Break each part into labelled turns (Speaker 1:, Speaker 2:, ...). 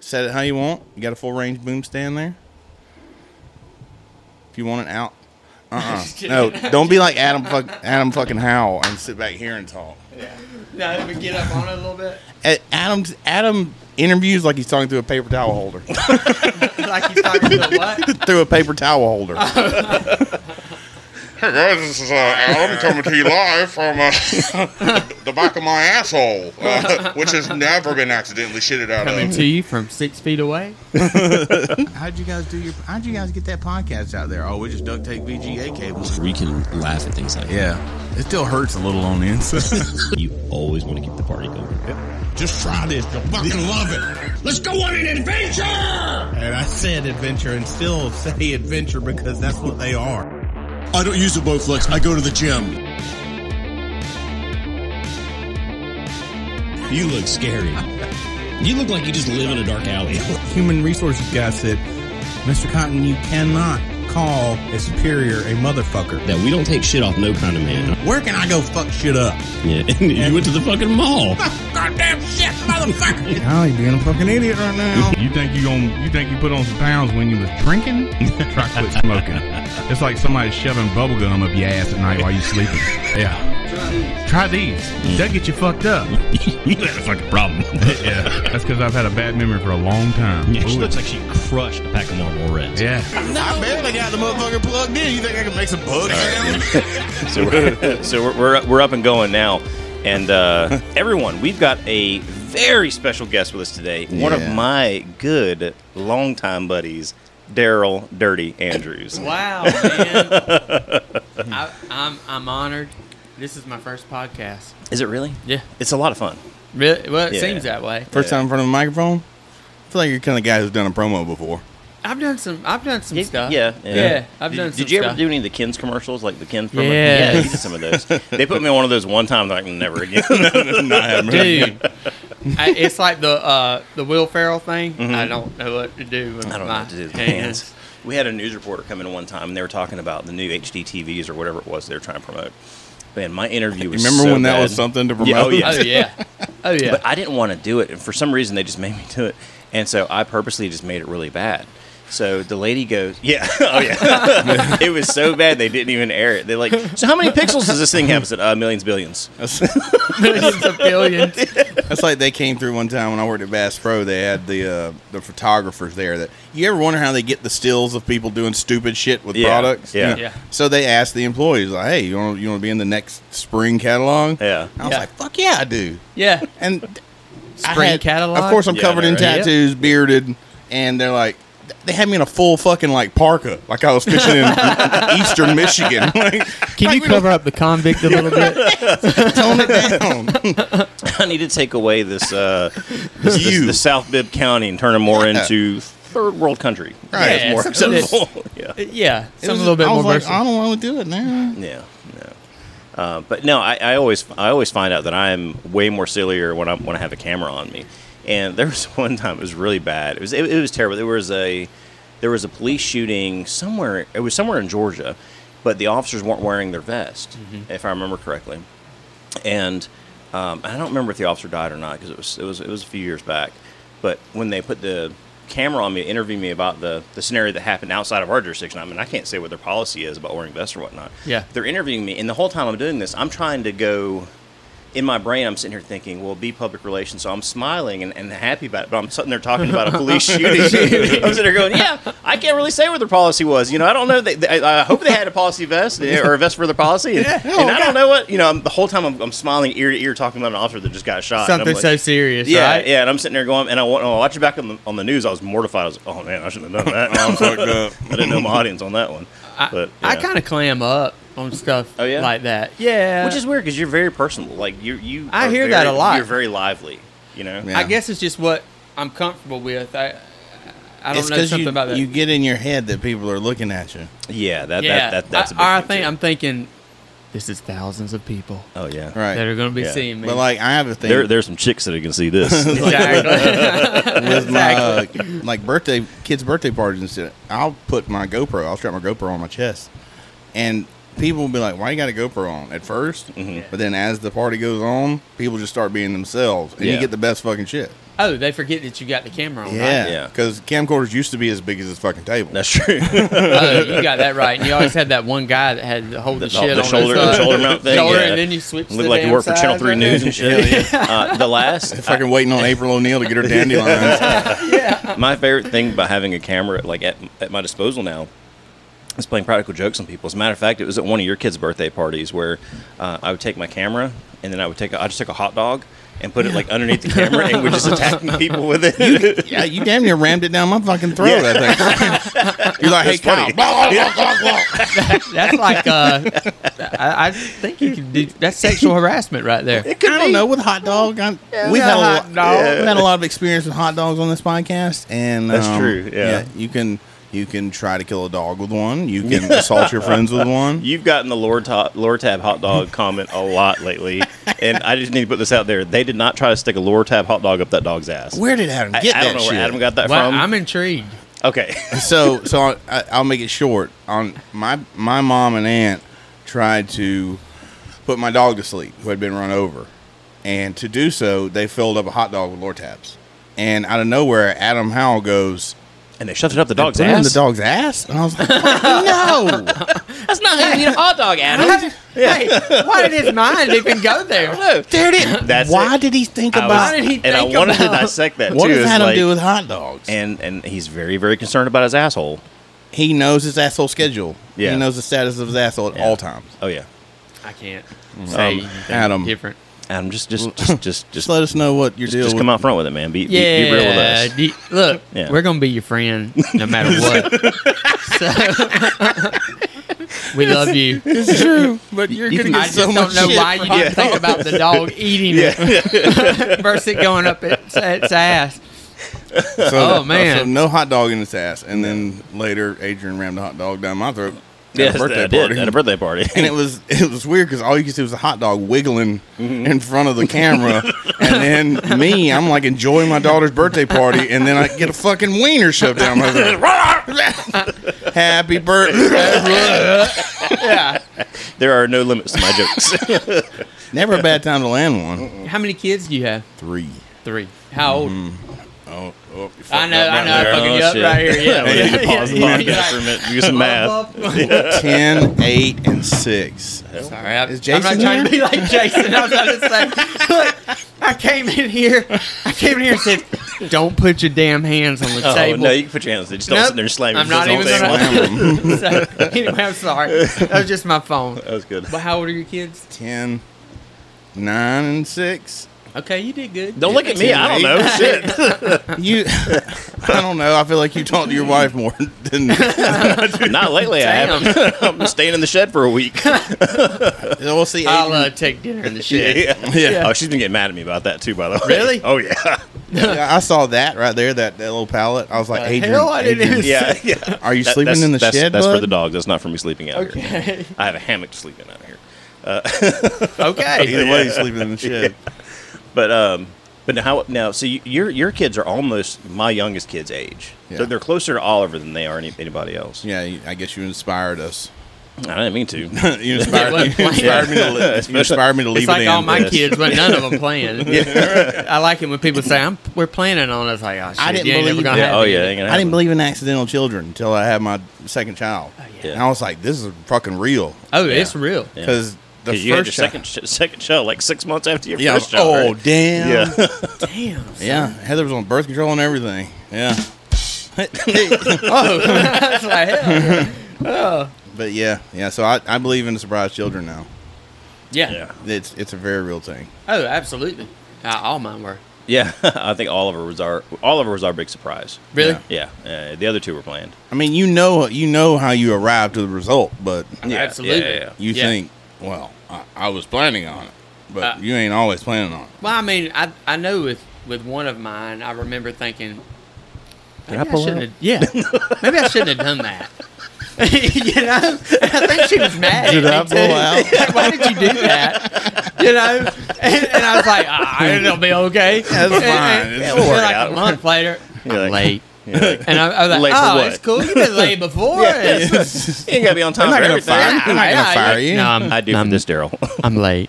Speaker 1: set it how you want. You got a full range boom stand there. If you want it out, uh, uh no, don't be like Adam, fuck, Adam fucking Howell and sit back here and talk.
Speaker 2: Now we get up on it a little bit,
Speaker 1: A- Adam, Adam interviews like he's talking through a paper towel holder,
Speaker 2: like he's talking to the what?
Speaker 1: through a paper towel holder.
Speaker 3: Hey guys, this is uh, Adam coming to you live from uh, the back of my asshole, uh, which has never been accidentally shitted out
Speaker 2: Coming
Speaker 3: of.
Speaker 2: to you from six feet away.
Speaker 4: How'd you guys do your? How'd you guys get that podcast out there? Oh, we just duct tape VGA cables.
Speaker 5: We can laugh at things like
Speaker 4: Yeah, it still hurts a little on the inside.
Speaker 5: that. You always want to keep the party going.
Speaker 6: Just try this. You'll fucking love it. Let's go on an adventure! And I said adventure and still say adventure because that's what they are. I don't use a Bowflex. I go to the gym.
Speaker 5: You look scary. You look like you just live in a dark alley.
Speaker 6: Human resources guy said, Mr. Cotton, you cannot call a superior a motherfucker.
Speaker 5: That we don't take shit off no kind of man.
Speaker 6: Where can I go fuck shit up?
Speaker 5: Yeah, and you went to the fucking mall.
Speaker 6: Goddamn shit, motherfucker! Oh, you're being a fucking idiot right now.
Speaker 7: You think you going you think you put on some pounds when you was drinking? Try quit smoking. It's like somebody shoving bubble gum up your ass at night while you sleeping. Yeah. Try these. That get you fucked up.
Speaker 5: you had a fucking problem.
Speaker 7: Yeah. That's because I've had a bad memory for a long time.
Speaker 5: Yeah, she
Speaker 7: Ooh,
Speaker 5: looks like she crushed a pack of Marlboro Reds.
Speaker 7: yeah.
Speaker 4: I barely got the motherfucker plugged in. You think I can make some bugs?
Speaker 8: so we're, so we're, we're, we're up and going now. And uh, everyone, we've got a very special guest with us today. One of
Speaker 1: Yeah.
Speaker 8: my good longtime buddies, Daryl Dirty Andrews.
Speaker 2: Wow, man! I, I'm I'm honored. This is my first podcast.
Speaker 8: Is it really?
Speaker 2: Yeah,
Speaker 8: It's a lot of fun.
Speaker 2: really. Well, it
Speaker 8: Yeah.
Speaker 2: seems that way.
Speaker 1: First time in front of a microphone. I feel like you're the kind of guy who's done a promo before.
Speaker 2: I've done some. I've done some
Speaker 8: Yeah,
Speaker 2: stuff.
Speaker 8: Uh, Yeah,
Speaker 2: Yeah, I've
Speaker 8: did,
Speaker 2: done
Speaker 8: Did
Speaker 2: some
Speaker 8: you ever
Speaker 2: stuff.
Speaker 8: do any of the Ken's commercials, like the Ken? promo?
Speaker 2: Yes.
Speaker 8: Yeah, you did some of those. They put me on one of those one time. Like never again.
Speaker 2: dude. I, it's like the uh, the Will Ferrell thing. I don't know what to do with
Speaker 8: Mm-hmm. I don't know
Speaker 2: my
Speaker 8: what to do with my
Speaker 2: hands.
Speaker 8: hands. We had a news reporter come in one time, and they were talking about the new HD TVs or whatever it was they were trying to promote. Man, my interview was
Speaker 1: Remember
Speaker 8: so
Speaker 1: when that was
Speaker 8: bad.
Speaker 1: something to
Speaker 8: Yeah, oh,
Speaker 1: promote?
Speaker 8: yeah.
Speaker 2: Oh yeah, oh yeah.
Speaker 8: But I didn't want to do it, and for some reason they just made me do it, and so I purposely just made it really bad. So the lady goes, "Yeah, oh yeah." it was so bad they didn't even air it. They're like, "So how many pixels does this thing have?" I said, uh, "Millions, billions.
Speaker 1: That's,
Speaker 2: Millions of billions.
Speaker 1: that's like they came through one time when I worked at Bass Pro. They had the uh, the photographers there. That you ever wonder how they get the stills of people doing stupid shit with
Speaker 8: Yeah,
Speaker 1: products?
Speaker 8: yeah.
Speaker 2: Yeah.
Speaker 1: So they asked the employees, like, "Hey, you want you want to be in the next spring catalog?"
Speaker 8: Yeah.
Speaker 1: I was
Speaker 2: Yeah.
Speaker 1: like, "Fuck yeah, I do."
Speaker 2: Yeah,
Speaker 1: And I
Speaker 2: Spring
Speaker 1: had-
Speaker 2: catalog?
Speaker 1: Of course, I'm
Speaker 8: Yeah,
Speaker 1: covered
Speaker 8: I know,
Speaker 1: in
Speaker 8: right?
Speaker 1: tattoos, bearded, and they're like, they had me in a full fucking like parka, like I was fishing in eastern Michigan, like
Speaker 2: can you cover up the convict a little bit?
Speaker 1: tone it down.
Speaker 8: I need to take away this uh, this, this-
Speaker 1: You.
Speaker 8: the South Bibb County and turn it more into third world country.
Speaker 1: Right.
Speaker 8: That's
Speaker 2: Yeah,
Speaker 8: more
Speaker 2: something that's-
Speaker 8: acceptable. yeah.
Speaker 2: Yeah,
Speaker 1: It
Speaker 2: some a
Speaker 1: was-
Speaker 2: little bit
Speaker 1: I
Speaker 2: more
Speaker 1: was like,
Speaker 2: versatile.
Speaker 1: I don't want to do it now.
Speaker 8: Yeah, no. Uh, but no, I, I always I always find out that I am way more sillier when I when I have a camera on me. And there was one time it was really bad. It was it, it was terrible. There was a there was a police shooting somewhere. It was somewhere in Georgia, but the officers weren't wearing their vest,
Speaker 1: Mm-hmm.
Speaker 8: if I remember correctly. And um, I don't remember if the officer died or not because it was it was it was a few years back. But when they put the camera on me, interviewed me about the the scenario that happened outside of our jurisdiction. I mean, I can't say what their policy is about wearing vests or whatnot.
Speaker 2: Yeah.
Speaker 8: they're interviewing me, and the whole time I'm doing this, I'm trying to go. In my brain, I'm sitting here thinking, "Well, be public relations." So I'm smiling and, and happy about it, but I'm sitting there talking about a police shooting. I'm sitting there going, "Yeah, I can't really say what their policy was. You know, I don't know. They, they, I I hope they had a policy vest eh, or a vest for their policy, and,
Speaker 2: Oh,
Speaker 8: and I don't know what you know." I'm, the whole time I'm, I'm smiling ear to ear talking about an officer that just got shot. and I'm
Speaker 2: Something
Speaker 8: like-
Speaker 2: so serious,
Speaker 8: yeah,
Speaker 2: right?
Speaker 8: yeah, and I'm sitting there going, and I wa- when I watch it back on the, on the news. I was mortified. I was, like, oh man, I shouldn't have done that. I'm fucked up. I didn't know my audience on that one.
Speaker 2: I,
Speaker 8: but
Speaker 2: I
Speaker 8: yeah.
Speaker 2: kind of clam up on stuff
Speaker 8: Oh, yeah?
Speaker 2: like that. Yeah,
Speaker 8: which is weird because you're very personal. Like you, you.
Speaker 2: I
Speaker 8: are
Speaker 2: hear
Speaker 8: very-
Speaker 2: that a lot.
Speaker 8: You're very lively. You know.
Speaker 1: Yeah.
Speaker 2: I guess it's just what I'm comfortable with. I I don't
Speaker 1: It's
Speaker 2: know
Speaker 1: 'cause
Speaker 2: something
Speaker 1: you,
Speaker 2: about that.
Speaker 1: you get in your head that people are looking at you.
Speaker 8: Yeah. That,
Speaker 2: yeah,
Speaker 8: That, that, that's. a
Speaker 2: I,
Speaker 8: big
Speaker 2: or I
Speaker 8: thing,
Speaker 2: think
Speaker 8: too.
Speaker 2: I'm thinking this is thousands of people
Speaker 8: Oh yeah.
Speaker 1: Right.
Speaker 2: that are going to be
Speaker 8: Yeah.
Speaker 2: seeing me.
Speaker 1: But like, I have a thing
Speaker 8: There, there's some chicks that can see this.
Speaker 2: exactly.
Speaker 1: with my
Speaker 2: exactly.
Speaker 1: uh, like birthday kids' birthday parties and shit. I'll put my GoPro. I'll strap my GoPro on my chest, and people will be like, "Why you got a GoPro on?" At
Speaker 8: Mm-hmm.
Speaker 1: 1st but then as the party goes on, people just start being themselves, and
Speaker 8: Yeah.
Speaker 1: you get the best fucking shit.
Speaker 2: Oh, they forget that you got the camera on. right?
Speaker 8: Yeah.
Speaker 1: Yeah, because camcorders used to be as big as this fucking table.
Speaker 8: That's true.
Speaker 2: Oh, you got that right. And you always had that one guy that had to hold the,
Speaker 8: The-
Speaker 2: shit
Speaker 8: the
Speaker 2: on
Speaker 8: shoulder-
Speaker 2: his, uh,
Speaker 8: the shoulder mount thing,
Speaker 2: shoulder,
Speaker 8: yeah.
Speaker 2: and then you switch.
Speaker 8: Look like you work for Channel Three News and shit. Uh, the last
Speaker 1: fucking waiting on April O'Neil to get her dandelions.
Speaker 8: uh, my favorite thing about having a camera like at, at my disposal now is playing practical jokes on people. As a matter of fact, it was at one of your kids' birthday parties where uh, I would take my camera and then I would take a, I just took a hot dog and put it like underneath the camera and would just attack people with it.
Speaker 1: yeah, you damn near rammed it down my fucking throat. I think you're like, hey, Kyle,
Speaker 8: funny.
Speaker 1: blah, blah, blah, blah, blah.
Speaker 2: That's like uh, I, I think you can do that's sexual harassment right there.
Speaker 1: I don't know with hot dog. I'm, we've
Speaker 2: yeah,
Speaker 1: had a
Speaker 2: hot
Speaker 1: lot,
Speaker 2: dog.
Speaker 1: we've had a lot of experience with hot dogs on this podcast, and
Speaker 8: That's
Speaker 1: um,
Speaker 8: true, yeah.
Speaker 1: you can you can try to kill a dog with one. You can assault your friends with one.
Speaker 8: You've gotten the Lord, top, Lord Tab hot dog comment a lot lately, and I just need to put this out there. They did not try to stick a Lord Tab hot dog up that dog's ass.
Speaker 1: Where did Adam
Speaker 8: I,
Speaker 1: get
Speaker 8: I
Speaker 1: that
Speaker 8: don't know
Speaker 1: shit?
Speaker 8: where Adam got that
Speaker 2: Wow,
Speaker 8: from.
Speaker 2: I'm intrigued.
Speaker 8: okay,
Speaker 1: so so I, I'll make it short. On my my mom and aunt tried to put my dog to sleep, who had been run over, and to do so, they filled up a hot dog with lore tabs. And out of nowhere, Adam Howell goes,
Speaker 8: and they shoved it up the dog's
Speaker 1: "Put it in
Speaker 8: ass.
Speaker 1: the dog's ass," and I was like, "No!"
Speaker 2: That's not how you eat a hot dog, Adam. Hey, why did his mind even go there? Look,
Speaker 1: There it-
Speaker 8: That's
Speaker 1: Why
Speaker 8: it.
Speaker 1: did he think
Speaker 8: I
Speaker 1: about?
Speaker 2: Why did he
Speaker 8: and I
Speaker 2: think
Speaker 8: wanted to
Speaker 2: about-
Speaker 8: dissect that
Speaker 1: what
Speaker 8: too.
Speaker 1: does
Speaker 8: is
Speaker 1: Adam
Speaker 8: like-
Speaker 1: do with hot dogs?
Speaker 8: and and he's very very concerned about his asshole.
Speaker 1: he knows his asshole schedule.
Speaker 8: Yeah.
Speaker 1: He knows the status of his asshole at
Speaker 8: Yeah.
Speaker 1: all times.
Speaker 8: Oh yeah,
Speaker 2: I can't say
Speaker 1: Um,
Speaker 2: anything
Speaker 1: Adam.
Speaker 2: different.
Speaker 8: Adam, just just just just
Speaker 1: Just
Speaker 8: just,
Speaker 1: let us know what your
Speaker 8: just,
Speaker 1: deal.
Speaker 8: just
Speaker 1: with
Speaker 8: come out front with it, man. Be, be-
Speaker 2: Yeah,
Speaker 8: be, real with us.
Speaker 2: d- look,
Speaker 8: Yeah.
Speaker 2: we're gonna be your friend no matter what. so we love you.
Speaker 1: It's true, but you're
Speaker 8: You
Speaker 1: gonna
Speaker 8: can-
Speaker 1: get
Speaker 2: I just
Speaker 1: so
Speaker 2: don't
Speaker 1: much
Speaker 2: know
Speaker 1: shit
Speaker 2: why you didn't think about the dog eating it versus it going up its, its ass.
Speaker 1: So,
Speaker 2: Oh, man.
Speaker 1: So no hot dog in his ass, and then later Adrian rammed a hot dog down my throat at
Speaker 8: Yes,
Speaker 1: a birthday
Speaker 8: I did,
Speaker 1: party.
Speaker 8: at a birthday party.
Speaker 1: and it was it was weird because all you could see was a hot dog wiggling
Speaker 8: Mm-hmm.
Speaker 1: in front of the camera, and then me, I'm like enjoying my daughter's birthday party, and then I get a fucking wiener shoved down my throat. Happy birthday!
Speaker 2: Yeah.
Speaker 8: there are no limits to my jokes.
Speaker 1: Never a bad time to land one.
Speaker 2: How many kids do you have?
Speaker 1: Three.
Speaker 2: Three. How old?
Speaker 8: Mm-hmm.
Speaker 1: Oh, oh, you fucked
Speaker 2: I know,
Speaker 1: up
Speaker 2: I
Speaker 1: right
Speaker 2: know. I
Speaker 1: there.
Speaker 2: fucking
Speaker 8: Oh,
Speaker 2: you up
Speaker 8: shit.
Speaker 2: right here. Yeah.
Speaker 8: we need to pause the
Speaker 2: Yeah,
Speaker 8: podcast
Speaker 2: yeah.
Speaker 8: for a minute. Do some math.
Speaker 1: Ten, eight, and six.
Speaker 2: Sorry, I,
Speaker 1: Is
Speaker 2: I'm not
Speaker 1: Jason
Speaker 2: trying to be
Speaker 1: here?
Speaker 2: like Jason. I was about to say, look, I came in here, I came in here and said, "Don't put your damn hands on the
Speaker 8: Oh
Speaker 2: table."
Speaker 8: no, you can put your hands. Just don't
Speaker 2: Nope.
Speaker 8: sit there and slam. your
Speaker 2: I'm not even
Speaker 8: fist all day long.
Speaker 2: gonna. so, anyway, I'm sorry. That was just my phone.
Speaker 8: That was good.
Speaker 2: But how old are your kids?
Speaker 1: Ten, nine, and six.
Speaker 2: Okay, you did good.
Speaker 8: Don't look at me. I don't know. Shit.
Speaker 1: You, I don't know. I feel like you talk to your wife more than.
Speaker 8: Not lately. I
Speaker 2: Damn.
Speaker 8: haven't. I'm staying in the shed for a week.
Speaker 1: we'll see.
Speaker 2: I'll
Speaker 1: Aiden-
Speaker 2: uh, take dinner in the shed.
Speaker 8: yeah. Oh, she's been getting mad at me about that too. By the way.
Speaker 2: Really?
Speaker 8: Oh yeah.
Speaker 1: Yeah, I saw that right there. That, that little pallet. I was like, Adrian,
Speaker 2: Uh, hell, I didn't
Speaker 1: Adrian,
Speaker 2: even-
Speaker 8: Yeah. Yeah.
Speaker 1: are you
Speaker 8: That-
Speaker 1: sleeping
Speaker 8: that's-
Speaker 1: in the
Speaker 8: that's,
Speaker 1: shed?
Speaker 8: That's
Speaker 1: bud?
Speaker 8: for the dogs. That's not for me sleeping out here.
Speaker 2: Okay.
Speaker 8: I have a hammock to sleep in out here.
Speaker 2: Okay.
Speaker 1: Either way, he's sleeping in the shed.
Speaker 8: But um, but how now? So you, your your kids are almost my youngest kid's age.
Speaker 1: Yeah.
Speaker 8: So they're closer to Oliver than they are any, anybody else.
Speaker 1: Yeah, you- I guess you inspired us.
Speaker 8: I didn't mean to.
Speaker 1: You inspired,
Speaker 2: Well,
Speaker 1: you inspired me to. Li- you inspired me to leave
Speaker 2: It's like
Speaker 1: it
Speaker 2: all
Speaker 1: in.
Speaker 2: my
Speaker 8: Yes.
Speaker 2: kids, but none of them playing. I like it when people say, I'm, "We're planning on." it." It's like, oh, shit,
Speaker 1: didn't
Speaker 2: you ain't never
Speaker 1: believe
Speaker 2: gonna
Speaker 1: that.
Speaker 2: have Oh,
Speaker 8: oh
Speaker 2: it.
Speaker 8: yeah. ain't gonna
Speaker 1: I didn't
Speaker 8: happen.
Speaker 1: believe in accidental children until I had my second child,
Speaker 8: yeah.
Speaker 1: and I was like, "This is fucking real."
Speaker 2: Oh, it's real.
Speaker 8: Yeah.
Speaker 1: Because the
Speaker 8: 'Cause
Speaker 1: first
Speaker 8: you had your
Speaker 1: child-
Speaker 8: second sh- second show like six months after your
Speaker 1: yeah, I was-
Speaker 8: first show.
Speaker 1: oh damn,
Speaker 8: Yeah.
Speaker 2: Damn.
Speaker 1: Yeah, Heather was on birth control and everything. Yeah.
Speaker 2: Oh, that's like hell.
Speaker 1: But yeah, yeah. So I, I believe in surprise children now.
Speaker 2: Yeah.
Speaker 8: Yeah.
Speaker 1: It's it's a very real thing.
Speaker 2: Oh, absolutely. Uh, all mine were.
Speaker 8: Yeah. I think Oliver was our Oliver was our big surprise.
Speaker 2: Really?
Speaker 8: Yeah. Uh, the other two were planned.
Speaker 1: I mean, you know you know how you arrived to the result, but
Speaker 8: Yeah,
Speaker 2: Absolutely.
Speaker 8: yeah, yeah.
Speaker 1: you
Speaker 2: Yeah.
Speaker 1: think, well, I, I was planning on it, but
Speaker 2: Uh,
Speaker 1: you ain't always planning on it.
Speaker 2: Well, I mean, I I know with with one of mine, I remember thinking, maybe I,
Speaker 8: pull
Speaker 2: shouldn't have, yeah, maybe I shouldn't have done that. you know, I think she was mad.
Speaker 1: Did
Speaker 2: at
Speaker 1: I
Speaker 2: me,
Speaker 1: pull
Speaker 2: too.
Speaker 1: out?
Speaker 2: Like, Why did you do that? You know, and, and I was like, ah, it'll be okay. That's
Speaker 1: fine. It'll
Speaker 2: then
Speaker 8: work
Speaker 2: like
Speaker 8: out.
Speaker 2: a month later,
Speaker 8: You're
Speaker 2: I'm
Speaker 8: like-
Speaker 2: late.
Speaker 8: Yeah. you
Speaker 2: And I, I was like,
Speaker 8: Late for
Speaker 2: oh,
Speaker 8: what?
Speaker 2: it's cool. You've been late before.
Speaker 8: ain't gotta be on time
Speaker 1: They're not
Speaker 8: for
Speaker 1: gonna
Speaker 8: everything.
Speaker 1: fire. They're not
Speaker 2: Yeah, yeah,
Speaker 1: gonna fire
Speaker 2: yeah.
Speaker 1: you.
Speaker 2: No, I'm,
Speaker 8: I do
Speaker 2: I'm,
Speaker 8: from this, Daryl.
Speaker 2: I'm late.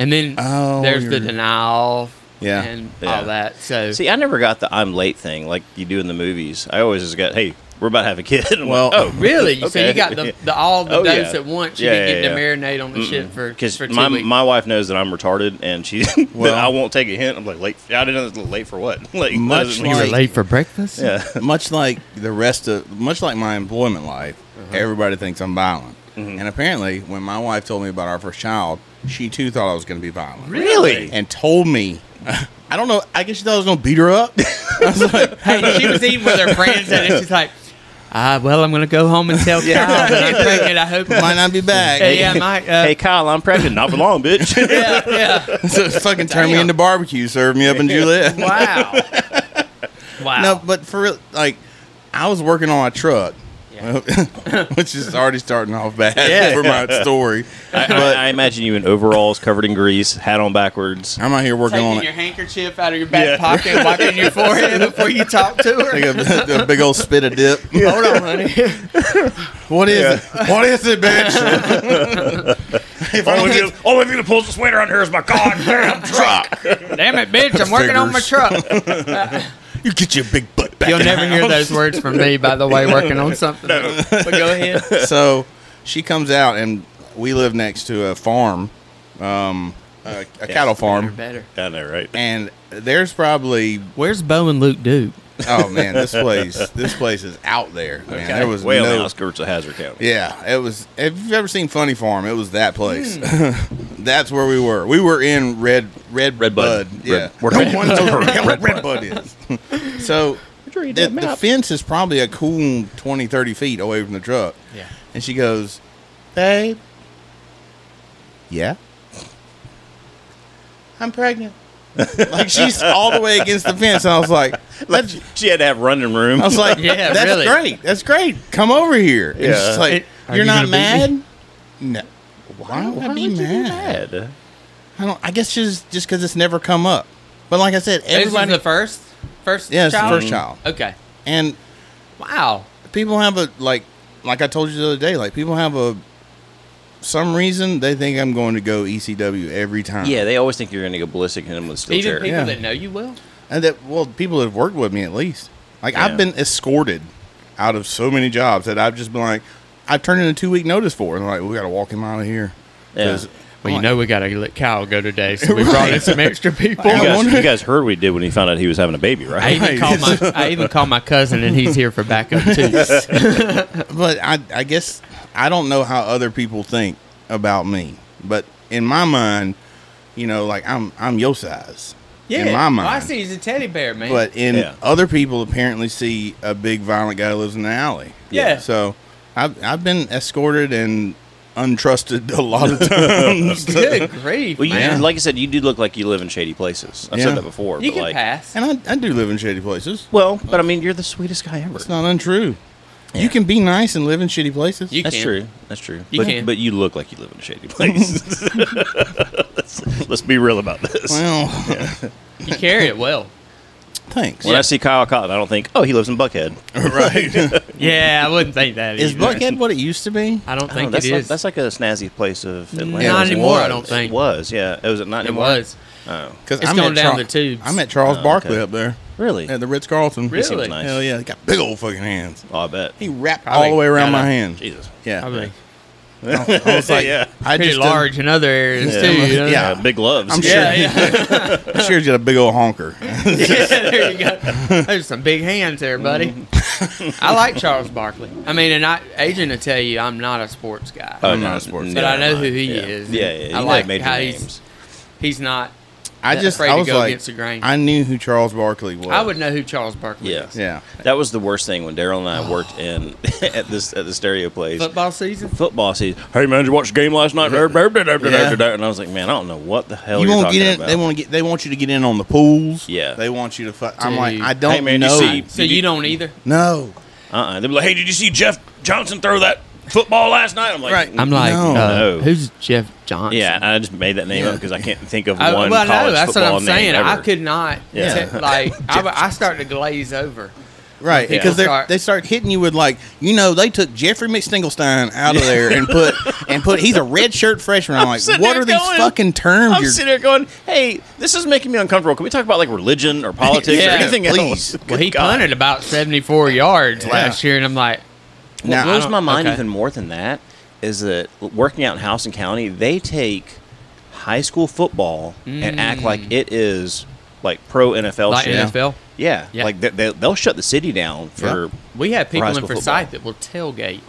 Speaker 2: And then
Speaker 1: Oh,
Speaker 2: there's the
Speaker 1: you're-
Speaker 2: denial.
Speaker 1: Yeah.
Speaker 2: and
Speaker 8: Yeah.
Speaker 2: all that. So
Speaker 8: See, I never got the I'm late thing like you do in the movies. I always just got, hey, we're about to have a kid. I'm like,
Speaker 1: Well,
Speaker 8: oh,
Speaker 2: really, so
Speaker 8: okay.
Speaker 2: you got the, the all the
Speaker 8: Oh, yeah.
Speaker 2: dose at once. You
Speaker 8: Yeah,
Speaker 2: didn't
Speaker 8: yeah,
Speaker 2: get to
Speaker 8: yeah.
Speaker 2: marinate on the shit for
Speaker 8: Because
Speaker 2: for two
Speaker 8: my,
Speaker 2: weeks.
Speaker 8: my wife knows that I'm retarded, and she
Speaker 1: Well-
Speaker 8: well, I won't take a hint. I'm like late. I didn't know late for what. Like
Speaker 1: Much
Speaker 8: doesn't-
Speaker 1: You were like- late
Speaker 2: for breakfast.
Speaker 8: yeah.
Speaker 1: much like the rest of much like my employment life,
Speaker 2: Uh-huh.
Speaker 1: everybody thinks I'm violent.
Speaker 2: Mm-hmm.
Speaker 1: And apparently, when my wife told me about our first child, she too thought I was going to be violent.
Speaker 8: Really?
Speaker 1: And told me, I don't know. I guess she thought I was going to beat her up. I was like,
Speaker 2: Hey, she was eating with her friends, and then she's like, "Ah, well, I'm gonna go home and tell Kyle that I'm pregnant. I hope
Speaker 1: might not be back.
Speaker 2: Hey, yeah, my, uh,
Speaker 8: hey Kyle, I'm pregnant. Not for long, bitch.
Speaker 2: yeah, yeah.
Speaker 1: so fucking turn me
Speaker 2: Damn.
Speaker 1: into barbecue, serve me up in Juliet.
Speaker 2: Wow, wow.
Speaker 1: No, but for real, like, I was working on my truck,
Speaker 2: Yeah.
Speaker 1: which is already starting off bad
Speaker 8: Yeah.
Speaker 1: for my story.
Speaker 8: I,
Speaker 1: but
Speaker 8: I, I imagine you in overalls, covered in grease, hat on backwards.
Speaker 1: I'm out here working
Speaker 2: Taking
Speaker 1: on
Speaker 2: your
Speaker 1: it.
Speaker 2: handkerchief out of your back
Speaker 8: Yeah.
Speaker 2: pocket, and wiping your forehead before you talk to her.
Speaker 1: Take a, a big old spit of dip.
Speaker 2: Hold on, honey.
Speaker 1: What is it? What is it, bitch?
Speaker 8: Only thing only thing that pulls the sweater on her is my goddamn truck.
Speaker 2: Damn it, bitch! I'm working on my truck.
Speaker 1: you get your big butt back.
Speaker 2: You'll
Speaker 1: in
Speaker 2: never
Speaker 1: the
Speaker 2: hear
Speaker 1: house.
Speaker 2: those words from me, by the way, working on something. But go ahead.
Speaker 1: So she comes out, and we live next to a farm, um, a, a cattle farm,
Speaker 2: Better.
Speaker 8: I know, right?
Speaker 1: and there's probably
Speaker 2: Where's Bo and Luke Duke?
Speaker 1: oh man, this place, this place is out there. Man, there was
Speaker 8: way on the
Speaker 1: no,
Speaker 8: outskirts of Hazard County.
Speaker 1: Yeah, it was. If you've ever seen Funny Farm, it was that place. That's where we were. We were in Red Red
Speaker 8: Red Bud. Red-
Speaker 1: Yeah,
Speaker 8: we're
Speaker 1: no
Speaker 8: Red
Speaker 1: one knows where the hell Red, Bud is. so the, the fence is probably a cool 20, 30 feet away from the truck.
Speaker 2: Yeah.
Speaker 1: and she goes, "Babe, yeah, I'm pregnant." like she's all the way against the fence, and I was like,
Speaker 8: Like, she had to have running room.
Speaker 1: I was like,
Speaker 2: Yeah,
Speaker 1: that's
Speaker 2: really.
Speaker 1: great. That's great. Come over here. And
Speaker 8: Yeah.
Speaker 1: she's like,
Speaker 2: It-
Speaker 1: you're
Speaker 2: Are you
Speaker 1: not
Speaker 2: gonna
Speaker 1: mad?
Speaker 2: beat
Speaker 1: No. Why, would I be
Speaker 8: would you
Speaker 1: mad?
Speaker 8: mad?
Speaker 1: I don't. I guess she's just because it's never come up. But like I said,
Speaker 2: This is
Speaker 1: everybody.
Speaker 2: the first, first.
Speaker 1: yeah, it's the
Speaker 2: child?
Speaker 1: first child,
Speaker 2: Okay.
Speaker 1: and
Speaker 2: Wow.
Speaker 1: people have a like, like I told you the other day. Like people have a some reason they think I'm going to go ECW every time.
Speaker 8: Yeah, they always think you're going to go ballistic and him with a steel
Speaker 2: Even
Speaker 8: chair.
Speaker 2: people
Speaker 1: Yeah.
Speaker 2: that know you well.
Speaker 1: and that well, people that have worked with me at least. Like
Speaker 8: Yeah.
Speaker 1: I've been escorted out of so many jobs that I've just been like, I turned in a two week notice for, it. and they're like we got to walk him out of here. 'Cause
Speaker 8: Yeah.
Speaker 1: I'm
Speaker 2: Well, you
Speaker 1: like,
Speaker 2: know we got to let Kyle go today, so we brought in some extra people.
Speaker 1: I
Speaker 8: You guys,
Speaker 1: wonder-
Speaker 8: you guys heard what he did when he found out he was having a baby,
Speaker 2: I
Speaker 8: right?
Speaker 2: even called my I even called my cousin, and he's here for backup too.
Speaker 1: But I, I guess I don't know how other people think about me. But in my mind, you know, like I'm I'm your size. In my mind.
Speaker 2: Well, I see he's a teddy bear, man.
Speaker 1: But in
Speaker 8: Yeah.
Speaker 1: other people apparently see a big violent guy who lives in the alley.
Speaker 2: Yeah.
Speaker 1: So I've I've been escorted and untrusted a lot of times.
Speaker 2: good grief,
Speaker 8: Well, you,
Speaker 2: man.
Speaker 8: like I said, you do look like you live in shady places. I've
Speaker 1: Yeah.
Speaker 8: said that before.
Speaker 2: you
Speaker 8: but
Speaker 2: can
Speaker 8: like,
Speaker 2: pass.
Speaker 1: and I, I do live in shady places.
Speaker 8: Well, but I mean, you're the sweetest guy ever.
Speaker 1: It's not untrue. You can be nice and live in shitty places.
Speaker 2: You
Speaker 8: That's
Speaker 2: can.
Speaker 8: true. That's true.
Speaker 2: You
Speaker 8: but,
Speaker 2: can.
Speaker 8: but you look like you live in a shady place. let's, let's be real about this.
Speaker 1: well,
Speaker 2: You carry it well.
Speaker 1: thanks.
Speaker 8: when I see Kyle Cotton, I don't think, oh, he lives in Buckhead.
Speaker 1: right.
Speaker 2: Yeah, I wouldn't think that.
Speaker 1: Is
Speaker 2: either.
Speaker 1: Buckhead what it used to be?
Speaker 2: I don't
Speaker 8: I
Speaker 2: think
Speaker 8: don't know, Oh, that's
Speaker 2: it
Speaker 8: like,
Speaker 2: is.
Speaker 8: That's like a snazzy place of Atlanta.
Speaker 2: Not
Speaker 1: it
Speaker 2: anymore. I
Speaker 1: was.
Speaker 2: don't think
Speaker 8: It was, yeah. It was it not
Speaker 2: it
Speaker 8: anymore?
Speaker 2: was.
Speaker 8: Oh,
Speaker 1: Because
Speaker 2: It's going down the tubes.
Speaker 1: I met Charles
Speaker 8: Oh,
Speaker 1: Barkley
Speaker 8: okay.
Speaker 1: up there
Speaker 8: really?
Speaker 1: at the Ritz Carlton.
Speaker 2: Really?
Speaker 8: Seems nice.
Speaker 1: Hell yeah, he got big old fucking hands.
Speaker 8: Oh, I bet.
Speaker 1: He wrapped
Speaker 2: Probably
Speaker 1: all the way around
Speaker 2: got
Speaker 1: my
Speaker 2: a-
Speaker 1: hand.
Speaker 8: Jesus.
Speaker 1: Yeah,
Speaker 2: Probably
Speaker 1: I was like,
Speaker 8: Yeah.
Speaker 1: I
Speaker 2: pretty
Speaker 1: just
Speaker 2: large in other areas
Speaker 8: Yeah.
Speaker 2: too. you know?
Speaker 1: Yeah.
Speaker 8: Uh, big gloves.
Speaker 1: I'm
Speaker 2: Yeah,
Speaker 1: sure.
Speaker 2: yeah.
Speaker 1: I'm sure he's got a big old honker.
Speaker 2: yeah, there you go. There's some big hands there, buddy.
Speaker 8: Mm-hmm.
Speaker 2: I like Charles Barkley. I mean, and I, Agent will tell you, I'm not a sports guy,
Speaker 8: Oh,
Speaker 1: I'm not a sports
Speaker 2: but
Speaker 1: yeah,
Speaker 2: I know who he
Speaker 8: yeah.
Speaker 2: is.
Speaker 8: Yeah, yeah. You
Speaker 2: I
Speaker 8: know
Speaker 2: like
Speaker 8: major
Speaker 2: how
Speaker 8: names.
Speaker 2: he's he's not.
Speaker 1: I
Speaker 2: That
Speaker 1: just
Speaker 2: afraid
Speaker 1: I
Speaker 2: to
Speaker 1: was
Speaker 2: go
Speaker 1: like,
Speaker 2: against the grain.
Speaker 1: I knew who Charles Barkley was.
Speaker 2: I would know who Charles Barkley
Speaker 8: Yeah.
Speaker 2: is.
Speaker 1: Yeah,
Speaker 8: That was the worst thing when Daryl and I worked in at this at the stereo place.
Speaker 2: Oh. Football season.
Speaker 8: Football season. Hey man, did you watch the game last night? Blah, blah, blah, blah, blah,
Speaker 1: Yeah.
Speaker 8: blah. And I was like, man, I don't know what the hell
Speaker 1: you
Speaker 8: you are
Speaker 1: won't
Speaker 8: talking
Speaker 1: get in.
Speaker 8: about.
Speaker 1: They want to get. They want you to get in on the pools.
Speaker 8: Yeah.
Speaker 1: they want you to. Fu- I'm
Speaker 2: Dude.
Speaker 1: like, I don't
Speaker 8: Hey, man, you
Speaker 1: know.
Speaker 8: see-
Speaker 2: So you don't either.
Speaker 1: no,
Speaker 8: uh-uh. They'd be like, hey, did you see Jeff Johnson throw that football last night? I'm like,
Speaker 1: Right.
Speaker 2: I'm like,
Speaker 1: No.
Speaker 2: uh,
Speaker 8: No.
Speaker 2: who's Jeff Johnson?
Speaker 8: yeah. And I just made that name up because I can't think of
Speaker 2: I,
Speaker 8: one
Speaker 2: well,
Speaker 8: college
Speaker 2: no, that's what
Speaker 8: football
Speaker 2: I'm saying.
Speaker 8: name ever.
Speaker 2: I could not.
Speaker 8: Yeah.
Speaker 2: te- like, I, I started to glaze over.
Speaker 1: Right,
Speaker 2: Yeah.
Speaker 1: because
Speaker 2: Start-
Speaker 1: they they start hitting you with like you know they took Jeffrey McStinglestein out of there and put and put he's a red shirt freshman. I'm, like,
Speaker 8: sitting
Speaker 1: what
Speaker 8: there
Speaker 1: are these
Speaker 8: going-
Speaker 1: fucking terms?
Speaker 8: I'm
Speaker 1: you're-
Speaker 8: sitting there going, "Hey, this is making me uncomfortable. Can we talk about like religion or politics
Speaker 2: Yeah,
Speaker 8: or anything
Speaker 1: please.
Speaker 8: else?"
Speaker 2: Well,
Speaker 8: Good
Speaker 2: he
Speaker 8: God.
Speaker 2: punted about 74 yards last year, and I'm like,
Speaker 8: What
Speaker 1: Now, I
Speaker 8: blows
Speaker 1: don't-
Speaker 8: my mind
Speaker 2: okay.
Speaker 8: even more than that is that working out in House and County, they take high school football and act like it is like pro NFL
Speaker 2: Mm. like
Speaker 8: Oh, shit.
Speaker 2: NFL.
Speaker 8: Yeah.
Speaker 2: Yeah.
Speaker 8: like they, they, they'll shut the city down for.
Speaker 2: We have people
Speaker 8: high
Speaker 2: in
Speaker 8: school
Speaker 2: Forsyth that will tailgate.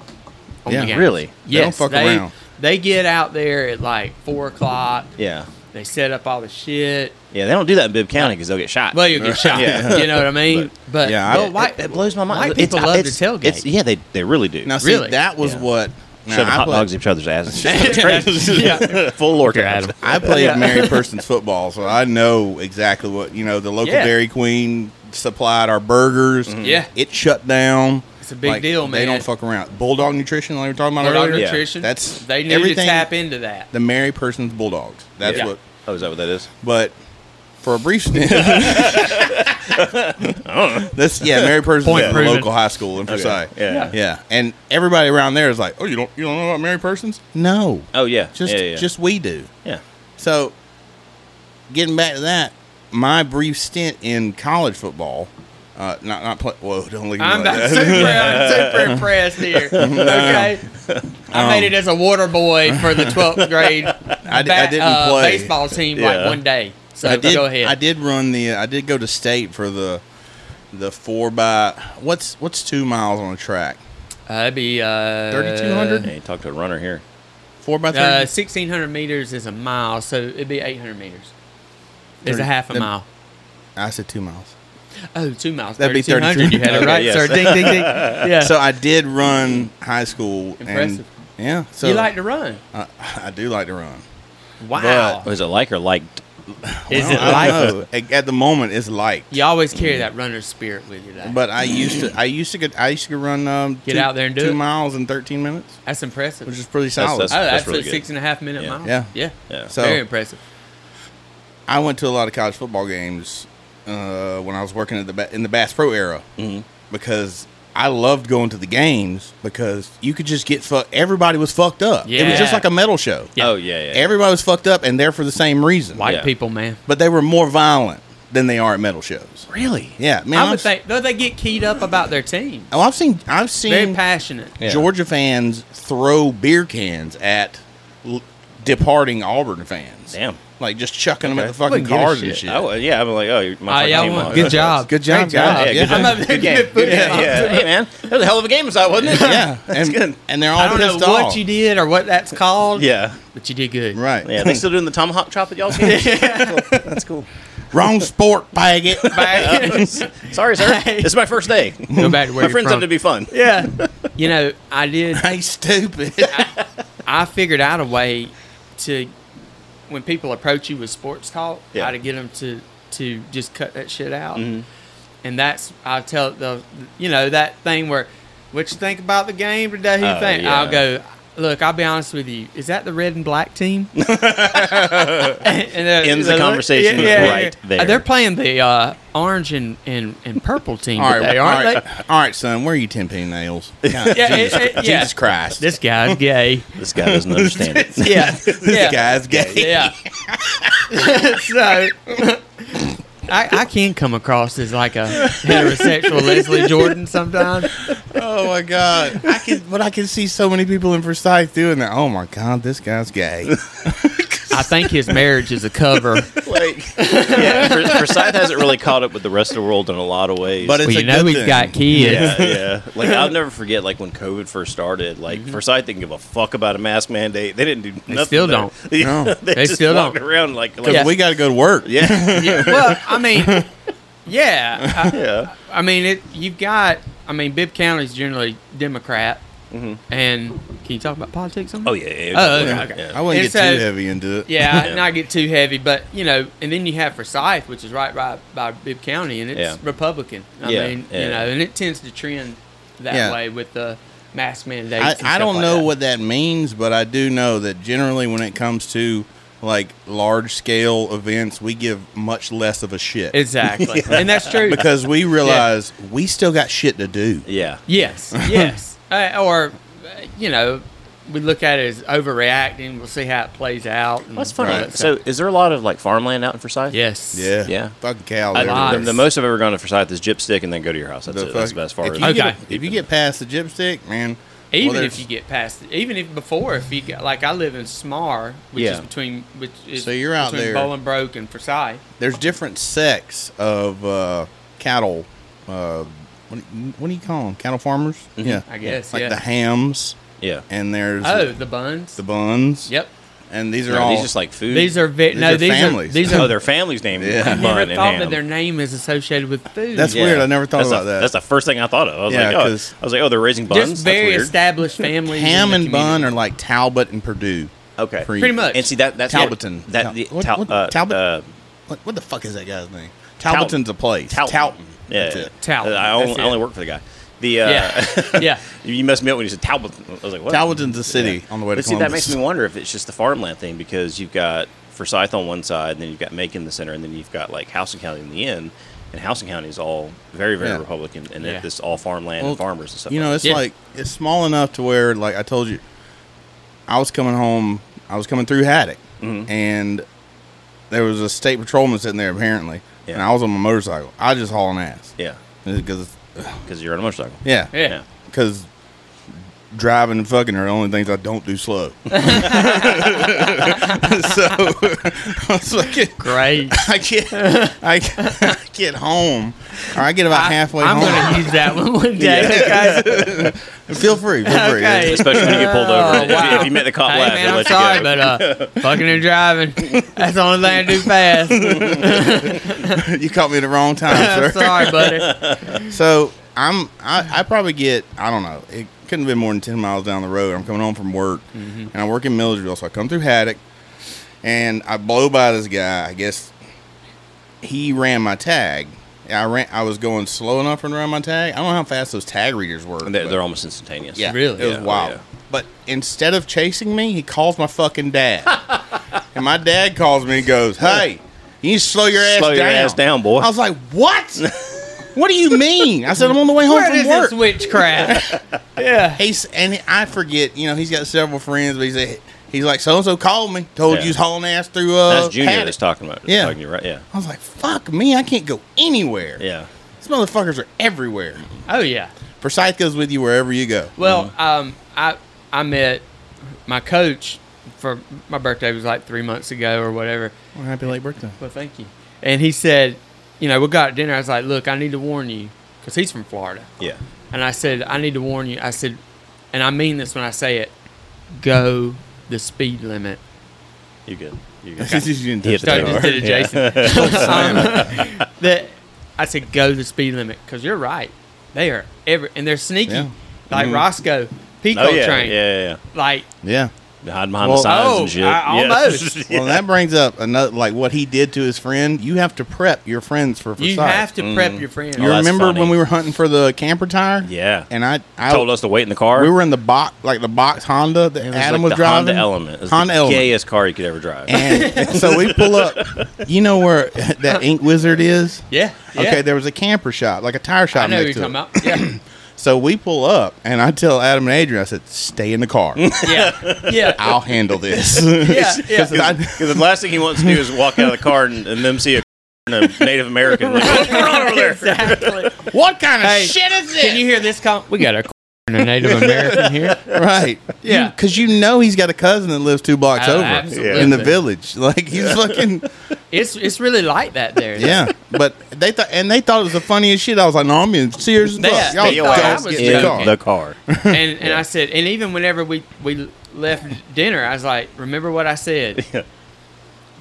Speaker 2: On
Speaker 1: Yeah,
Speaker 2: the games.
Speaker 8: really?
Speaker 1: They don't
Speaker 2: Yes,
Speaker 1: fuck
Speaker 2: they
Speaker 1: around.
Speaker 2: they get out there at like four o'clock.
Speaker 8: Yeah,
Speaker 2: They set up all the shit.
Speaker 8: yeah, they don't do that in Bibb County because they'll get shot.
Speaker 2: Well, you'll get shot.
Speaker 8: Yeah.
Speaker 2: You know what I mean? But,
Speaker 1: Yeah, I-
Speaker 2: well,
Speaker 8: It-
Speaker 2: why-
Speaker 8: it, it blows my mind.
Speaker 2: White people
Speaker 8: it's,
Speaker 2: love
Speaker 8: it's,
Speaker 2: to tailgate.
Speaker 8: It's, yeah, they they really do.
Speaker 1: now see
Speaker 2: Really?
Speaker 1: that was
Speaker 8: Yeah.
Speaker 1: what now,
Speaker 8: Shoving
Speaker 1: I
Speaker 8: hot
Speaker 1: played-
Speaker 8: dogs in each other's asses.
Speaker 2: That's crazy. Yeah.
Speaker 8: Full lorca
Speaker 2: Adam.
Speaker 1: I played married person's football, so I know exactly what you know. The local
Speaker 2: Yeah. Mm-hmm.
Speaker 1: Dairy Queen supplied our burgers.
Speaker 2: Yeah.
Speaker 1: it shut down.
Speaker 2: It's a big deal,
Speaker 1: They
Speaker 2: man.
Speaker 1: don't fuck around. Bulldog nutrition, like we were talking about
Speaker 2: Bulldog
Speaker 1: earlier.
Speaker 8: Yeah.
Speaker 2: nutrition.
Speaker 1: That's
Speaker 2: they need
Speaker 1: everything-
Speaker 2: to tap into that.
Speaker 1: The married person's bulldogs. That's
Speaker 2: Yeah.
Speaker 1: what.
Speaker 8: Oh, is that what that is?
Speaker 1: But for a brief stint, This yeah, married person's
Speaker 2: Point
Speaker 1: at the
Speaker 2: proven.
Speaker 1: local high school in Forsyth.
Speaker 8: Yeah.
Speaker 1: yeah, and everybody around there is like, oh, you don't you don't know about married persons? No,
Speaker 8: Oh yeah.
Speaker 1: just
Speaker 8: yeah, yeah.
Speaker 1: just we do.
Speaker 8: yeah.
Speaker 1: So, getting back to that, my brief stint in college football, uh, not not play. Whoa, don't look at me
Speaker 2: I'm
Speaker 1: like
Speaker 2: not
Speaker 1: that. Um,
Speaker 2: super, I'm super impressed here. Okay. I made it as a water boy for the 12th grade
Speaker 1: I di- I didn't
Speaker 2: uh,
Speaker 1: play.
Speaker 2: baseball team
Speaker 8: Yeah.
Speaker 2: like one day. So
Speaker 1: Um, I did.
Speaker 2: go ahead.
Speaker 1: I did run the. I did go to state for the the four by. What's what's two miles on a track?
Speaker 2: Uh, that'd be uh,
Speaker 1: 3200?
Speaker 8: Hey, talk to a runner here.
Speaker 1: Four by
Speaker 2: Uh,
Speaker 1: thirty.
Speaker 2: 1600 meters is a mile, so it'd be 800 meters. It's a half a
Speaker 1: Then-
Speaker 2: mile.
Speaker 1: I said two miles.
Speaker 2: Oh, two miles.
Speaker 1: That'd be
Speaker 2: 3200. You had it
Speaker 8: Okay,
Speaker 2: right,
Speaker 8: yes.
Speaker 2: sir. Ding, ding, ding. Yeah.
Speaker 1: So I did run high school.
Speaker 2: Impressive.
Speaker 1: And, yeah. So
Speaker 2: you like to run.
Speaker 1: I, I do like to run.
Speaker 2: Wow.
Speaker 8: Was it like or liked?
Speaker 2: is
Speaker 1: Well,
Speaker 2: it
Speaker 1: I
Speaker 2: like?
Speaker 1: don't know. At- At the moment, it's liked.
Speaker 2: You always carry that runner's spirit with you. Though.
Speaker 1: But I used to, I used to get, I used to run um,
Speaker 2: Get
Speaker 1: two,
Speaker 2: out there and do
Speaker 1: two
Speaker 2: it.
Speaker 1: miles in thirteen minutes,
Speaker 2: that's impressive.
Speaker 1: which is pretty
Speaker 8: That's-
Speaker 1: solid.
Speaker 8: that's-
Speaker 2: oh, that's,
Speaker 8: really
Speaker 2: a
Speaker 8: good.
Speaker 2: six and a half minute
Speaker 8: Yeah.
Speaker 2: mile.
Speaker 1: Yeah.
Speaker 2: Yeah.
Speaker 8: Yeah.
Speaker 1: So-
Speaker 2: Very impressive.
Speaker 1: I went to a lot of college football games uh, when I was working at the ba- in the Bass Pro era
Speaker 2: Mm-hmm.
Speaker 1: because I loved going to the games because you could just get fucked. Everybody was fucked up. It was
Speaker 2: Yeah.
Speaker 1: just like a metal show.
Speaker 2: Yeah.
Speaker 8: Oh yeah, yeah.
Speaker 1: Everybody was fucked up and there for the same reason.
Speaker 2: White
Speaker 8: Yeah.
Speaker 2: people, man.
Speaker 1: But they were more violent than they are at metal shows.
Speaker 8: really?
Speaker 1: Yeah, man.
Speaker 2: I would
Speaker 1: I've-
Speaker 2: think, though, they get keyed up about their team.
Speaker 1: Oh, I've seen I've
Speaker 2: Very
Speaker 1: seen
Speaker 2: passionate.
Speaker 8: Yeah.
Speaker 1: Georgia fans throw beer cans at l- departing Auburn fans.
Speaker 8: Damn.
Speaker 1: Like just chucking them at the
Speaker 8: Okay.
Speaker 1: fucking
Speaker 2: Wouldn't give a
Speaker 1: cars and
Speaker 2: shit.
Speaker 1: shit.
Speaker 8: Oh well, yeah. I'm like, oh, you're
Speaker 2: Oh,
Speaker 8: my
Speaker 2: yeah,
Speaker 8: fucking team.
Speaker 2: well,
Speaker 8: on.
Speaker 2: good job.
Speaker 1: Good job,
Speaker 2: Great job.
Speaker 1: guys.
Speaker 8: Yeah,
Speaker 1: Yeah.
Speaker 8: good
Speaker 2: I'm
Speaker 8: job.
Speaker 2: up there
Speaker 8: Good game.
Speaker 2: good
Speaker 8: Good
Speaker 2: food.
Speaker 8: game. Yeah, hey man, that was a hell of a game aside, wasn't it?
Speaker 1: yeah,
Speaker 8: that's
Speaker 1: and,
Speaker 8: good.
Speaker 1: and they're all
Speaker 2: I don't know
Speaker 1: pissed
Speaker 2: what
Speaker 1: off.
Speaker 2: you did or what that's called.
Speaker 8: Yeah,
Speaker 2: But you did good.
Speaker 1: Right.
Speaker 8: yeah. They still doing the tomahawk chop at y'all's game. That's cool.
Speaker 1: Wrong sport, faggot.
Speaker 2: Back-
Speaker 8: Sorry, sir. This is my first day.
Speaker 2: Go back to where
Speaker 8: My
Speaker 2: you're
Speaker 8: friends
Speaker 2: from.
Speaker 8: have to be fun.
Speaker 2: Yeah. You know, I did.
Speaker 1: hey, stupid.
Speaker 2: I figured out a way to, when people approach you with sports talk,
Speaker 8: Yeah. Mm-hmm.
Speaker 2: how to get them to to just cut that shit out. And that's I tell the you know that thing where, what you think about the game today? Who you
Speaker 8: Oh,
Speaker 2: think?
Speaker 8: yeah.
Speaker 2: I'll go. Look, I'll be honest with you. Is that the red and black team? and, and, uh,
Speaker 8: Ends the
Speaker 2: look-
Speaker 8: conversation right there.
Speaker 2: They're playing the uh, orange and, and, and purple team
Speaker 1: all right,
Speaker 2: today,
Speaker 1: all
Speaker 2: aren't
Speaker 1: right,
Speaker 2: they?
Speaker 1: all right, son. Where are you ten penny nails? God,
Speaker 2: Yeah,
Speaker 1: Jesus,
Speaker 2: it- it- yeah.
Speaker 1: Jesus Christ.
Speaker 2: This guy's gay.
Speaker 8: This guy doesn't understand it.
Speaker 2: Yeah. yeah.
Speaker 1: This guy's gay.
Speaker 2: Yeah. so I, I can come across as like a heterosexual Leslie Jordan sometimes.
Speaker 1: Oh my god! I can, but I can see so many people in Forsyth doing that. Oh my god, this guy's gay.
Speaker 2: I think his marriage is a cover.
Speaker 8: Like, yeah, Fors- Forsyth hasn't really caught up with the rest of the world in a lot of ways.
Speaker 1: But it's
Speaker 2: well,
Speaker 1: a
Speaker 2: you know
Speaker 1: good
Speaker 2: he's
Speaker 1: thing.
Speaker 2: got kids.
Speaker 8: yeah, yeah. Like I'll never forget, like when COVID first started. Like Forsyth didn't give a fuck about a mask mandate. They didn't do nothing.
Speaker 2: Mm-hmm. still
Speaker 8: there.
Speaker 2: don't.
Speaker 8: Yeah,
Speaker 1: No.
Speaker 8: they,
Speaker 2: They
Speaker 8: just
Speaker 2: still
Speaker 8: walked
Speaker 2: don't.
Speaker 8: around like, like
Speaker 2: Yeah.
Speaker 1: We got to go to work.
Speaker 8: yeah,
Speaker 2: Yeah, Well, I mean, yeah. I,
Speaker 8: yeah.
Speaker 2: I mean, it. You've got. I mean, Bibb County's generally Democrat,
Speaker 1: Mm-hmm.
Speaker 2: and can you talk about politics? On
Speaker 8: Oh
Speaker 2: that?
Speaker 8: yeah, yeah.
Speaker 2: Oh,
Speaker 8: yeah.
Speaker 2: okay, okay.
Speaker 8: Yeah.
Speaker 1: I wouldn't
Speaker 2: It's
Speaker 1: get too
Speaker 2: a-
Speaker 1: heavy into it.
Speaker 2: Yeah,
Speaker 8: Yeah.
Speaker 2: not get too heavy, but you know, and then you have Forsyth, which is right by by Bibb County, and it's
Speaker 8: Yeah.
Speaker 2: Republican. I
Speaker 8: Yeah,
Speaker 2: mean,
Speaker 8: yeah.
Speaker 2: you know, and it tends to trend that
Speaker 1: Yeah.
Speaker 2: way with the mask mandates.
Speaker 1: I,
Speaker 2: and
Speaker 1: I
Speaker 2: stuff
Speaker 1: don't
Speaker 2: like
Speaker 1: know
Speaker 2: that.
Speaker 1: what that means, but I do know that generally when it comes to like large scale events, we give much less of a shit.
Speaker 2: Exactly. And that's true.
Speaker 1: because we realize we still got shit to do.
Speaker 8: Yeah.
Speaker 2: Yes, yes. uh, or, uh, you know, we look at it as overreacting. We'll see how it plays out. and
Speaker 8: That's funny.
Speaker 2: all that
Speaker 8: So,
Speaker 2: stuff.
Speaker 8: is there a lot of like farmland out in Forsyth?
Speaker 2: yes.
Speaker 1: Yeah.
Speaker 8: Yeah.
Speaker 1: Fucking cow.
Speaker 8: I-
Speaker 2: Lots.
Speaker 8: the, the most I've ever gone to Forsyth is gyp stick and then go to your house. That's
Speaker 1: The
Speaker 8: it. That's
Speaker 1: fuck-
Speaker 8: about as far
Speaker 1: if
Speaker 8: as
Speaker 1: you
Speaker 2: Okay.
Speaker 1: Get, if you get past the gypstick, man.
Speaker 2: Even
Speaker 1: well,
Speaker 2: if you get past, even if before, if you get, like I live in Smar, which
Speaker 8: Yeah.
Speaker 2: is between, which is
Speaker 1: So you're out there.
Speaker 2: between Bolingbroke and Forsyth.
Speaker 1: there's different sects of uh, cattle. Uh, what, do you- what do you call them? Cattle farmers? Yeah,
Speaker 2: Mm-hmm. I guess,
Speaker 1: Like
Speaker 2: yeah.
Speaker 1: the hams,
Speaker 8: Yeah.
Speaker 1: and there's
Speaker 2: Oh, the buns.
Speaker 1: the buns.
Speaker 2: yep.
Speaker 1: and these are
Speaker 8: Are
Speaker 1: all
Speaker 8: these just like food?
Speaker 2: These are ve-
Speaker 1: These
Speaker 2: no.
Speaker 1: are
Speaker 2: these
Speaker 1: families.
Speaker 2: are these
Speaker 8: oh,
Speaker 2: are.
Speaker 8: their family's name.
Speaker 1: Yeah. I
Speaker 8: Yeah.
Speaker 2: I never thought that their name is associated with food.
Speaker 1: That's weird. I never thought
Speaker 8: That's the-
Speaker 1: about that.
Speaker 8: That's the first thing I thought of. I was
Speaker 1: Yeah,
Speaker 8: like, oh,
Speaker 1: 'cause-
Speaker 8: I was like, oh, they're raising buns.
Speaker 2: Just
Speaker 8: That's
Speaker 2: very
Speaker 8: weird.
Speaker 2: established families.
Speaker 1: ham
Speaker 2: in
Speaker 1: and
Speaker 2: the
Speaker 1: bun
Speaker 2: community.
Speaker 1: are like Talbot and Purdue.
Speaker 8: Okay.
Speaker 1: Pre-
Speaker 2: pretty much.
Speaker 8: And see that that's
Speaker 1: Talbotton.
Speaker 8: That
Speaker 1: Tal-
Speaker 8: the,
Speaker 1: what-
Speaker 8: Tal-
Speaker 1: what-
Speaker 8: uh,
Speaker 1: Talbot?
Speaker 8: uh,
Speaker 1: What, what the fuck is that guy's name? Talbotton's a place.
Speaker 8: Talton.
Speaker 1: Talton.
Speaker 8: Yeah. Uh,
Speaker 1: That's it.
Speaker 2: Talton,
Speaker 8: I
Speaker 2: that's
Speaker 8: only, I
Speaker 2: it.
Speaker 8: only work for the guy. The uh,
Speaker 2: yeah, yeah.
Speaker 8: you messed me up when you said Talbot. I was like, what?
Speaker 1: Talbotton's a city on the way to
Speaker 8: But see, that
Speaker 1: Columbus.
Speaker 8: makes me wonder if it's just the farmland thing because you've got Forsyth on one side, and then you've got Macon in the center, and then you've got like Housing County in the end, and Housing County is all very, very
Speaker 1: Yeah.
Speaker 8: Republican, and
Speaker 2: Yeah.
Speaker 8: it's this all farmland
Speaker 1: Well,
Speaker 8: and farmers and stuff.
Speaker 1: You know,
Speaker 8: like
Speaker 1: it's
Speaker 2: Yeah.
Speaker 1: like it's small enough to where, like I told you, I was coming home. I was coming through Haddock,
Speaker 8: Mm-hmm.
Speaker 1: and there was a state patrolman sitting there apparently, and
Speaker 8: Yeah.
Speaker 1: I was on my motorcycle. I was just hauling ass.
Speaker 8: that. yeah,
Speaker 1: because
Speaker 8: because you're on a motorcycle.
Speaker 1: yeah,
Speaker 2: Yeah.
Speaker 1: because driving and fucking are the only things I don't do slow. so I was like,
Speaker 2: Great.
Speaker 1: I get, I get, I get home, or I get about halfway
Speaker 2: I'm
Speaker 1: home.
Speaker 2: gonna use that one one day. Okay.
Speaker 1: Feel free, feel free.
Speaker 2: Okay.
Speaker 8: Especially when you get pulled over. If you-
Speaker 2: Oh, wow.
Speaker 8: if, you met the cop
Speaker 2: Hey,
Speaker 8: last,
Speaker 2: man,
Speaker 8: they'll
Speaker 2: I'm
Speaker 8: let
Speaker 2: sorry,
Speaker 8: you go.
Speaker 2: but uh, fucking and driving. That's the only thing I do fast.
Speaker 1: you caught me at the wrong time,
Speaker 2: I'm
Speaker 1: sir.
Speaker 2: sorry, buddy.
Speaker 1: So I'm I, I probably get I don't know it couldn't have been more than ten miles down the road. I'm coming home from work and I work in Millersville, so I come through Haddock and I blow by this guy. I guess he ran my tag. I ran I was going slow enough and ran my tag. I don't know how fast those tag readers were.
Speaker 8: And they're,
Speaker 1: but-
Speaker 8: they're almost instantaneous.
Speaker 1: yeah,
Speaker 2: Really?
Speaker 1: it was
Speaker 8: Yeah,
Speaker 1: wild.
Speaker 8: Oh, yeah.
Speaker 1: But instead of chasing me, he calls my fucking dad, and my dad calls me and goes, "Hey, you need to slow your ass
Speaker 8: Slow your
Speaker 1: down,
Speaker 8: ass down, boy.
Speaker 1: I was like, "What? what do you mean?" I said, "I'm on the way home
Speaker 2: Where is
Speaker 1: from work."
Speaker 2: this witchcraft? yeah.
Speaker 1: He's and I forget, you know, he's got several friends, but he said he's like, "So and so called me, told
Speaker 8: Yeah.
Speaker 1: you he's hauling ass through." Uh,
Speaker 8: That's Junior
Speaker 1: Paddock."
Speaker 8: that's talking about.
Speaker 1: Yeah.
Speaker 8: talking to you, right? Yeah,
Speaker 1: I was like, "Fuck me, I can't go anywhere.
Speaker 8: yeah. Mm-hmm.
Speaker 1: These motherfuckers are everywhere."
Speaker 2: Oh yeah.
Speaker 1: Forsyth goes with you wherever you go.
Speaker 2: Well, um, I I met my coach for my birthday was like three months ago or whatever.
Speaker 1: happy late birthday.
Speaker 2: Well, thank you. And he said, you know, we got dinner. I was like, look, I need to warn you because he's from Florida.
Speaker 8: Yeah.
Speaker 2: And I said, I need to warn you. I said, and I mean this when I say it, go the speed limit.
Speaker 8: You good? You
Speaker 1: He
Speaker 8: good?
Speaker 1: didn't
Speaker 8: He hit
Speaker 1: touch
Speaker 8: the
Speaker 1: that
Speaker 2: So I
Speaker 8: table.
Speaker 2: just did it, Jason. Um, that I said, go the speed limit because you're right. They are every and they're sneaky,
Speaker 1: Yeah.
Speaker 2: like Roscoe, Pico
Speaker 8: Oh yeah, yeah,
Speaker 2: train,
Speaker 8: yeah,
Speaker 2: like
Speaker 1: Yeah.
Speaker 8: yeah. Hiding behind
Speaker 1: Well,
Speaker 8: the signs
Speaker 2: oh,
Speaker 8: and shit.
Speaker 2: I-
Speaker 8: Yeah.
Speaker 2: almost.
Speaker 8: yeah.
Speaker 1: Well, that brings up another like what he did to his friend. You have to prep your friends for Forsyth.
Speaker 2: you have to
Speaker 1: Mm.
Speaker 2: prep your friend.
Speaker 1: You
Speaker 8: Oh, that's
Speaker 1: remember
Speaker 8: funny.
Speaker 1: when we were hunting for the camper tire?
Speaker 8: Yeah.
Speaker 1: And I, I
Speaker 8: Told us to wait in the car.
Speaker 1: we were in the box like the box Honda that
Speaker 8: It was
Speaker 1: Adam
Speaker 8: like
Speaker 1: was
Speaker 8: the
Speaker 1: driving.
Speaker 8: Honda Element. It was
Speaker 1: Honda
Speaker 8: the
Speaker 1: Element.
Speaker 8: Gayest car you could ever drive.
Speaker 1: And so we pull up. You know where that Ink Wizard is?
Speaker 2: Yeah, yeah.
Speaker 1: Okay, there was a camper shop, like a tire shop.
Speaker 2: I know who you're
Speaker 1: next to
Speaker 2: talking
Speaker 1: it.
Speaker 2: about. Yeah,
Speaker 1: So we pull up, and I tell Adam and Adrian, I said, "Stay in the car.
Speaker 2: yeah, yeah,
Speaker 1: I'll handle this."
Speaker 2: yeah, yeah.
Speaker 1: Because I-
Speaker 8: Because the last thing he wants to do is walk out of the car and, and them see a, and a Native American. Like, What's going on over there?
Speaker 2: exactly.
Speaker 1: what kind of
Speaker 2: Hey,
Speaker 1: shit is this?
Speaker 2: Can you hear this? Com- we got a and a Native American here.
Speaker 1: Right.
Speaker 2: Yeah.
Speaker 1: Because you, know he's got a cousin that lives two blocks
Speaker 2: Oh,
Speaker 1: over
Speaker 2: absolutely.
Speaker 1: in the village. Like he's fucking
Speaker 2: It's it's really like that there.
Speaker 1: yeah. But they thought and they thought it was the funniest shit. I was like, no, I'm being serious. As
Speaker 2: They-
Speaker 1: fuck.
Speaker 2: they
Speaker 1: Y'all
Speaker 2: thought I
Speaker 1: guys
Speaker 2: was
Speaker 1: get in the
Speaker 2: joking.
Speaker 1: car.
Speaker 8: the car.
Speaker 2: and and I said, and even whenever we we left dinner, I was like, remember what I said?
Speaker 8: Yeah.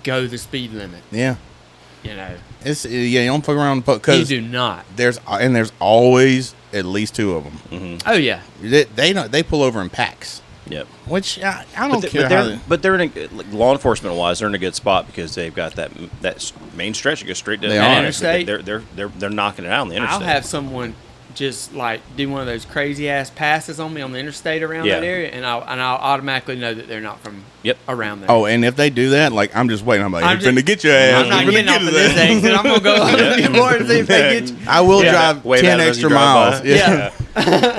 Speaker 2: Go the speed limit.
Speaker 1: Yeah.
Speaker 2: You know,
Speaker 1: It's uh, yeah. You don't fuck around
Speaker 2: you
Speaker 1: because
Speaker 2: do not.
Speaker 1: there's uh, and there's always at least two of them.
Speaker 2: Oh yeah,
Speaker 1: They, they don't. They pull over in packs.
Speaker 8: Yep.
Speaker 1: Which I, I
Speaker 8: But,
Speaker 1: don't
Speaker 8: they,
Speaker 1: care.
Speaker 8: but
Speaker 1: how
Speaker 8: they're but they're in a, like, law enforcement wise they're in a good spot because they've got that that s- main stretch that goes straight down
Speaker 1: They
Speaker 8: the
Speaker 1: are.
Speaker 8: interstate.
Speaker 2: Interstate.
Speaker 8: They're they're they're they're knocking it out on the interstate.
Speaker 2: I'll have someone just like do one of those crazy ass passes on me on the interstate around
Speaker 8: Yeah.
Speaker 2: that area, and I'll and I'll automatically know that they're not from
Speaker 8: Yep.
Speaker 2: around there.
Speaker 1: Oh, and if they do that, like I'm just waiting. I'm like,
Speaker 2: I'm
Speaker 1: I'm
Speaker 2: just-
Speaker 1: finna get your ass.
Speaker 2: I'm not
Speaker 1: finna
Speaker 2: getting
Speaker 1: get
Speaker 2: off
Speaker 1: to
Speaker 2: of this
Speaker 1: that."
Speaker 2: exit. I'm gonna go up to the floor and see if they get you.
Speaker 1: I will
Speaker 8: Yeah.
Speaker 1: drive
Speaker 8: Wave at
Speaker 1: ten
Speaker 8: 'em as
Speaker 1: extra
Speaker 8: you drive
Speaker 1: miles
Speaker 8: by.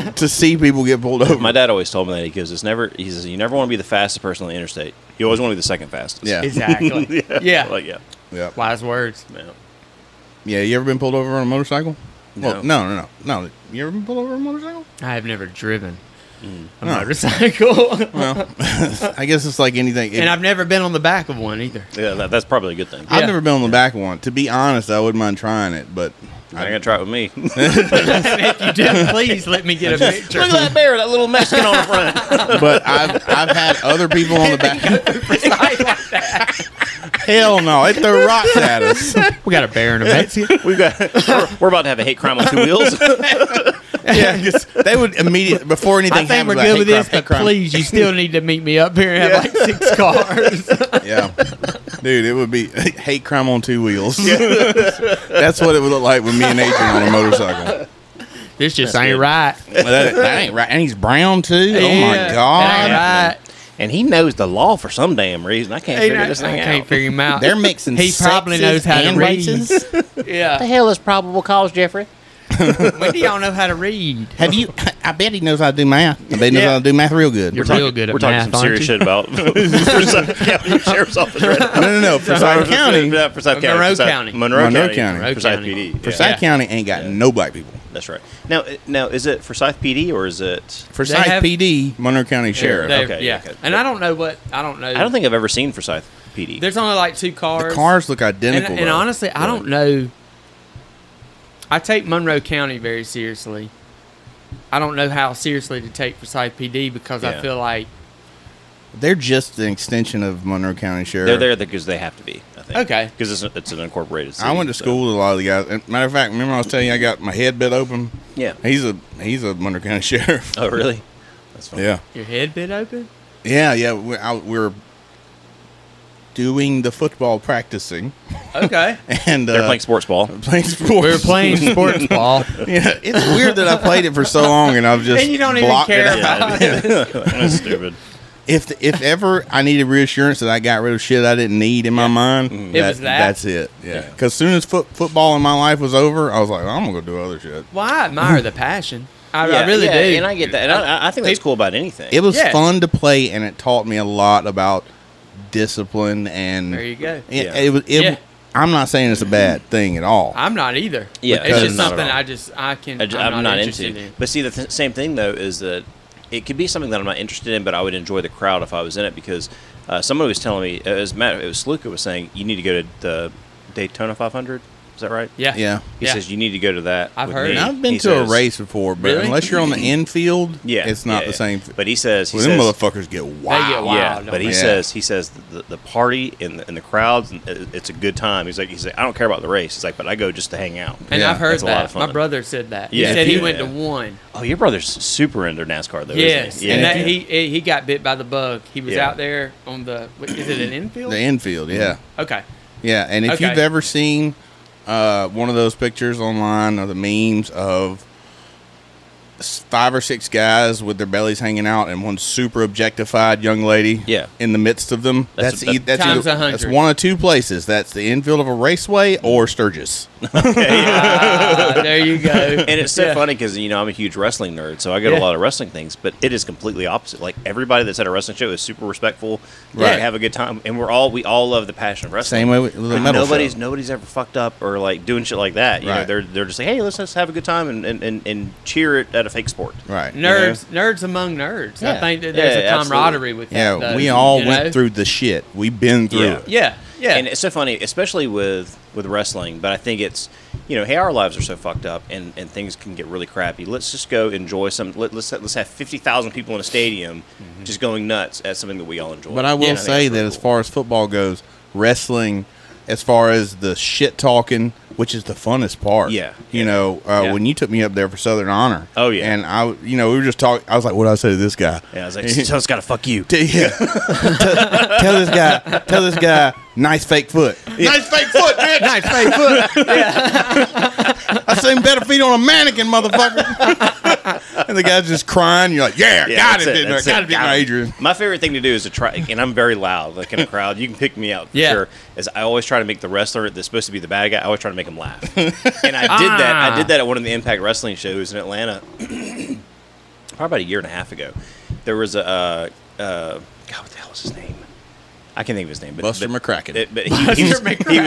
Speaker 1: yeah, to see people get pulled over.
Speaker 8: My dad always told me that he goes, "It's never." He says, "You never want to be the fastest person on the interstate. You always want to be the second fastest."
Speaker 1: Yeah.
Speaker 2: Exactly. yeah.
Speaker 8: Like yeah.
Speaker 1: yeah,
Speaker 2: Wise words.
Speaker 8: Yeah.
Speaker 1: yeah. You ever been pulled over on a motorcycle? Well,
Speaker 8: No.
Speaker 1: no, no, no, no. You ever been pulled over on a motorcycle?
Speaker 2: I have never driven
Speaker 8: Hmm.
Speaker 2: a
Speaker 1: No.
Speaker 2: motorcycle,
Speaker 1: Well, I guess it's like anything. It-
Speaker 2: and I've never been on the back of one either.
Speaker 8: Yeah, that, that's probably a good thing.
Speaker 1: I've
Speaker 2: Yeah.
Speaker 1: never been on the back of one. To be honest, I wouldn't mind trying it, but
Speaker 8: You're not gonna try it with me.
Speaker 2: And
Speaker 8: Look
Speaker 2: if you do, please let me get a picture.
Speaker 8: at that bear, that little Mexican on the front.
Speaker 1: but I've I've had other people on the back. Hell no, it threw rocks at us.
Speaker 2: we got a bear in a Mexican.
Speaker 8: We've got we're, we're about to have a hate crime on two wheels.
Speaker 1: Yeah, 'cause they would immediately before anything
Speaker 2: I think
Speaker 1: happened.
Speaker 2: we're
Speaker 1: like,
Speaker 2: good
Speaker 1: "Hey,
Speaker 2: with this,
Speaker 1: crap, hey,
Speaker 2: but
Speaker 1: crap."
Speaker 2: please, you still need to meet me up here and have like six cars.
Speaker 1: Yeah, dude, it would be hate crime on two wheels. That's what it would look like with me and Adrian on a motorcycle.
Speaker 2: this just ain't
Speaker 8: good.
Speaker 2: right.
Speaker 1: Well, that, that ain't right, and he's brown too. oh
Speaker 2: Yeah,
Speaker 1: my
Speaker 2: ain't
Speaker 1: god,
Speaker 2: right.
Speaker 8: and he knows the law for some damn reason. I can't
Speaker 2: Ain't
Speaker 8: figure
Speaker 2: right.
Speaker 8: this
Speaker 2: I
Speaker 8: thing
Speaker 2: can't
Speaker 8: out.
Speaker 2: figure him out.
Speaker 1: they're mixing.
Speaker 2: He probably
Speaker 1: sexes
Speaker 2: knows how to
Speaker 1: and
Speaker 2: read.
Speaker 1: races.
Speaker 2: yeah.
Speaker 9: hell is probable cause, Jeffrey?
Speaker 2: When do y'all know how to read?
Speaker 1: Have you? I bet he knows how to do math. I bet he knows
Speaker 2: Yeah.
Speaker 1: how to do math real good.
Speaker 2: You're
Speaker 1: no,
Speaker 2: real good at
Speaker 8: We're talking
Speaker 2: math,
Speaker 8: some
Speaker 2: aren't
Speaker 8: serious shit about County Sheriff's Office right now.
Speaker 1: no, no. Forsyth County,
Speaker 8: Yeah, Forsyth County.
Speaker 2: Monroe
Speaker 8: Forsyth-
Speaker 2: County.
Speaker 8: Monroe,
Speaker 1: Monroe
Speaker 8: County.
Speaker 1: County. Monroe
Speaker 8: Forsyth
Speaker 2: County.
Speaker 8: PD. yeah.
Speaker 1: Forsyth County ain't got no black people.
Speaker 8: That's right. Now, uh, now is it Forsyth PD or is it?
Speaker 1: Forsyth
Speaker 2: have-
Speaker 1: PD, Monroe County Sheriff.
Speaker 2: They-
Speaker 8: Okay,
Speaker 2: yeah.
Speaker 8: okay.
Speaker 2: And I don't know what I don't know.
Speaker 8: I don't think I've ever seen Forsyth PD.
Speaker 2: there's only like two
Speaker 1: The
Speaker 2: cars.
Speaker 1: cars look
Speaker 2: and,
Speaker 1: identical.
Speaker 2: and
Speaker 1: though.
Speaker 2: honestly, I don't know. I take Monroe County very seriously. I don't know how seriously to take Forsyth PD because I
Speaker 8: Yeah.
Speaker 2: feel like
Speaker 1: they're just an extension of Monroe County Sheriff.
Speaker 8: They're there because they have to be. I think.
Speaker 2: Okay.
Speaker 8: Because it's, it's an incorporated. City,
Speaker 1: I went to
Speaker 8: so-
Speaker 1: school with a lot of the guys. And matter of fact, remember I was telling you I got my head bit open.
Speaker 8: Yeah.
Speaker 1: he's a he's a Monroe County Sheriff.
Speaker 8: Oh really? That's funny.
Speaker 1: Yeah,
Speaker 2: your head bit open.
Speaker 1: yeah, yeah. We, I, we were doing the football practicing,
Speaker 2: Okay.
Speaker 1: and
Speaker 8: They're
Speaker 1: uh,
Speaker 8: playing sports ball.
Speaker 1: playing sports.
Speaker 2: We were playing sports ball.
Speaker 1: yeah, it's weird that I played it for so long, and I've just
Speaker 2: And you don't even
Speaker 1: blocked it
Speaker 2: care
Speaker 1: out.
Speaker 2: about it.
Speaker 8: That's stupid.
Speaker 1: If if ever I needed reassurance that I got rid of shit I didn't need in my mind,
Speaker 2: It was that.
Speaker 1: That's it. Yeah.
Speaker 8: Yeah.
Speaker 1: Because soon as foot, football in my life was over, I was like, I'm gonna go do other shit.
Speaker 2: Well, I admire the passion. I, I
Speaker 8: Yeah,
Speaker 2: really
Speaker 8: yeah,
Speaker 2: do.
Speaker 8: And I get that. And I, I think that's cool about anything.
Speaker 1: It was
Speaker 2: Yeah.
Speaker 1: fun to play, and it taught me a lot about discipline. And
Speaker 2: there you go.
Speaker 1: It,
Speaker 8: Yeah.
Speaker 1: it was. It,
Speaker 2: Yeah.
Speaker 1: I'm not saying it's a bad thing at all.
Speaker 2: I'm not either.
Speaker 8: Yeah,
Speaker 2: it's just
Speaker 1: because-
Speaker 2: something
Speaker 8: Not at all.
Speaker 2: I just I can. I
Speaker 8: I, ju-
Speaker 2: am
Speaker 8: I'm, not, into.
Speaker 2: interested in.
Speaker 8: But see, the th- same thing though is that it could be something that I'm not interested in, but I would enjoy the crowd if I was in it because uh, someone was telling me, as Matt, it was Sluka was saying, you need to go to the Daytona 500. Is that right?
Speaker 2: Yeah.
Speaker 1: Yeah.
Speaker 8: He says you need to go to that.
Speaker 2: I've
Speaker 8: with
Speaker 2: heard.
Speaker 8: me."
Speaker 1: And I've been
Speaker 8: He
Speaker 1: to
Speaker 8: says-
Speaker 1: a race before, but
Speaker 2: Really?
Speaker 1: unless you're on the infield,
Speaker 8: Yeah,
Speaker 1: it's not
Speaker 8: yeah,
Speaker 1: the
Speaker 8: yeah.
Speaker 1: same.
Speaker 8: But he says, he
Speaker 1: well, them
Speaker 8: says-
Speaker 1: motherfuckers get wild.
Speaker 2: get wild.
Speaker 8: yeah,
Speaker 2: don't
Speaker 8: but he
Speaker 1: they?
Speaker 8: says he says the, the party and the, and the crowds, and it- it's a good time. He's like he's like I don't care about the race. He's like, but I go just to hang out.
Speaker 2: And
Speaker 1: Yeah,
Speaker 2: I've heard
Speaker 8: that's a lot
Speaker 2: that.
Speaker 8: of
Speaker 2: My
Speaker 8: fun.
Speaker 2: brother said that.
Speaker 8: Yeah.
Speaker 2: He said he
Speaker 8: Yeah.
Speaker 2: went to one.
Speaker 8: Oh, your brother's super into NASCAR though.
Speaker 2: Yes,
Speaker 8: Isn't he?
Speaker 2: and that,
Speaker 8: yeah.
Speaker 2: he he got bit by the bug. He was
Speaker 8: Yeah.
Speaker 2: out there on the what- is it an infield?
Speaker 1: the infield. Yeah.
Speaker 2: okay,
Speaker 1: Yeah, and if
Speaker 2: Okay.
Speaker 1: you've ever seen uh, one of those pictures online or the memes of s- five or six guys with their bellies hanging out and one super objectified young lady
Speaker 8: Yeah.
Speaker 1: in the midst of them,
Speaker 8: That's-
Speaker 1: that's that's, e-
Speaker 8: that's-
Speaker 1: that's,
Speaker 2: Times
Speaker 1: either-
Speaker 2: a hundred.
Speaker 1: that's one of two places. That's the infield of a raceway or Sturgis.
Speaker 2: Ah, there you go.
Speaker 8: And it's so
Speaker 2: Yeah.
Speaker 8: funny because you know I'm a huge wrestling nerd, so I go to
Speaker 2: Yeah.
Speaker 8: a lot of wrestling things. But it is completely opposite. Like everybody that's at a wrestling show is super respectful. Right.
Speaker 1: Right.
Speaker 8: have a good time, and we're all we all love the passion of wrestling.
Speaker 1: Same way with the
Speaker 8: But
Speaker 1: metal
Speaker 8: nobody's
Speaker 1: show.
Speaker 8: nobody's ever fucked up or like doing shit like that. You know,
Speaker 1: Right.
Speaker 8: they're they're just like, hey, let's just have a good time and and, and, and cheer it at a fake sport.
Speaker 1: Right. you know?
Speaker 2: Nerds, nerds among nerds. I
Speaker 8: Yeah.
Speaker 2: think that there's
Speaker 8: Yeah,
Speaker 2: a
Speaker 8: absolutely.
Speaker 2: camaraderie with that.
Speaker 1: Yeah,
Speaker 2: though,
Speaker 1: we all
Speaker 2: you
Speaker 1: went
Speaker 2: know?
Speaker 1: through the shit. We've been through
Speaker 8: Yeah.
Speaker 1: it.
Speaker 2: Yeah, yeah.
Speaker 8: And it's so funny, especially with with wrestling. But I think it's you know, hey, our lives are so fucked up, and, and things can get really crappy. Let's just go enjoy some. Let, let's let's have fifty thousand people in a stadium just going nuts at something that we all enjoy.
Speaker 1: Mm-hmm. But I will
Speaker 8: And think
Speaker 1: say
Speaker 8: that's
Speaker 1: that
Speaker 8: really
Speaker 1: as
Speaker 8: cool.
Speaker 1: far as football goes, wrestling, as far as the shit talking, which is the funnest part.
Speaker 8: Yeah.
Speaker 1: You
Speaker 8: Yeah.
Speaker 1: know, uh,
Speaker 8: Yeah.
Speaker 1: when you took me up there for Southern Honor.
Speaker 8: Oh, yeah.
Speaker 1: And I, you know, we were just talking. I was like, what did I say to this guy?
Speaker 8: yeah, I was like, so it's got to fuck you.
Speaker 1: T- yeah. tell, tell this guy, tell this guy, nice fake foot. Nice fake foot, bitch. nice fake foot. I thing better feed on a mannequin, motherfucker. and the guy's just crying. You're like, yeah,
Speaker 8: Yeah,
Speaker 1: got
Speaker 8: that's
Speaker 1: it, didn't I?
Speaker 8: that's
Speaker 1: Got it, didn't I, Adrian?
Speaker 8: My favorite thing to do is to try, and I'm very loud, like in a crowd. You can pick me out for
Speaker 2: Yeah.
Speaker 8: sure. Is I always try to make the wrestler that's supposed to be the bad guy. I always try to make him laugh, and I did that.
Speaker 1: Ah.
Speaker 8: I did that at one of the Impact Wrestling shows in Atlanta, probably about a year and a half ago. There was a uh, uh, God, what the hell was his name? I can't think of his name. But,
Speaker 1: Buster
Speaker 8: but-
Speaker 1: McCracken.
Speaker 8: it- but he, he was, he,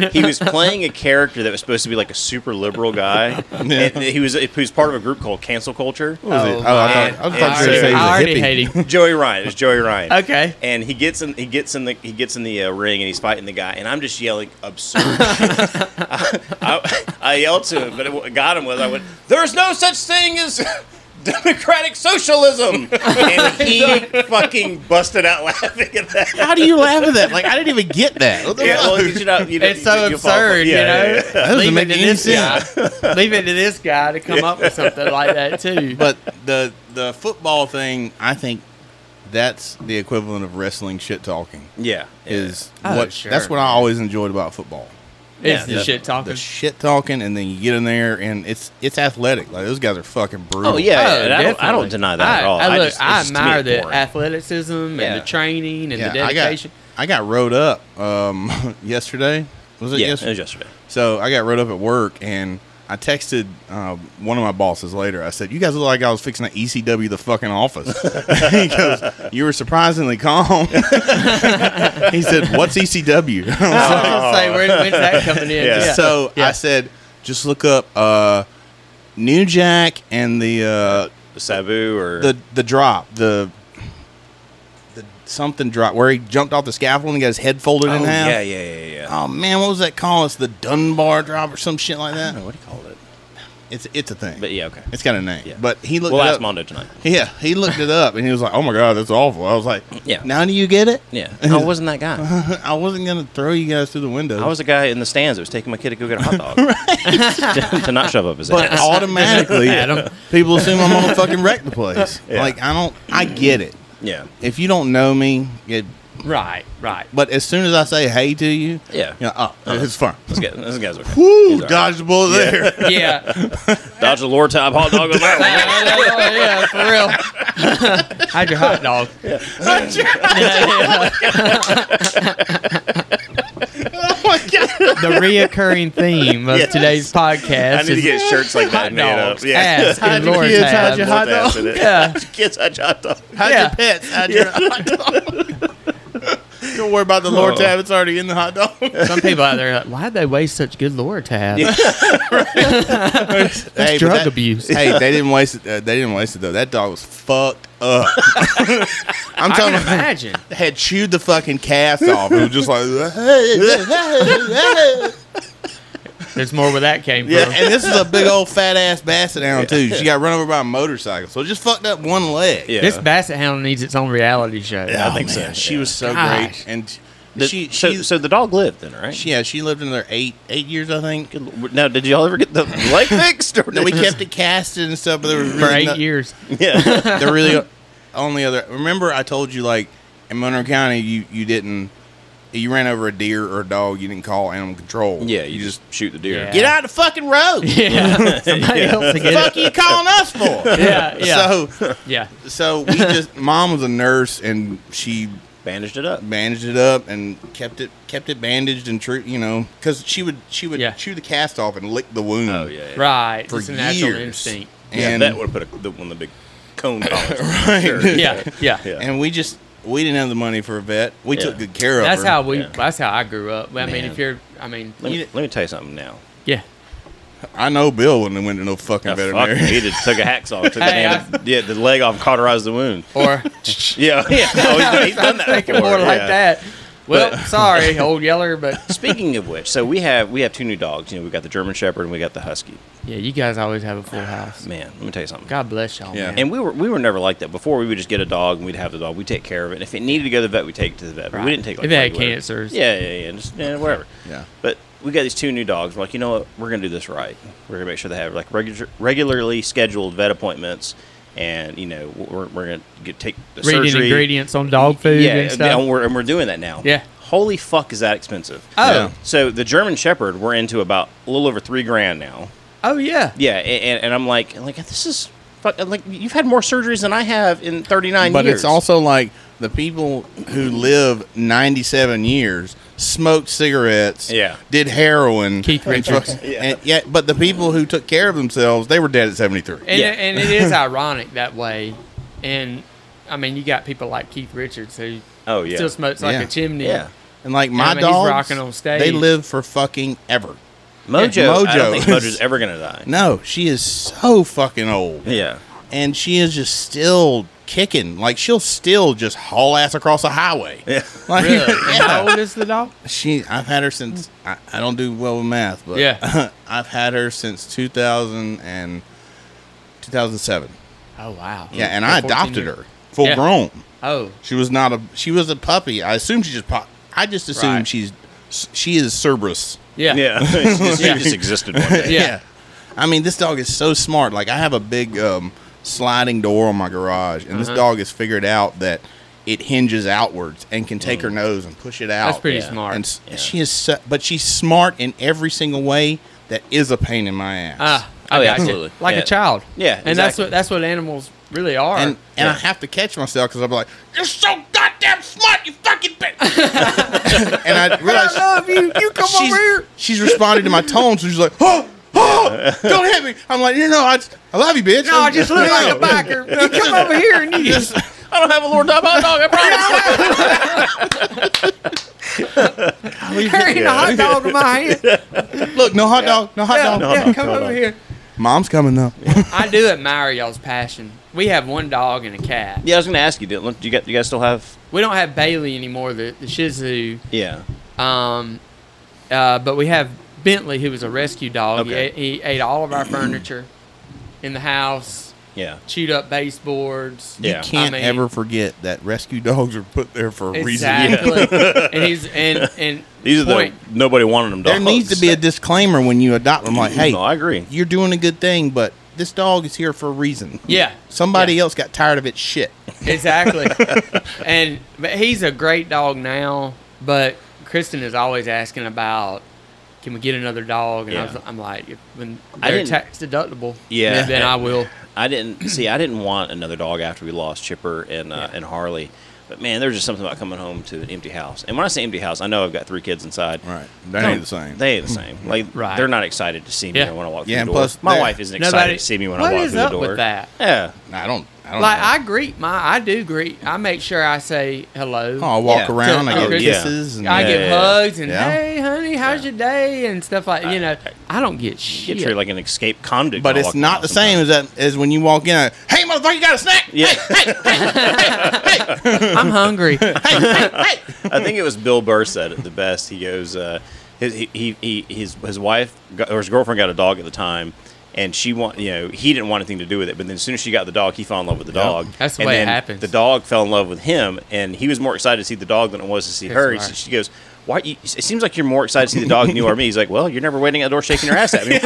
Speaker 8: was, he was playing a character that was supposed to be like a super liberal guy. and he was he was part of a group called Cancel Culture.
Speaker 1: What was it?
Speaker 2: Oh,
Speaker 1: Oh, I
Speaker 8: man.
Speaker 1: thought, I was
Speaker 8: Yeah,
Speaker 1: thought you were going to
Speaker 8: so-
Speaker 1: say he was a
Speaker 2: I already
Speaker 1: hippie.
Speaker 2: hate him.
Speaker 8: Joey Ryan. It's Joey Ryan.
Speaker 2: Okay.
Speaker 8: And he gets in. He gets in the. He gets in the uh, ring and he's fighting the guy. And I'm just yelling absurd. I, I, I yelled to him, but it, what got him was I went. There's no such thing as. Democratic socialism, and he fucking busted out laughing at that.
Speaker 1: How do you laugh at that? Like, I didn't even get that. What the
Speaker 8: Yeah,
Speaker 1: fuck?
Speaker 8: well, you should not- you know,
Speaker 2: It's so
Speaker 8: you- you fall for-
Speaker 2: absurd,
Speaker 8: yeah,
Speaker 2: you know.
Speaker 8: yeah, yeah.
Speaker 1: doesn't
Speaker 2: Leave
Speaker 1: make
Speaker 2: it to
Speaker 1: any
Speaker 2: this
Speaker 1: sense.
Speaker 2: guy. Leave it to this guy to come up with something like that too.
Speaker 1: but the the football thing, I think that's the equivalent of wrestling shit talking.
Speaker 8: Yeah,
Speaker 1: Is
Speaker 2: Oh,
Speaker 1: what
Speaker 2: sure.
Speaker 1: that's what I always enjoyed about football.
Speaker 2: it's
Speaker 8: yeah,
Speaker 2: the shit talking.
Speaker 1: The shit talking, and then you get in there, and it's it's athletic. Like those guys are fucking brutal.
Speaker 8: Oh, yeah. and I don't-
Speaker 2: Mm.
Speaker 8: I
Speaker 2: definitely.
Speaker 8: don't deny that
Speaker 2: I,
Speaker 8: at all.
Speaker 2: I,
Speaker 8: I
Speaker 2: look,
Speaker 8: just- it's
Speaker 2: I
Speaker 8: just to me
Speaker 2: admire the
Speaker 8: boring.
Speaker 2: athleticism and
Speaker 8: Yeah.
Speaker 2: the training and
Speaker 1: Yeah,
Speaker 2: the dedication.
Speaker 1: I got I got rode up um, yesterday. Was it
Speaker 8: yeah. It
Speaker 2: uh,
Speaker 1: yesterday?
Speaker 8: was yesterday.
Speaker 1: So I got rode up at work, and I texted um, one of my bosses later. I said, "You guys look like I was fixing an ECW the fucking office." he goes, "You were surprisingly calm." he said, "What's ECW?" I was
Speaker 2: I,
Speaker 1: like,
Speaker 2: was gonna say, where, when's that coming in?
Speaker 8: Oh. Yeah.
Speaker 2: Yeah.
Speaker 1: so
Speaker 2: Yeah.
Speaker 1: I said, "Just look up uh, New Jack and the uh,
Speaker 8: Sabu or
Speaker 1: the the drop the." the Something drop where he jumped off the scaffold and he got his head folded
Speaker 8: oh,
Speaker 1: in half.
Speaker 8: yeah, yeah, yeah, yeah.
Speaker 1: Oh man, what was that called? It's the Dunbar drop or some shit like that.
Speaker 8: what do you call it?
Speaker 1: It's it's a thing.
Speaker 8: But yeah, okay.
Speaker 1: It's got a name.
Speaker 8: Yeah.
Speaker 1: But he looked
Speaker 8: We'll
Speaker 1: it
Speaker 8: ask
Speaker 1: up.
Speaker 8: Mondo tonight.
Speaker 1: Yeah, he looked it up and he was like, "Oh my god, that's awful." I was like,
Speaker 8: Yeah.
Speaker 1: now do you get it?"
Speaker 8: Yeah, I wasn't that guy.
Speaker 1: I wasn't gonna throw you guys through the window.
Speaker 8: I was a guy in the stands that was taking my kid to go get a hot dog to, to not shove up his
Speaker 1: but
Speaker 8: ass.
Speaker 1: automatically, people assume I'm gonna fucking wreck the place.
Speaker 8: Yeah.
Speaker 1: Like I don't, I get it.
Speaker 8: yeah,
Speaker 1: If you don't know me, it,
Speaker 2: Right, right.
Speaker 1: but as soon as I say hey to you,
Speaker 8: Yeah.
Speaker 1: you know, oh, it's fun.
Speaker 8: this, guy, this guy's a
Speaker 1: Woo,
Speaker 8: he's Uh-huh. all
Speaker 1: dodge the bullet there.
Speaker 2: Yeah.
Speaker 8: dodge a lord top hot dog. on that one.
Speaker 2: yeah, for real. Hide your hot dog. Oh The reoccurring theme of
Speaker 8: Yes.
Speaker 2: today's podcast
Speaker 8: I need to
Speaker 2: is
Speaker 8: get shirts like that
Speaker 2: hot
Speaker 8: made up.
Speaker 2: dogs.
Speaker 8: Yeah,
Speaker 2: Ass and
Speaker 1: your
Speaker 2: Lord's
Speaker 1: kids, hide
Speaker 2: abs.
Speaker 1: your hot
Speaker 8: Lord's ass
Speaker 1: dog?
Speaker 8: in it.
Speaker 2: Yeah.
Speaker 8: kids hide your hot dog.
Speaker 1: How'd
Speaker 2: Yeah.
Speaker 1: your pets? How'd your hot dog? Don't worry about the Lord tab. It's already in the hot dog.
Speaker 2: Some people out there are like, why'd they waste such good lore tabs?
Speaker 1: Hey, but
Speaker 2: drug
Speaker 1: that-
Speaker 2: abuse.
Speaker 1: Hey, they didn't waste it. Uh, they didn't waste it though. That dog was fucked up. I'm
Speaker 2: I
Speaker 1: talking
Speaker 2: can
Speaker 1: about
Speaker 2: imagine.
Speaker 1: had chewed the fucking cast off. It was just like, and
Speaker 2: There's more where that came from.
Speaker 1: this is a big old fat ass basset hound too. She got run over by a motorcycle, so it just fucked up one leg.
Speaker 8: Yeah,
Speaker 2: This basset hound needs its own reality show.
Speaker 8: Yeah, I think so.
Speaker 1: She
Speaker 8: Yeah.
Speaker 1: was so
Speaker 2: Gosh.
Speaker 1: great, and
Speaker 8: The-
Speaker 1: she, she,
Speaker 8: so, so the dog lived then, right?
Speaker 1: she- yeah, she lived in there eight eight years, I think.
Speaker 8: Good lord. Now, did y'all ever get the leg fixed? Or
Speaker 1: No, we kept it casted and stuff, but there was
Speaker 2: For
Speaker 1: really
Speaker 2: eight
Speaker 1: no-
Speaker 2: years.
Speaker 8: Yeah,
Speaker 1: the really only other remember I told you like in Monroe County you you didn't you ran over a deer or a dog you didn't call animal control
Speaker 8: yeah. You just shoot the deer.
Speaker 2: Yeah.
Speaker 1: get out of the fucking road
Speaker 2: Yeah. Somebody else to get
Speaker 1: fuck
Speaker 2: it.
Speaker 1: you calling us for
Speaker 2: Yeah, yeah.
Speaker 1: so
Speaker 2: yeah.
Speaker 1: so we just mom was a nurse and she
Speaker 8: Bandaged it up.
Speaker 1: bandaged it up and kept it kept it bandaged and true you know because she would she would
Speaker 2: Yeah.
Speaker 1: chew the cast off and lick the wound
Speaker 8: Oh yeah. yeah.
Speaker 2: Right.
Speaker 1: for
Speaker 2: it's a
Speaker 1: years
Speaker 2: natural instinct.
Speaker 8: Yeah,
Speaker 1: and
Speaker 8: that would have put a, the, one of the big cone collars.
Speaker 1: Right.
Speaker 8: Sure.
Speaker 2: Yeah, yeah.
Speaker 8: Yeah.
Speaker 1: and we just we didn't have the money for a vet we
Speaker 8: Yeah.
Speaker 1: took good care of
Speaker 2: That's
Speaker 1: her.
Speaker 2: how we.
Speaker 8: Yeah.
Speaker 2: That's how I grew up. I mean,
Speaker 8: Man.
Speaker 2: if you're, I mean,
Speaker 8: Let me,
Speaker 2: you-
Speaker 8: let me tell you something now.
Speaker 2: yeah.
Speaker 1: I know Bill wouldn't have went to no fucking
Speaker 8: Oh, fuck,
Speaker 1: veterinary.
Speaker 8: he just took a hacksaw, took the,
Speaker 2: Hey,
Speaker 8: hand, yeah, the leg off, cauterized the wound.
Speaker 2: Or
Speaker 8: Yeah, yeah. Oh, he's, he's done that
Speaker 2: thinking
Speaker 8: before.
Speaker 2: more like
Speaker 8: yeah.
Speaker 2: that. Well, sorry, old yeller, but
Speaker 8: Speaking of which, so we have we have two new dogs. You know, we got the German Shepherd and we got the Husky.
Speaker 2: yeah, you guys always have a full house.
Speaker 8: Man, let me tell you something.
Speaker 2: God bless y'all.
Speaker 1: Yeah.
Speaker 2: man.
Speaker 8: And we were we were never like that before. We would just get a dog and we'd have the dog. We'd take care of it. And if it needed to go to the vet, we'd take it to the vet. But
Speaker 2: Right.
Speaker 8: we didn't take like
Speaker 2: If it had
Speaker 8: regular-
Speaker 2: cancers.
Speaker 8: Yeah, yeah, yeah. Just yeah, whatever.
Speaker 1: Yeah.
Speaker 8: But we got these two new dogs. We're like, you know what? We're gonna do this right. We're gonna make sure they have like regu- regularly scheduled vet appointments, and you know we're, we're gonna get take the
Speaker 2: Reading
Speaker 8: surgery.
Speaker 2: ingredients on dog food
Speaker 8: yeah,
Speaker 2: and
Speaker 8: and,
Speaker 2: stuff.
Speaker 8: we're, and we're doing that now.
Speaker 2: Yeah.
Speaker 8: Holy fuck, is that expensive?
Speaker 2: Oh.
Speaker 1: Yeah.
Speaker 8: So the German Shepherd, we're into about a little over three grand now.
Speaker 2: Oh yeah.
Speaker 8: Yeah, a- and, and I'm like, I'm like this is fuck, I'm like you've had more surgeries than I have in 39
Speaker 1: But
Speaker 8: years.
Speaker 1: it's also like the people who live 97 years smoked cigarettes,
Speaker 8: Yeah.
Speaker 1: did heroin,
Speaker 2: Keith
Speaker 1: and
Speaker 2: Richards.
Speaker 1: fuck- and yet, but the people who took care of themselves, they were dead at 73.
Speaker 2: And,
Speaker 8: Yeah.
Speaker 2: and it is ironic that way. And I mean, you got people like Keith Richards who
Speaker 8: Oh, yeah.
Speaker 2: still smokes like
Speaker 1: Yeah.
Speaker 2: a chimney.
Speaker 8: yeah.
Speaker 1: And like my
Speaker 2: I mean, he's
Speaker 1: dogs,
Speaker 2: rocking on stage.
Speaker 1: they live for fucking ever.
Speaker 8: Mojo, I
Speaker 1: Mojo
Speaker 8: don't think
Speaker 1: is-
Speaker 8: Mojo's ever gonna die.
Speaker 1: No, she is so fucking old.
Speaker 8: Yeah,
Speaker 1: And she is just still kicking. Like she'll still just haul ass across a highway.
Speaker 8: yeah.
Speaker 1: Like,
Speaker 2: Really? And
Speaker 1: yeah.
Speaker 2: How old is the dog?
Speaker 1: She, I've had her since. I, I don't do well with math, but
Speaker 2: Yeah.
Speaker 1: I've had her since 2000 and 2007.
Speaker 2: Oh wow.
Speaker 1: Yeah, and I
Speaker 2: For 14
Speaker 1: adopted
Speaker 2: years.
Speaker 1: her full
Speaker 2: Yeah.
Speaker 1: grown.
Speaker 2: Oh,
Speaker 1: She was not a. She was a puppy. I assume she just. Pop, I just assume
Speaker 2: Right.
Speaker 1: she's. She is Cerberus.
Speaker 2: yeah.
Speaker 8: yeah. It's just-
Speaker 2: Yeah.
Speaker 8: It just existed one day.
Speaker 2: Yeah.
Speaker 1: I mean, this dog is so smart. Like I have a big um, sliding door on my garage, and this
Speaker 2: Uh-huh.
Speaker 1: dog has figured out that it hinges outwards and can take her nose and push it out.
Speaker 2: Mm. That's pretty smart.
Speaker 1: And s- she is, so, but she's smart in every single way. That is a pain in my ass.
Speaker 2: Ah, I
Speaker 8: Oh, yeah,
Speaker 2: gotcha.
Speaker 8: absolutely.
Speaker 2: Like
Speaker 8: Yeah.
Speaker 2: a child.
Speaker 8: Yeah,
Speaker 2: And that's
Speaker 8: exactly.
Speaker 2: what that's what animals really are.
Speaker 1: and and I
Speaker 8: Yeah.
Speaker 1: have to catch myself because I'm like, you're so goddamn smart, you fucking bitch. and I realize
Speaker 2: love you. You come
Speaker 1: she's,
Speaker 2: over here.
Speaker 1: she's responding to my tone, so she's like, oh, oh, don't hit me. I'm like, you know, I, I love you, bitch.
Speaker 2: No, I just look like a biker. You come over here and you just
Speaker 8: I don't have a Lord Dog. I promise.
Speaker 2: carrying a hot dog in my hand.
Speaker 1: Look, no hot dog, no hot
Speaker 2: Yeah,
Speaker 1: dog.
Speaker 2: yeah, come over here.
Speaker 1: Mom's coming though.
Speaker 2: I do admire y'all's passion. We have one dog and a cat.
Speaker 8: yeah, I was gonna ask you, Dylan. Do you got? You guys still have?
Speaker 2: We don't have Bailey anymore, the, the Shih Tzu,
Speaker 8: Yeah.
Speaker 2: um, uh, but we have Bentley, who was a rescue dog. He
Speaker 8: Okay.
Speaker 2: ate- He, ate all of our furniture in the house,
Speaker 8: Yeah.
Speaker 2: chewed up baseboards.
Speaker 8: Yeah.
Speaker 1: You can't
Speaker 2: I mean-
Speaker 1: ever forget that rescue dogs are put there for a reason.
Speaker 2: Exactly. and he's and and
Speaker 8: These are
Speaker 2: point,
Speaker 8: the nobody wanted them
Speaker 1: There
Speaker 8: dogs.
Speaker 1: needs to be a disclaimer when you adopt. I'm like, hey,
Speaker 8: No, I agree.
Speaker 1: you're doing a good thing, but this dog is here for a reason.
Speaker 2: yeah
Speaker 1: Somebody
Speaker 2: Yeah.
Speaker 1: else got tired of its shit.
Speaker 2: Exactly. and but he's a great dog now, but Kristen is always asking about can we get another dog? And I
Speaker 8: Yeah.
Speaker 2: was, I'm like, if- when
Speaker 8: I
Speaker 2: they're
Speaker 8: didn't-
Speaker 2: tax deductible,
Speaker 8: Yeah.
Speaker 2: then I will.
Speaker 8: I didn't see. I didn't want another dog after we lost Chipper and uh, and Harley. But man, there's just something about coming home to an empty house. And when I say empty house, I know I've got three kids inside.
Speaker 1: Right. They
Speaker 8: No,
Speaker 1: ain't the same. Mm-hmm.
Speaker 8: They ain't the same. Like
Speaker 2: Right.
Speaker 8: they're not excited to see me
Speaker 2: Yeah.
Speaker 8: when I walk
Speaker 1: Yeah, and
Speaker 8: through the door.
Speaker 1: plus
Speaker 8: My
Speaker 1: they're-
Speaker 8: wife isn't excited
Speaker 2: Nobody
Speaker 8: to see me when
Speaker 2: what
Speaker 8: I walk
Speaker 2: is
Speaker 8: through the
Speaker 2: up
Speaker 8: door. Oh,
Speaker 2: With that?
Speaker 8: Yeah.
Speaker 1: I don't. I don't.
Speaker 2: Like
Speaker 1: know.
Speaker 2: I greet my, I do greet. I make sure I say hello.
Speaker 1: Oh, I walk
Speaker 8: Yeah.
Speaker 1: around. I
Speaker 2: Oh,
Speaker 1: get
Speaker 8: yeah.
Speaker 1: kisses. And,
Speaker 2: I
Speaker 8: Yeah,
Speaker 2: give
Speaker 8: yeah, yeah.
Speaker 2: hugs and
Speaker 1: Yeah.
Speaker 2: hey, honey, how's your day and stuff like you know. I don't get shit.
Speaker 8: Get treated like an escaped convict.
Speaker 1: but
Speaker 8: when
Speaker 1: it's
Speaker 8: I walk in
Speaker 1: not the
Speaker 8: house sometimes.
Speaker 1: same as that as when you walk in. like, hey, motherfucker, you got a snack?
Speaker 8: Yeah.
Speaker 2: I'm hungry.
Speaker 8: I think it was Bill Burr said it the best. He goes, uh, his, he, he, he, his, his wife got, or his girlfriend got a dog at the time, and she want you know he didn't want anything to do with it. But then as soon as she got the dog, he fell in love with the dog.
Speaker 2: That's the
Speaker 8: and
Speaker 2: way it
Speaker 8: then
Speaker 2: happens.
Speaker 8: The dog fell in love with him, and he was more excited to see the dog than it was to see
Speaker 2: That's
Speaker 8: her.
Speaker 2: right.
Speaker 8: So she goes. Why you, it seems like you're more excited to see the dog than you are me. He's like, well, you're never waiting at the door shaking your ass at me.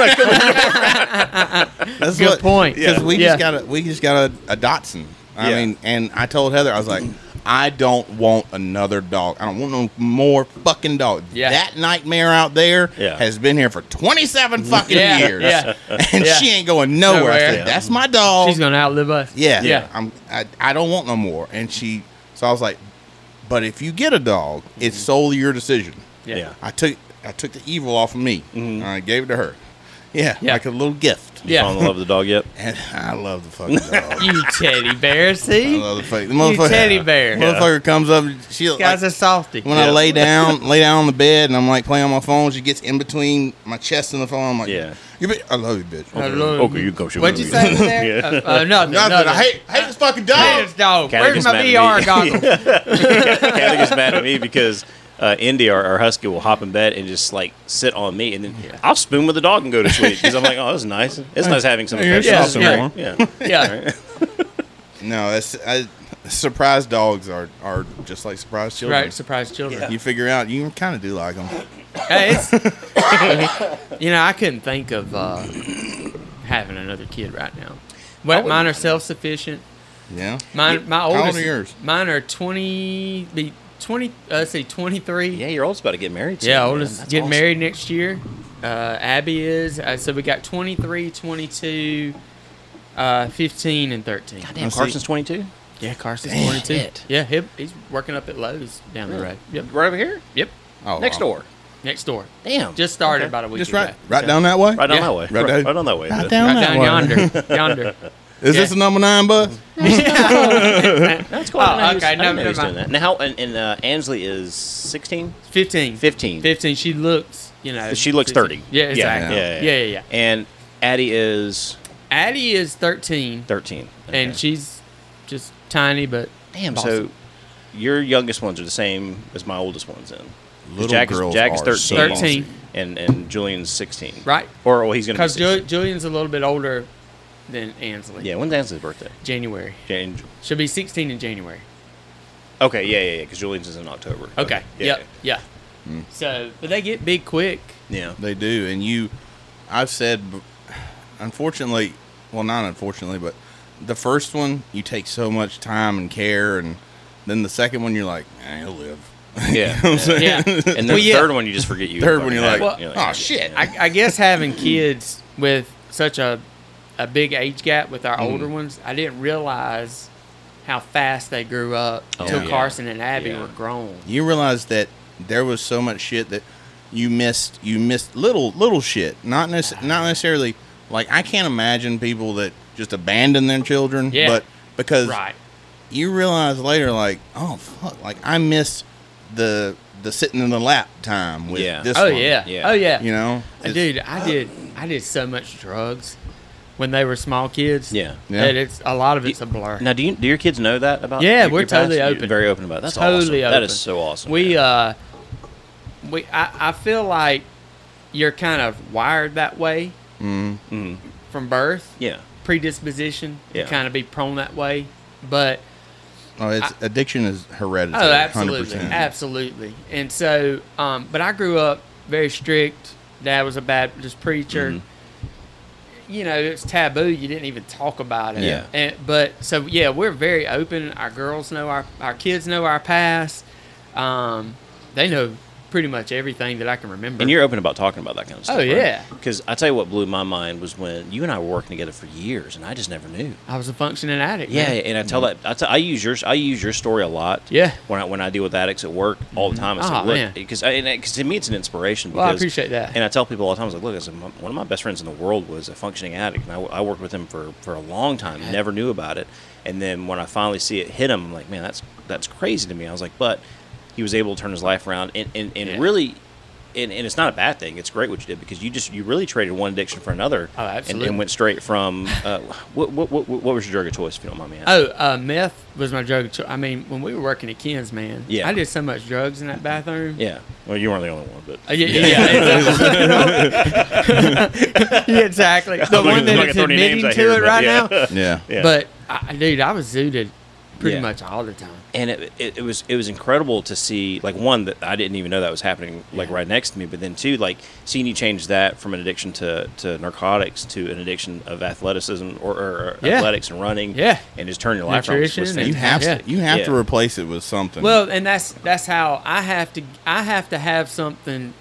Speaker 1: That's
Speaker 2: Good point.
Speaker 1: Because we
Speaker 2: Yeah.
Speaker 1: just got a we just got a, a Datsun. I
Speaker 8: Yeah.
Speaker 1: mean, and I told Heather, I was like, I don't want another dog. I don't want no more fucking dog.
Speaker 2: Yeah.
Speaker 1: That nightmare out there
Speaker 8: Yeah.
Speaker 1: has been here for twenty seven fucking
Speaker 2: Yeah,
Speaker 1: years.
Speaker 2: yeah.
Speaker 1: And
Speaker 2: Yeah.
Speaker 1: she ain't going nowhere. I
Speaker 2: Nowhere.
Speaker 1: said, That's my dog.
Speaker 2: She's gonna outlive us.
Speaker 1: yeah.
Speaker 2: yeah.
Speaker 1: I'm I, I don't want no more. And she so I was like, But if you get a dog, it's solely your decision.
Speaker 2: Yeah.
Speaker 8: Yeah.
Speaker 1: I took I took the evil off of me. And I gave it to her. Yeah,
Speaker 2: Yeah.
Speaker 1: Like a little gift.
Speaker 8: You Fallen in love with the dog yet?
Speaker 1: And I love the fucking dog.
Speaker 2: You teddy bear, see?
Speaker 1: I love the fucking the motherfucker.
Speaker 2: teddy bear.
Speaker 1: Motherfucker comes up. She like,
Speaker 2: Guys are softy.
Speaker 1: when I
Speaker 8: Yeah.
Speaker 1: lay down, lay down on the bed, and I'm like playing on my phone. She gets in between my chest and the phone. I'm like,
Speaker 8: Yeah.
Speaker 1: you be- I love you, bitch.
Speaker 2: I love
Speaker 8: Okay, you go shoot
Speaker 2: What'd you
Speaker 8: me.
Speaker 2: say there?
Speaker 8: Yeah.
Speaker 2: Uh, uh, nothing,
Speaker 1: Nothing.
Speaker 2: nothing.
Speaker 1: I hate, hate this fucking dog.
Speaker 2: Hey, it's dog.
Speaker 8: Kinda
Speaker 2: Where's
Speaker 8: gets
Speaker 2: my
Speaker 8: mad at me.
Speaker 2: VR goggles?
Speaker 8: Kathy gets mad at me because uh, Indy, our, our husky, will hop in bed and just like sit on me, and then I'll spoon with the dog and go to sleep because I'm like, oh, this is nice. It's nice having some
Speaker 1: Yeah,
Speaker 8: affection.
Speaker 2: yeah,
Speaker 8: This is
Speaker 2: yeah.
Speaker 8: great. yeah.
Speaker 2: Yeah.
Speaker 1: No, that's I, surprise dogs are are just like surprise children.
Speaker 2: Right, surprise children.
Speaker 1: You figure out you kind of do like them.
Speaker 2: Hey, it's, you know, I couldn't think of uh, having another kid right now. Well, mine are self sufficient.
Speaker 1: Yeah.
Speaker 2: Mine, my
Speaker 1: old
Speaker 2: oldest.
Speaker 1: are yours?
Speaker 2: Mine are 20, be 20, uh, let's see, 23.
Speaker 8: Yeah, your old's about to get married. soon,
Speaker 2: Yeah,
Speaker 8: man.
Speaker 2: oldest
Speaker 8: That's
Speaker 2: getting
Speaker 8: awesome.
Speaker 2: married next year. uh, Abby is. Uh, so we got 23, 22, uh, 15, and 13.
Speaker 8: Damn,
Speaker 1: Let's see.
Speaker 8: Carson's 22?
Speaker 2: Yeah, Carson's 22.
Speaker 8: Shit.
Speaker 2: Yeah, he, he's working up at Lowe's down the road. Yep.
Speaker 8: Right over here?
Speaker 2: Yep.
Speaker 1: Oh,
Speaker 8: Next
Speaker 1: wow.
Speaker 8: door.
Speaker 2: Next door.
Speaker 8: Damn.
Speaker 2: Just started about a week
Speaker 1: Just
Speaker 2: ago.
Speaker 1: right, right down that way.
Speaker 8: Right down
Speaker 2: Yeah.
Speaker 8: that way.
Speaker 1: Right
Speaker 8: Right,
Speaker 1: down-
Speaker 8: right on that way.
Speaker 1: Right
Speaker 8: That-
Speaker 1: down
Speaker 2: Right
Speaker 1: that
Speaker 2: down
Speaker 1: way.
Speaker 2: yonder. Yonder.
Speaker 1: Is this
Speaker 2: Yeah.
Speaker 1: the number nine bus?
Speaker 8: That's cool. I
Speaker 2: Oh,
Speaker 8: didn't know he was-
Speaker 2: okay,
Speaker 8: I didn't
Speaker 2: never
Speaker 8: know he was
Speaker 2: mind.
Speaker 8: doing that. Now, how- and, and uh, Ansley is 16?
Speaker 2: 15.
Speaker 8: 15.
Speaker 2: 15. She looks, you know.
Speaker 8: She looks
Speaker 2: 15.
Speaker 8: 30.
Speaker 2: Yeah, exactly.
Speaker 8: Yeah, yeah,
Speaker 2: yeah,
Speaker 8: yeah.
Speaker 2: yeah.
Speaker 8: And Addie is
Speaker 2: Addie is 13,
Speaker 8: 13. Okay.
Speaker 2: and she's just tiny, but.
Speaker 8: Damn,
Speaker 2: bossy.
Speaker 8: so your youngest ones are the same as my oldest ones then. 'Cause
Speaker 1: Little
Speaker 8: Jack is,
Speaker 1: girls
Speaker 8: Jack is
Speaker 1: are
Speaker 8: 13.
Speaker 1: so
Speaker 2: bossy. 13.
Speaker 8: And, and Julian's 16.
Speaker 2: Right.
Speaker 8: Or, well, he's going to be
Speaker 2: Because
Speaker 8: 16.
Speaker 2: Julian's a little bit older than Ansley.
Speaker 8: yeah, when's Ansley's birthday?
Speaker 2: January.
Speaker 8: Jan-
Speaker 2: She'll be 16 in January.
Speaker 8: Okay, yeah, yeah, yeah, because Julian's is in October.
Speaker 2: Okay.
Speaker 8: Yeah.
Speaker 2: Yep. Yeah. So, but they get big quick.
Speaker 8: Yeah.
Speaker 1: They do, and you, I've said, b- unfortunately, well, not unfortunately, but the first one you take so much time and care, and then the second one you're like, eh, he'll live.
Speaker 8: Yeah.
Speaker 1: You know what I'm saying?
Speaker 2: Yeah.
Speaker 8: And then
Speaker 2: Well,
Speaker 8: the
Speaker 2: yeah.
Speaker 8: third one, you just forget you.
Speaker 1: Third one, you're like,
Speaker 2: Well,
Speaker 1: oh shit.
Speaker 2: I, I guess having kids with such a, a big age gap with our older ones, I didn't realize how fast they grew up
Speaker 8: Oh,
Speaker 2: till
Speaker 8: yeah.
Speaker 2: Carson and Abby
Speaker 8: Yeah.
Speaker 2: were grown.
Speaker 1: you realize that there was so much shit that you missed. You missed little little shit. Not nece- not necessarily like I can't imagine people that just abandon their children.
Speaker 2: Yeah.
Speaker 1: But because
Speaker 2: Right.
Speaker 1: you realize later, like, oh fuck, like I missed the the sitting in the lap time with
Speaker 8: Yeah.
Speaker 1: this.
Speaker 2: Oh
Speaker 1: one.
Speaker 2: yeah.
Speaker 8: Yeah.
Speaker 2: Oh yeah.
Speaker 1: You know, It's-
Speaker 2: dude, I did I did so much drugs when they were small kids.
Speaker 8: Yeah.
Speaker 1: Yeah.
Speaker 2: That it's a lot of it's a blur.
Speaker 8: Now, do you do your kids know that about?
Speaker 2: Yeah,
Speaker 8: your-
Speaker 2: we're
Speaker 8: your past?
Speaker 2: totally
Speaker 8: You're
Speaker 2: open.
Speaker 8: very open about it. That's
Speaker 2: Totally
Speaker 8: awesome. That is
Speaker 2: open.
Speaker 8: so awesome.
Speaker 2: We
Speaker 8: man.
Speaker 2: uh we I, I feel like you're kind of wired that way
Speaker 8: Mhm.
Speaker 2: from birth.
Speaker 8: yeah,
Speaker 2: predisposition
Speaker 8: Yeah.
Speaker 2: to kind of be prone that way. But
Speaker 1: oh, it's addiction is hereditary.
Speaker 2: oh, absolutely,
Speaker 1: 100%.
Speaker 2: absolutely. And so, um, but I grew up very strict. Dad was a Baptist preacher. You know, it's taboo. You didn't even talk about it.
Speaker 8: Mm-hmm. Yeah.
Speaker 2: And, but so yeah, we're very open. Our girls know our our kids know our past. Um, they know pretty much everything that I can remember.
Speaker 8: and you're open about talking about that kind of stuff.
Speaker 2: Oh, yeah.
Speaker 8: Because I tell you what blew my mind was when you and I were working together for years, and I just never knew.
Speaker 2: I was a functioning addict.
Speaker 8: Yeah,
Speaker 2: man.
Speaker 8: and I tell that I, tell, I use your I use your story a lot.
Speaker 2: Yeah.
Speaker 8: when I when I deal with addicts at work all the time, I
Speaker 2: Aw,
Speaker 8: say,
Speaker 2: man.
Speaker 8: look, because because to me it's an inspiration. Because,
Speaker 2: Well, I appreciate that.
Speaker 8: And I tell people all the time, I was like, look, I said, "My- one of my best friends in the world was a functioning addict, and I, I worked with him for for a long time, never knew about it, and then when I finally see it hit him, I'm like, man, that's that's crazy to me. I was like, but he was able to turn his life around, and and, and
Speaker 2: Yeah.
Speaker 8: really. And, and it's not a bad thing. It's great what you did because you just you really traded one addiction for another,
Speaker 2: Oh,
Speaker 8: and- and,
Speaker 2: absolutely.
Speaker 8: went straight from uh, what, what, what, what was your drug of choice if you don't mind me asking?
Speaker 2: Oh, uh, meth was my drug. of cho- I mean, when we were working at Ken's, man,
Speaker 8: Yeah.
Speaker 2: I did so much drugs in that bathroom.
Speaker 8: Yeah. Well, you weren't the only one, but
Speaker 2: Uh, yeah, yeah, exactly. Yeah, exactly. The one
Speaker 8: I'm looking- I'm
Speaker 2: that
Speaker 8: looking
Speaker 2: is
Speaker 8: at 30
Speaker 2: admitting to
Speaker 8: names out
Speaker 2: it
Speaker 8: here,
Speaker 2: right
Speaker 8: but
Speaker 2: now.
Speaker 1: Yeah.
Speaker 8: Yeah.
Speaker 2: But I, dude, I was zooted pretty
Speaker 8: Yeah.
Speaker 2: much all the time.
Speaker 8: and it, it, it was it was incredible to see like one that I didn't even know that was happening like right next to me, but then two like seeing you change that from an addiction to, to narcotics to an addiction of athleticism or, or
Speaker 2: Yeah.
Speaker 8: athletics and running,
Speaker 2: Yeah.
Speaker 8: and just turn your life around. was- was
Speaker 2: Nutrition and-
Speaker 1: You have
Speaker 2: Yeah.
Speaker 1: to. You have to
Speaker 8: Yeah.
Speaker 1: replace it with something.
Speaker 2: Well, and that's that's how I have to. I have to have something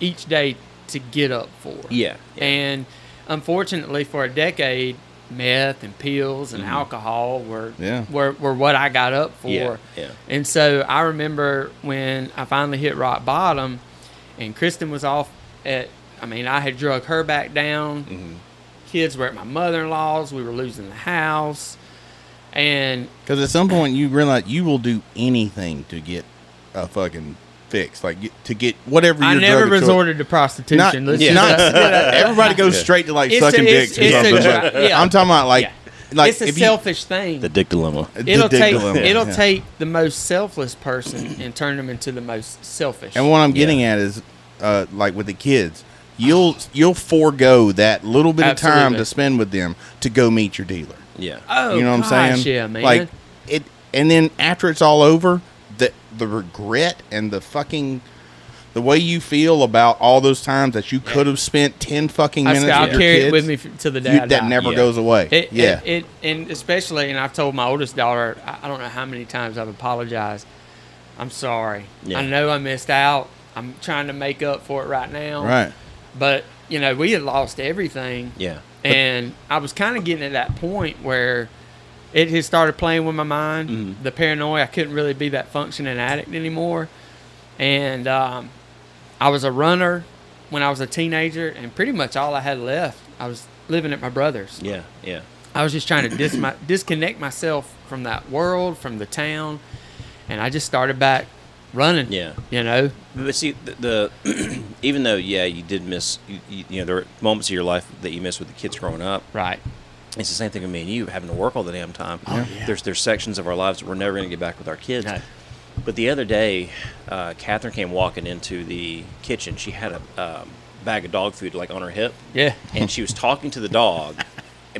Speaker 2: each day to get up for.
Speaker 8: Yeah, yeah.
Speaker 2: And unfortunately, for a decade, meth and pills and alcohol were,
Speaker 1: Mm-hmm. Yeah.
Speaker 2: were were what I got up for.
Speaker 8: Yeah, yeah.
Speaker 2: And so I remember when I finally hit rock bottom, and Kristen was off at. I mean, I had drug her back down.
Speaker 1: Mm-hmm.
Speaker 2: Kids were at my mother in law's. We were losing the house, and
Speaker 1: Because at some point you realize you will do anything to get a fucking fix, like you- to get whatever.
Speaker 2: I
Speaker 1: your
Speaker 2: never
Speaker 1: drug of choice-
Speaker 2: resorted to prostitution.
Speaker 1: Not,
Speaker 2: Let's
Speaker 1: yeah.
Speaker 2: just-
Speaker 1: not- everybody goes straight to like
Speaker 2: It's a-
Speaker 1: sucking
Speaker 2: it's-
Speaker 1: dicks or
Speaker 2: it's a
Speaker 1: something.
Speaker 2: dri-
Speaker 1: but
Speaker 2: yeah.
Speaker 1: I'm talking about like,
Speaker 2: Yeah.
Speaker 1: like
Speaker 2: it's a
Speaker 1: if you-
Speaker 2: selfish thing.
Speaker 8: the dick dilemma.
Speaker 1: the
Speaker 2: it'll
Speaker 1: dick
Speaker 2: take
Speaker 1: dilemma,
Speaker 2: it'll
Speaker 1: yeah.
Speaker 2: take the most selfless person and turn them into the most selfish.
Speaker 1: And what I'm getting at is, uh, like with the kids, you'll you'll forego that little bit of time
Speaker 2: Absolutely.
Speaker 1: to spend with them to go meet your dealer.
Speaker 8: Yeah.
Speaker 2: oh,
Speaker 1: you know what I'm
Speaker 2: gosh,
Speaker 1: saying?
Speaker 2: Yeah, man.
Speaker 1: Like it, and then after it's all over, the the regret and the fucking. The way you feel about all those times that you could have spent ten fucking
Speaker 2: I
Speaker 1: minutes
Speaker 2: said, I'll
Speaker 1: with your
Speaker 2: carry
Speaker 1: kids,
Speaker 2: it with me f- to the day
Speaker 1: you-
Speaker 2: I
Speaker 1: that
Speaker 2: die.
Speaker 1: never
Speaker 8: Yeah.
Speaker 1: goes away.
Speaker 2: It,
Speaker 1: yeah,
Speaker 2: It, it and especially, and I've told my oldest daughter, I, I don't know how many times I've apologized. I'm sorry.
Speaker 8: Yeah.
Speaker 2: I know I missed out. I'm trying to make up for it right now.
Speaker 1: right.
Speaker 2: But you know, we had lost everything.
Speaker 8: Yeah.
Speaker 2: And I was kind of getting at that point where it had started playing with my mind.
Speaker 8: Mm-hmm.
Speaker 2: The paranoia, I couldn't really be that functioning addict anymore. And um, I was a runner when I was a teenager, and pretty much all I had left, I was living at my brother's.
Speaker 8: Yeah. Yeah.
Speaker 2: I was just trying to dis- my, disconnect myself from that world, from the town, and I just started back running.
Speaker 8: Yeah.
Speaker 2: You know?
Speaker 8: But see, the, the even though yeah, you did miss you, you, you know there were moments of your life that you missed with the kids growing up.
Speaker 2: Right.
Speaker 8: It's the same thing with me and you having to work all the damn time. There's there's sections of our lives that we're never going to get back with our kids.
Speaker 2: No.
Speaker 8: But the other day, uh, Catherine came walking into the kitchen. She had a um, bag of dog food like on her hip.
Speaker 2: Yeah.
Speaker 8: and she was talking to the dog,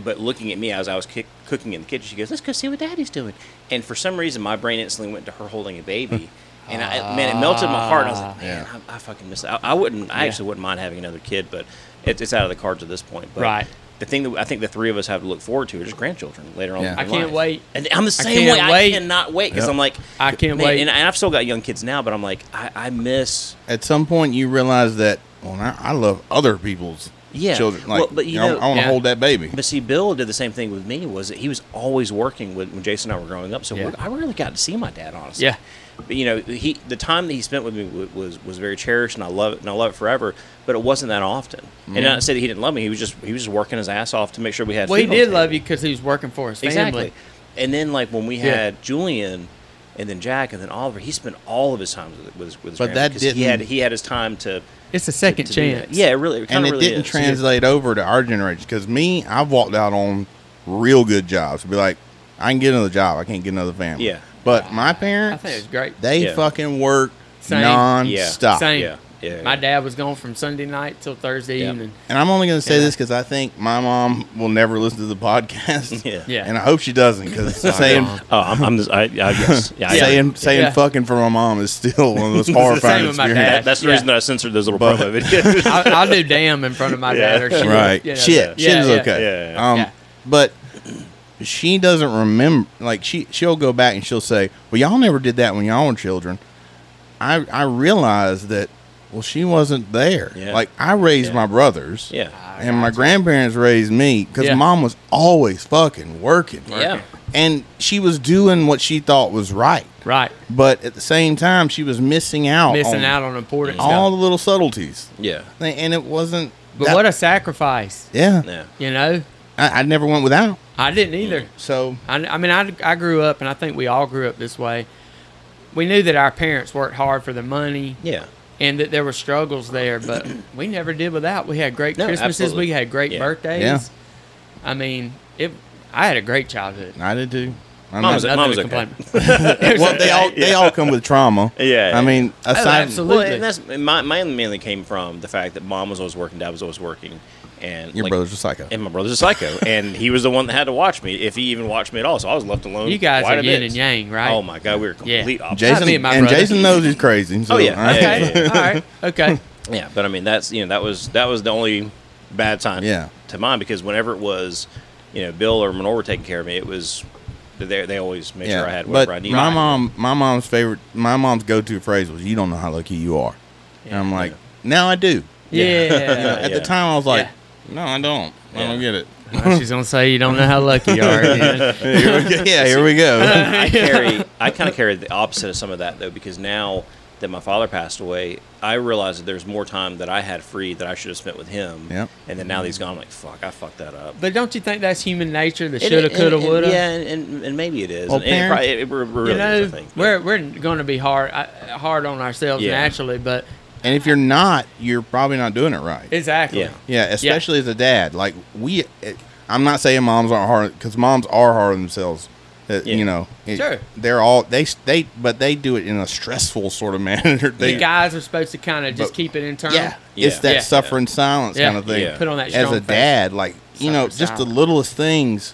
Speaker 8: but looking at me as I was kick, cooking in the kitchen. She goes, "Let's go see what Daddy's doing." And for some reason, my brain instantly went to her holding a baby, and I, man, it melted my heart. I was like, "Man, I, I fucking miss that." I, I wouldn't. I actually wouldn't mind having another kid, but it, it's out of the cards at this point. But
Speaker 2: Right.
Speaker 8: The thing that I think the three of us have to look forward to is grandchildren later on.
Speaker 1: Yeah.
Speaker 8: in
Speaker 2: I can't
Speaker 8: life.
Speaker 2: wait.
Speaker 8: And I'm the same
Speaker 2: can't
Speaker 8: way.
Speaker 2: wait.
Speaker 8: I cannot wait because
Speaker 1: Yep.
Speaker 8: I'm like,
Speaker 2: I can't
Speaker 8: man,
Speaker 2: wait.
Speaker 8: And, and I've still got young kids now, but I'm like, I, I miss.
Speaker 1: At some point, you realize that. Well, I, I love other people's
Speaker 8: Yeah.
Speaker 1: children. Like,
Speaker 8: Well, but you know-
Speaker 1: I want to
Speaker 2: Yeah.
Speaker 1: hold that baby.
Speaker 8: But see, Bill did the same thing with me. Was that he was always working with, when Jason and I were growing up, so
Speaker 2: Yeah.
Speaker 8: we're- I really got to see my dad, honestly.
Speaker 2: Yeah.
Speaker 8: But, you know, he the time that he spent with me wa- was was very cherished, and I love it, and I love it forever. But it wasn't that often. And not to say that he didn't love me. He was just he was just working his ass off to make sure we had.
Speaker 2: Well, he
Speaker 8: food on the
Speaker 2: did love
Speaker 8: table.
Speaker 2: you because he was working for his family.
Speaker 8: Exactly. And then like when we
Speaker 2: Yeah.
Speaker 8: had Julian. And then Jack, and then Oliver. He spent all of his time with with his, with his
Speaker 1: But
Speaker 8: grandma
Speaker 1: that
Speaker 8: 'cause
Speaker 1: didn't-
Speaker 8: he had he had his time to
Speaker 2: It's a second
Speaker 8: to do that.
Speaker 2: chance.
Speaker 8: Yeah, it really, it
Speaker 1: and
Speaker 8: kinda
Speaker 1: it
Speaker 8: really
Speaker 1: didn't
Speaker 8: is.
Speaker 1: translate over to our generation because me, I've walked out on real good jobs to be like, I can get another job, I can't get another family.
Speaker 8: Yeah.
Speaker 1: But my
Speaker 2: I
Speaker 1: parents,
Speaker 2: think it was great.
Speaker 1: they
Speaker 8: Yeah.
Speaker 1: fucking work
Speaker 2: Same.
Speaker 1: non-stop.
Speaker 2: Same.
Speaker 8: Yeah, yeah, yeah.
Speaker 2: My dad was gone from Sunday night till Thursday
Speaker 8: Yeah.
Speaker 2: evening.
Speaker 1: And I'm only going to say
Speaker 2: Yeah.
Speaker 1: this because I think my mom will never listen to the podcast.
Speaker 8: Yeah.
Speaker 2: Yeah.
Speaker 1: And I hope she doesn't because saying
Speaker 8: Oh, I'm, I'm I, I yes, yeah, I-
Speaker 1: saying saying
Speaker 2: Yeah.
Speaker 1: fucking for my mom is still one of those horrifying
Speaker 2: same with my
Speaker 1: experiences.
Speaker 2: dad.
Speaker 8: That- that's the
Speaker 2: Yeah.
Speaker 8: reason that I censored those little
Speaker 1: But-
Speaker 8: promo videos.
Speaker 2: I'll, I'll do damn in front of my
Speaker 8: Yeah.
Speaker 2: dad or shit.
Speaker 1: right?
Speaker 2: You know,
Speaker 1: shit,
Speaker 2: yeah,
Speaker 1: shit is
Speaker 2: yeah.
Speaker 1: okay.
Speaker 8: Yeah, yeah.
Speaker 1: Um,
Speaker 2: Yeah.
Speaker 1: but she doesn't remember. Like she she'll go back and she'll say, "Well, y'all never did that when y'all were children." I I realized that. Well, she wasn't there.
Speaker 8: Yeah.
Speaker 1: Like I raised
Speaker 8: Yeah.
Speaker 1: my brothers.
Speaker 2: Uh,
Speaker 8: yeah,
Speaker 1: And my grandparents raised me because
Speaker 2: Yeah.
Speaker 1: mom was always fucking working.
Speaker 8: Yeah.
Speaker 1: And she was doing what she thought was right.
Speaker 2: Right.
Speaker 1: But at the same time, she was missing out on
Speaker 2: Missing out on important
Speaker 1: all
Speaker 2: stuff.
Speaker 1: the little subtleties.
Speaker 8: yeah,
Speaker 1: And- And it wasn't.
Speaker 2: But
Speaker 1: that-
Speaker 2: what a sacrifice,
Speaker 1: Yeah.
Speaker 8: yeah.
Speaker 2: you know?
Speaker 1: I, I never went without.
Speaker 2: I didn't either.
Speaker 1: So
Speaker 2: I, I mean, I, I grew up, and I think we all grew up this way. We knew that our parents worked hard for the money
Speaker 8: yeah.
Speaker 2: and that there were struggles there, but we never did without. We had great
Speaker 8: No,
Speaker 2: Christmases,
Speaker 8: absolutely.
Speaker 2: we had great
Speaker 8: Yeah.
Speaker 2: birthdays.
Speaker 1: Yeah.
Speaker 2: I mean, it. I had a great childhood.
Speaker 1: I did too. I
Speaker 8: Mom was-
Speaker 1: know.
Speaker 8: mine
Speaker 2: Nothing to
Speaker 8: okay.
Speaker 2: complain.
Speaker 1: well, they all they all come with trauma.
Speaker 8: Yeah, yeah.
Speaker 1: I mean, aside,
Speaker 2: absolutely.
Speaker 8: Well, and that's my mine mainly came from the fact that mom was always working, dad was always working, and
Speaker 1: your
Speaker 8: like-
Speaker 1: brother's a psycho.
Speaker 8: and my brother's a psycho, and he was the one that had to watch me if he even watched me at all. So I was left alone.
Speaker 2: You guys
Speaker 8: quite
Speaker 2: are
Speaker 8: a
Speaker 2: yin
Speaker 8: bit.
Speaker 2: and yang, right?
Speaker 8: Oh my god, we were complete opposites.
Speaker 1: Jason
Speaker 2: me and
Speaker 1: and,
Speaker 2: my brother.
Speaker 1: Jason knows he's crazy. So,
Speaker 8: Oh, yeah.
Speaker 1: all right.
Speaker 8: Yeah, yeah,
Speaker 2: Okay. All right. Okay.
Speaker 8: Yeah, but I mean that's you know that was that was the only bad time
Speaker 1: Yeah.
Speaker 8: to mine because whenever it was, you know, Bill or Menor were taking care of me, it was they they always made sure I had
Speaker 1: but
Speaker 8: whatever I needed.
Speaker 1: my mom, my mom's favorite, my mom's go-to phrase was, "You don't know how lucky you are." and I'm like, now I do.
Speaker 2: Yeah.
Speaker 1: At
Speaker 8: Yeah.
Speaker 1: the time, I was like, no, I don't. I
Speaker 8: Yeah.
Speaker 1: don't get it.
Speaker 2: Well, she's gonna say you don't know how lucky you are. man.
Speaker 1: Here we go. yeah, here we go.
Speaker 8: I carry I kind of carry the opposite of some of that though because now that my father passed away, I realized that there's more time that I had free that I should have spent with him.
Speaker 1: Yep.
Speaker 8: And then now that he's gone, I'm like, fuck, I fucked that up.
Speaker 2: But don't you think that's human nature? The
Speaker 8: It-
Speaker 2: shoulda,
Speaker 8: it-
Speaker 2: coulda,
Speaker 8: it- it-
Speaker 2: woulda.
Speaker 8: Yeah, and, and, and maybe it is.
Speaker 1: Well,
Speaker 8: and it,
Speaker 1: parents-
Speaker 8: probably, it, it really
Speaker 2: You know,
Speaker 8: is, I think. but-
Speaker 2: we're we're going to be hard uh, hard on ourselves
Speaker 8: Yeah.
Speaker 2: naturally, but
Speaker 1: and if you're not, you're probably not doing it right.
Speaker 2: exactly.
Speaker 8: Yeah.
Speaker 1: yeah, especially as a dad. Like we, it, I'm not saying moms aren't hard because moms are hard on themselves. Uh,
Speaker 8: Yeah.
Speaker 1: You know, it-
Speaker 2: Sure.
Speaker 1: they're all they they but they do it in a stressful sort of manner.
Speaker 2: The
Speaker 1: They,
Speaker 2: guys are supposed to kind of just
Speaker 1: But-
Speaker 2: keep it internal.
Speaker 1: yeah,
Speaker 8: Yeah.
Speaker 1: it's that
Speaker 2: Yeah.
Speaker 1: suffering silence
Speaker 2: Yeah.
Speaker 1: kind of thing.
Speaker 8: Yeah.
Speaker 2: Put on that
Speaker 1: as
Speaker 2: strong
Speaker 1: a
Speaker 2: face. Mm-hmm.
Speaker 1: dad, like you know, just
Speaker 2: Suffering
Speaker 1: the
Speaker 2: silence.
Speaker 1: littlest things.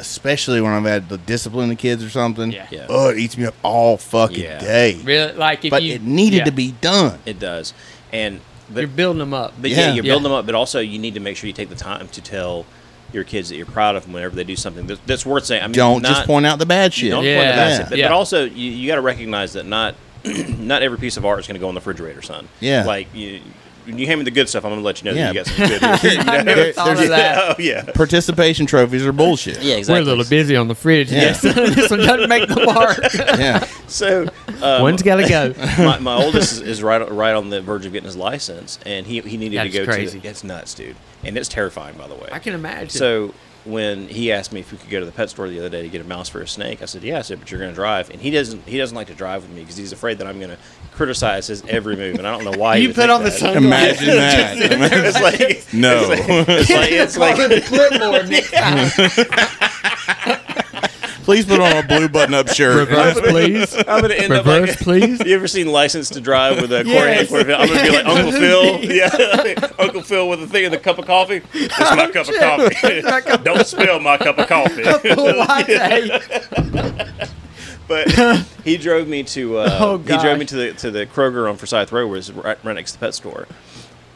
Speaker 1: Especially when I've had to discipline the kids or something.
Speaker 2: Yeah.
Speaker 8: Yeah.
Speaker 1: Oh, it eats me up all fucking
Speaker 8: Yeah.
Speaker 1: day.
Speaker 2: Really, like if
Speaker 1: But
Speaker 2: you,
Speaker 1: it needed
Speaker 2: yeah.
Speaker 1: to be done.
Speaker 8: It does. And but
Speaker 2: You're building them up.
Speaker 8: But yeah,
Speaker 1: Yeah.
Speaker 8: you're building
Speaker 2: Yeah.
Speaker 8: them up, but also you need to make sure you take the time to tell your kids that you're proud of them whenever they do something that's, that's worth saying. I mean,
Speaker 1: don't
Speaker 8: not-
Speaker 1: just point out the bad shit.
Speaker 8: Don't
Speaker 2: Yeah.
Speaker 8: point the bad shit,
Speaker 1: Yeah.
Speaker 8: but,
Speaker 2: Yeah.
Speaker 8: but also you, you got to recognize that not not every piece of art is going to go in the refrigerator, son.
Speaker 1: Yeah.
Speaker 8: like you, when you hand me the good stuff, I'm gonna let you know
Speaker 1: Yeah.
Speaker 8: that you got some good. here. You know?
Speaker 2: I never thought of that.
Speaker 8: Oh yeah.
Speaker 1: Participation trophies are bullshit.
Speaker 8: Yeah, exactly.
Speaker 2: We're a little busy on the fridge.
Speaker 1: Yeah.
Speaker 2: Yes, this one doesn't make the mark.
Speaker 1: Yeah.
Speaker 8: So um,
Speaker 2: One's got to go.
Speaker 8: my, my oldest is, is right right on the verge of getting his license, and he, he needed
Speaker 2: That's
Speaker 8: to go
Speaker 2: crazy.
Speaker 8: to. The, it's nuts, dude, and it's terrifying, by the way.
Speaker 2: I can imagine.
Speaker 8: So when he asked me if we could go to the pet store the other day to get a mouse for a snake, I said, "Yeah." I said, "But you're going to drive," and he doesn't he doesn't like to drive with me because he's afraid that I'm going to criticize his every move, and I don't know why. he
Speaker 2: you
Speaker 8: would
Speaker 2: put
Speaker 8: think
Speaker 2: on the
Speaker 8: that.
Speaker 2: sun.
Speaker 1: Imagine that.
Speaker 8: it's like
Speaker 1: No.
Speaker 8: it's like it's like
Speaker 2: the clipboard next time.
Speaker 1: Please put on a blue button up shirt.
Speaker 2: Reverse, please.
Speaker 8: I'm going to end up
Speaker 2: Reverse,
Speaker 8: like.
Speaker 2: please.
Speaker 8: You ever seen License to Drive with a Corey
Speaker 2: Yes.
Speaker 8: Corey- I'm gonna be like Uncle Phil,
Speaker 2: Indeed.
Speaker 8: yeah, Uncle Phil with a thing and a cup of coffee. It's my cup of coffee. Don't spill my cup of coffee.
Speaker 2: Latte.
Speaker 8: But he drove me to uh,
Speaker 2: Oh,
Speaker 8: he drove me
Speaker 2: gosh.
Speaker 8: to the to the Kroger on Forsyth Road, where it's right, right next to the pet store.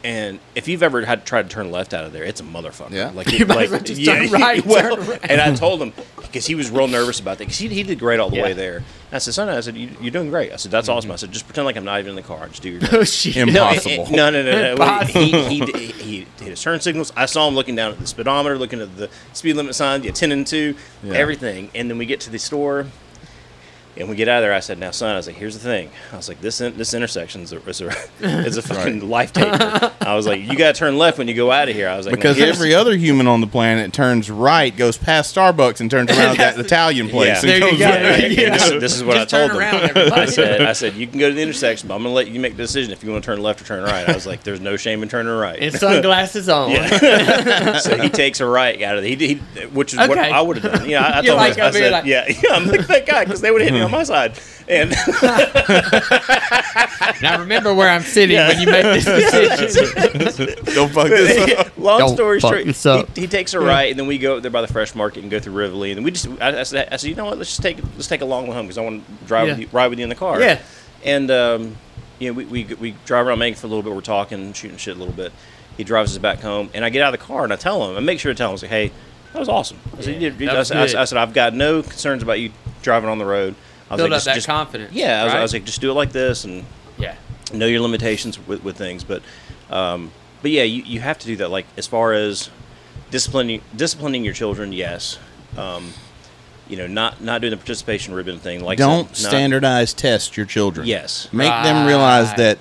Speaker 8: And if you've ever had to try to turn left out of there, it's a motherfucker.
Speaker 1: Yeah.
Speaker 8: like
Speaker 2: You might as well just turn right,
Speaker 8: well,
Speaker 2: turn right.
Speaker 8: And I told him because he was real nervous about that because he, he did great all the
Speaker 2: Yeah. Mm-hmm.
Speaker 8: way there. And I said, "Son, I said you, you're doing great." I said, "That's awesome." I said, "Just pretend like I'm not even in the car. Just do your."
Speaker 2: Oh, shit.
Speaker 8: No, it-
Speaker 1: Impossible.
Speaker 8: it- No, no, no, no.
Speaker 2: Impossible.
Speaker 8: He, he, he, he did his turn signals. I saw him looking down at the speedometer, looking at the speed limit sign, yeah, 10 and 2, everything. And then we get to the store and we get out of there. I said, Now, son, I was like, here's the thing. I was like, This in, this intersection is a, is a, is a fucking life taker. I was like, You got to turn left when you go out of here. I was like,
Speaker 1: Because
Speaker 8: "Now, here's-
Speaker 1: every other human on the planet turns right, goes past Starbucks, and turns around at that Italian
Speaker 8: Yeah.
Speaker 1: place.
Speaker 8: There
Speaker 1: and
Speaker 2: you
Speaker 1: goes
Speaker 2: go.
Speaker 1: right back.
Speaker 2: Yeah.
Speaker 8: And this, this is what
Speaker 2: Just
Speaker 8: I
Speaker 2: turn
Speaker 8: told them.
Speaker 2: around, everybody.
Speaker 8: I said, I said, you can go to the intersection, but I'm gonna let you make the decision if you want to turn left or turn right. I was like, there's no shame in turning right.
Speaker 2: And sunglasses on.
Speaker 8: Yeah. so he takes a right out of the, he, he which is what
Speaker 2: Okay.
Speaker 8: I would have done. Yeah, I, I
Speaker 2: You're
Speaker 8: told
Speaker 2: like,
Speaker 8: him, I
Speaker 2: I'll be
Speaker 8: said,
Speaker 2: like-
Speaker 8: yeah, yeah, I'm like that guy because they would have hit me on my side. And
Speaker 2: Now remember where I'm sitting when you make this decision.
Speaker 1: Don't fuck this up.
Speaker 8: long
Speaker 2: uh, Don't
Speaker 8: story
Speaker 2: fuck
Speaker 8: short,
Speaker 2: this up.
Speaker 8: he, he takes a right, and then we go up there by the fresh market and go through Rivoli, and we just I, I said, I said, you know what, let's just take let's take a long one home because I want to drive
Speaker 2: Yeah.
Speaker 8: with you, ride with you in the car.
Speaker 2: Yeah.
Speaker 8: and um, you know, we, we we drive around Macon for a little bit. We're talking, shooting shit a little bit. He drives us back home, and I get out of the car and I tell him, I make sure to tell him, I was like, hey, that was awesome. I said, you did-
Speaker 2: that
Speaker 8: I
Speaker 2: was
Speaker 8: said- I said-
Speaker 2: good.
Speaker 8: I said, I've got no concerns about you driving on the road. I was
Speaker 2: Build
Speaker 8: like,
Speaker 2: up
Speaker 8: just,
Speaker 2: that
Speaker 8: just-
Speaker 2: confidence,
Speaker 8: Yeah, I was, I
Speaker 2: right?
Speaker 8: was like, just do it like this, and
Speaker 2: Yeah.
Speaker 8: know your limitations with, with things but um, but yeah you, you have to do that like as far as disciplining disciplining your children yes um, you know not not doing the participation ribbon thing like
Speaker 1: Don't
Speaker 8: not-
Speaker 1: standardize test your children.
Speaker 8: Yes.
Speaker 1: Make them
Speaker 2: Right.
Speaker 1: realize that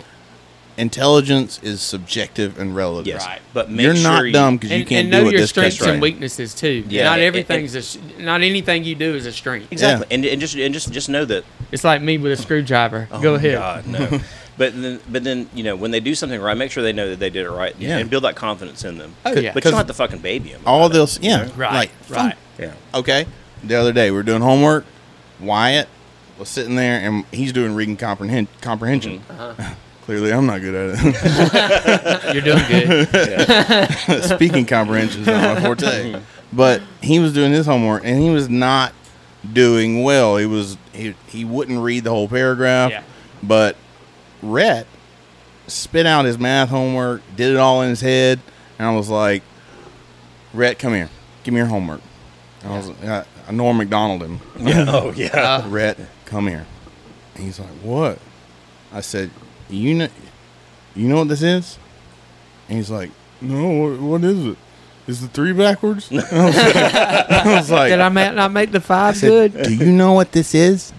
Speaker 1: intelligence is subjective and relative.
Speaker 8: yes but make
Speaker 1: You're
Speaker 8: sure
Speaker 1: not
Speaker 8: you,
Speaker 1: dumb because
Speaker 2: And,
Speaker 1: you can't
Speaker 2: and know
Speaker 1: do what
Speaker 2: your
Speaker 1: this
Speaker 2: strengths
Speaker 1: kid's
Speaker 2: and
Speaker 1: right.
Speaker 2: weaknesses too.
Speaker 8: Yeah.
Speaker 2: Not
Speaker 8: It- it-
Speaker 2: everything's a, sh- not anything you do is a strength.
Speaker 8: exactly and, and just and just just know that
Speaker 2: It's like me with a screwdriver.
Speaker 8: Oh
Speaker 2: Go
Speaker 8: my
Speaker 2: ahead.
Speaker 8: God, no. but then, but then you know when they do something right, make sure they know that they did it right,
Speaker 1: Yeah.
Speaker 8: and build that confidence in them.
Speaker 2: Oh, yeah.
Speaker 8: But you don't have to fucking baby them.
Speaker 1: All this, yeah.
Speaker 2: Right,
Speaker 1: Like,
Speaker 2: right.
Speaker 8: Yeah.
Speaker 1: okay. The other day, we were doing homework. Wyatt was sitting there, and he's doing reading comprehen- comprehension. Clearly, I'm not good at it.
Speaker 2: You're doing good.
Speaker 1: Speaking comprehension is not my forte. But he was doing his homework, and he was not doing well. He was he, he wouldn't read the whole paragraph.
Speaker 2: Yeah.
Speaker 1: But Rhett spit out his math homework, did it all in his head, and I was like, "Rhett, come here, give me your homework." And I was I, I Norm Macdonald him.
Speaker 8: Yeah. Oh yeah.
Speaker 1: Rhett, come here. And he's like, what? I said, you know, you know what this is? And he's like, no, what, what is it? Is the three backwards? And I was like, I was like-
Speaker 2: Did I ma- not make the five
Speaker 1: said,
Speaker 2: good?
Speaker 1: do you know what this is?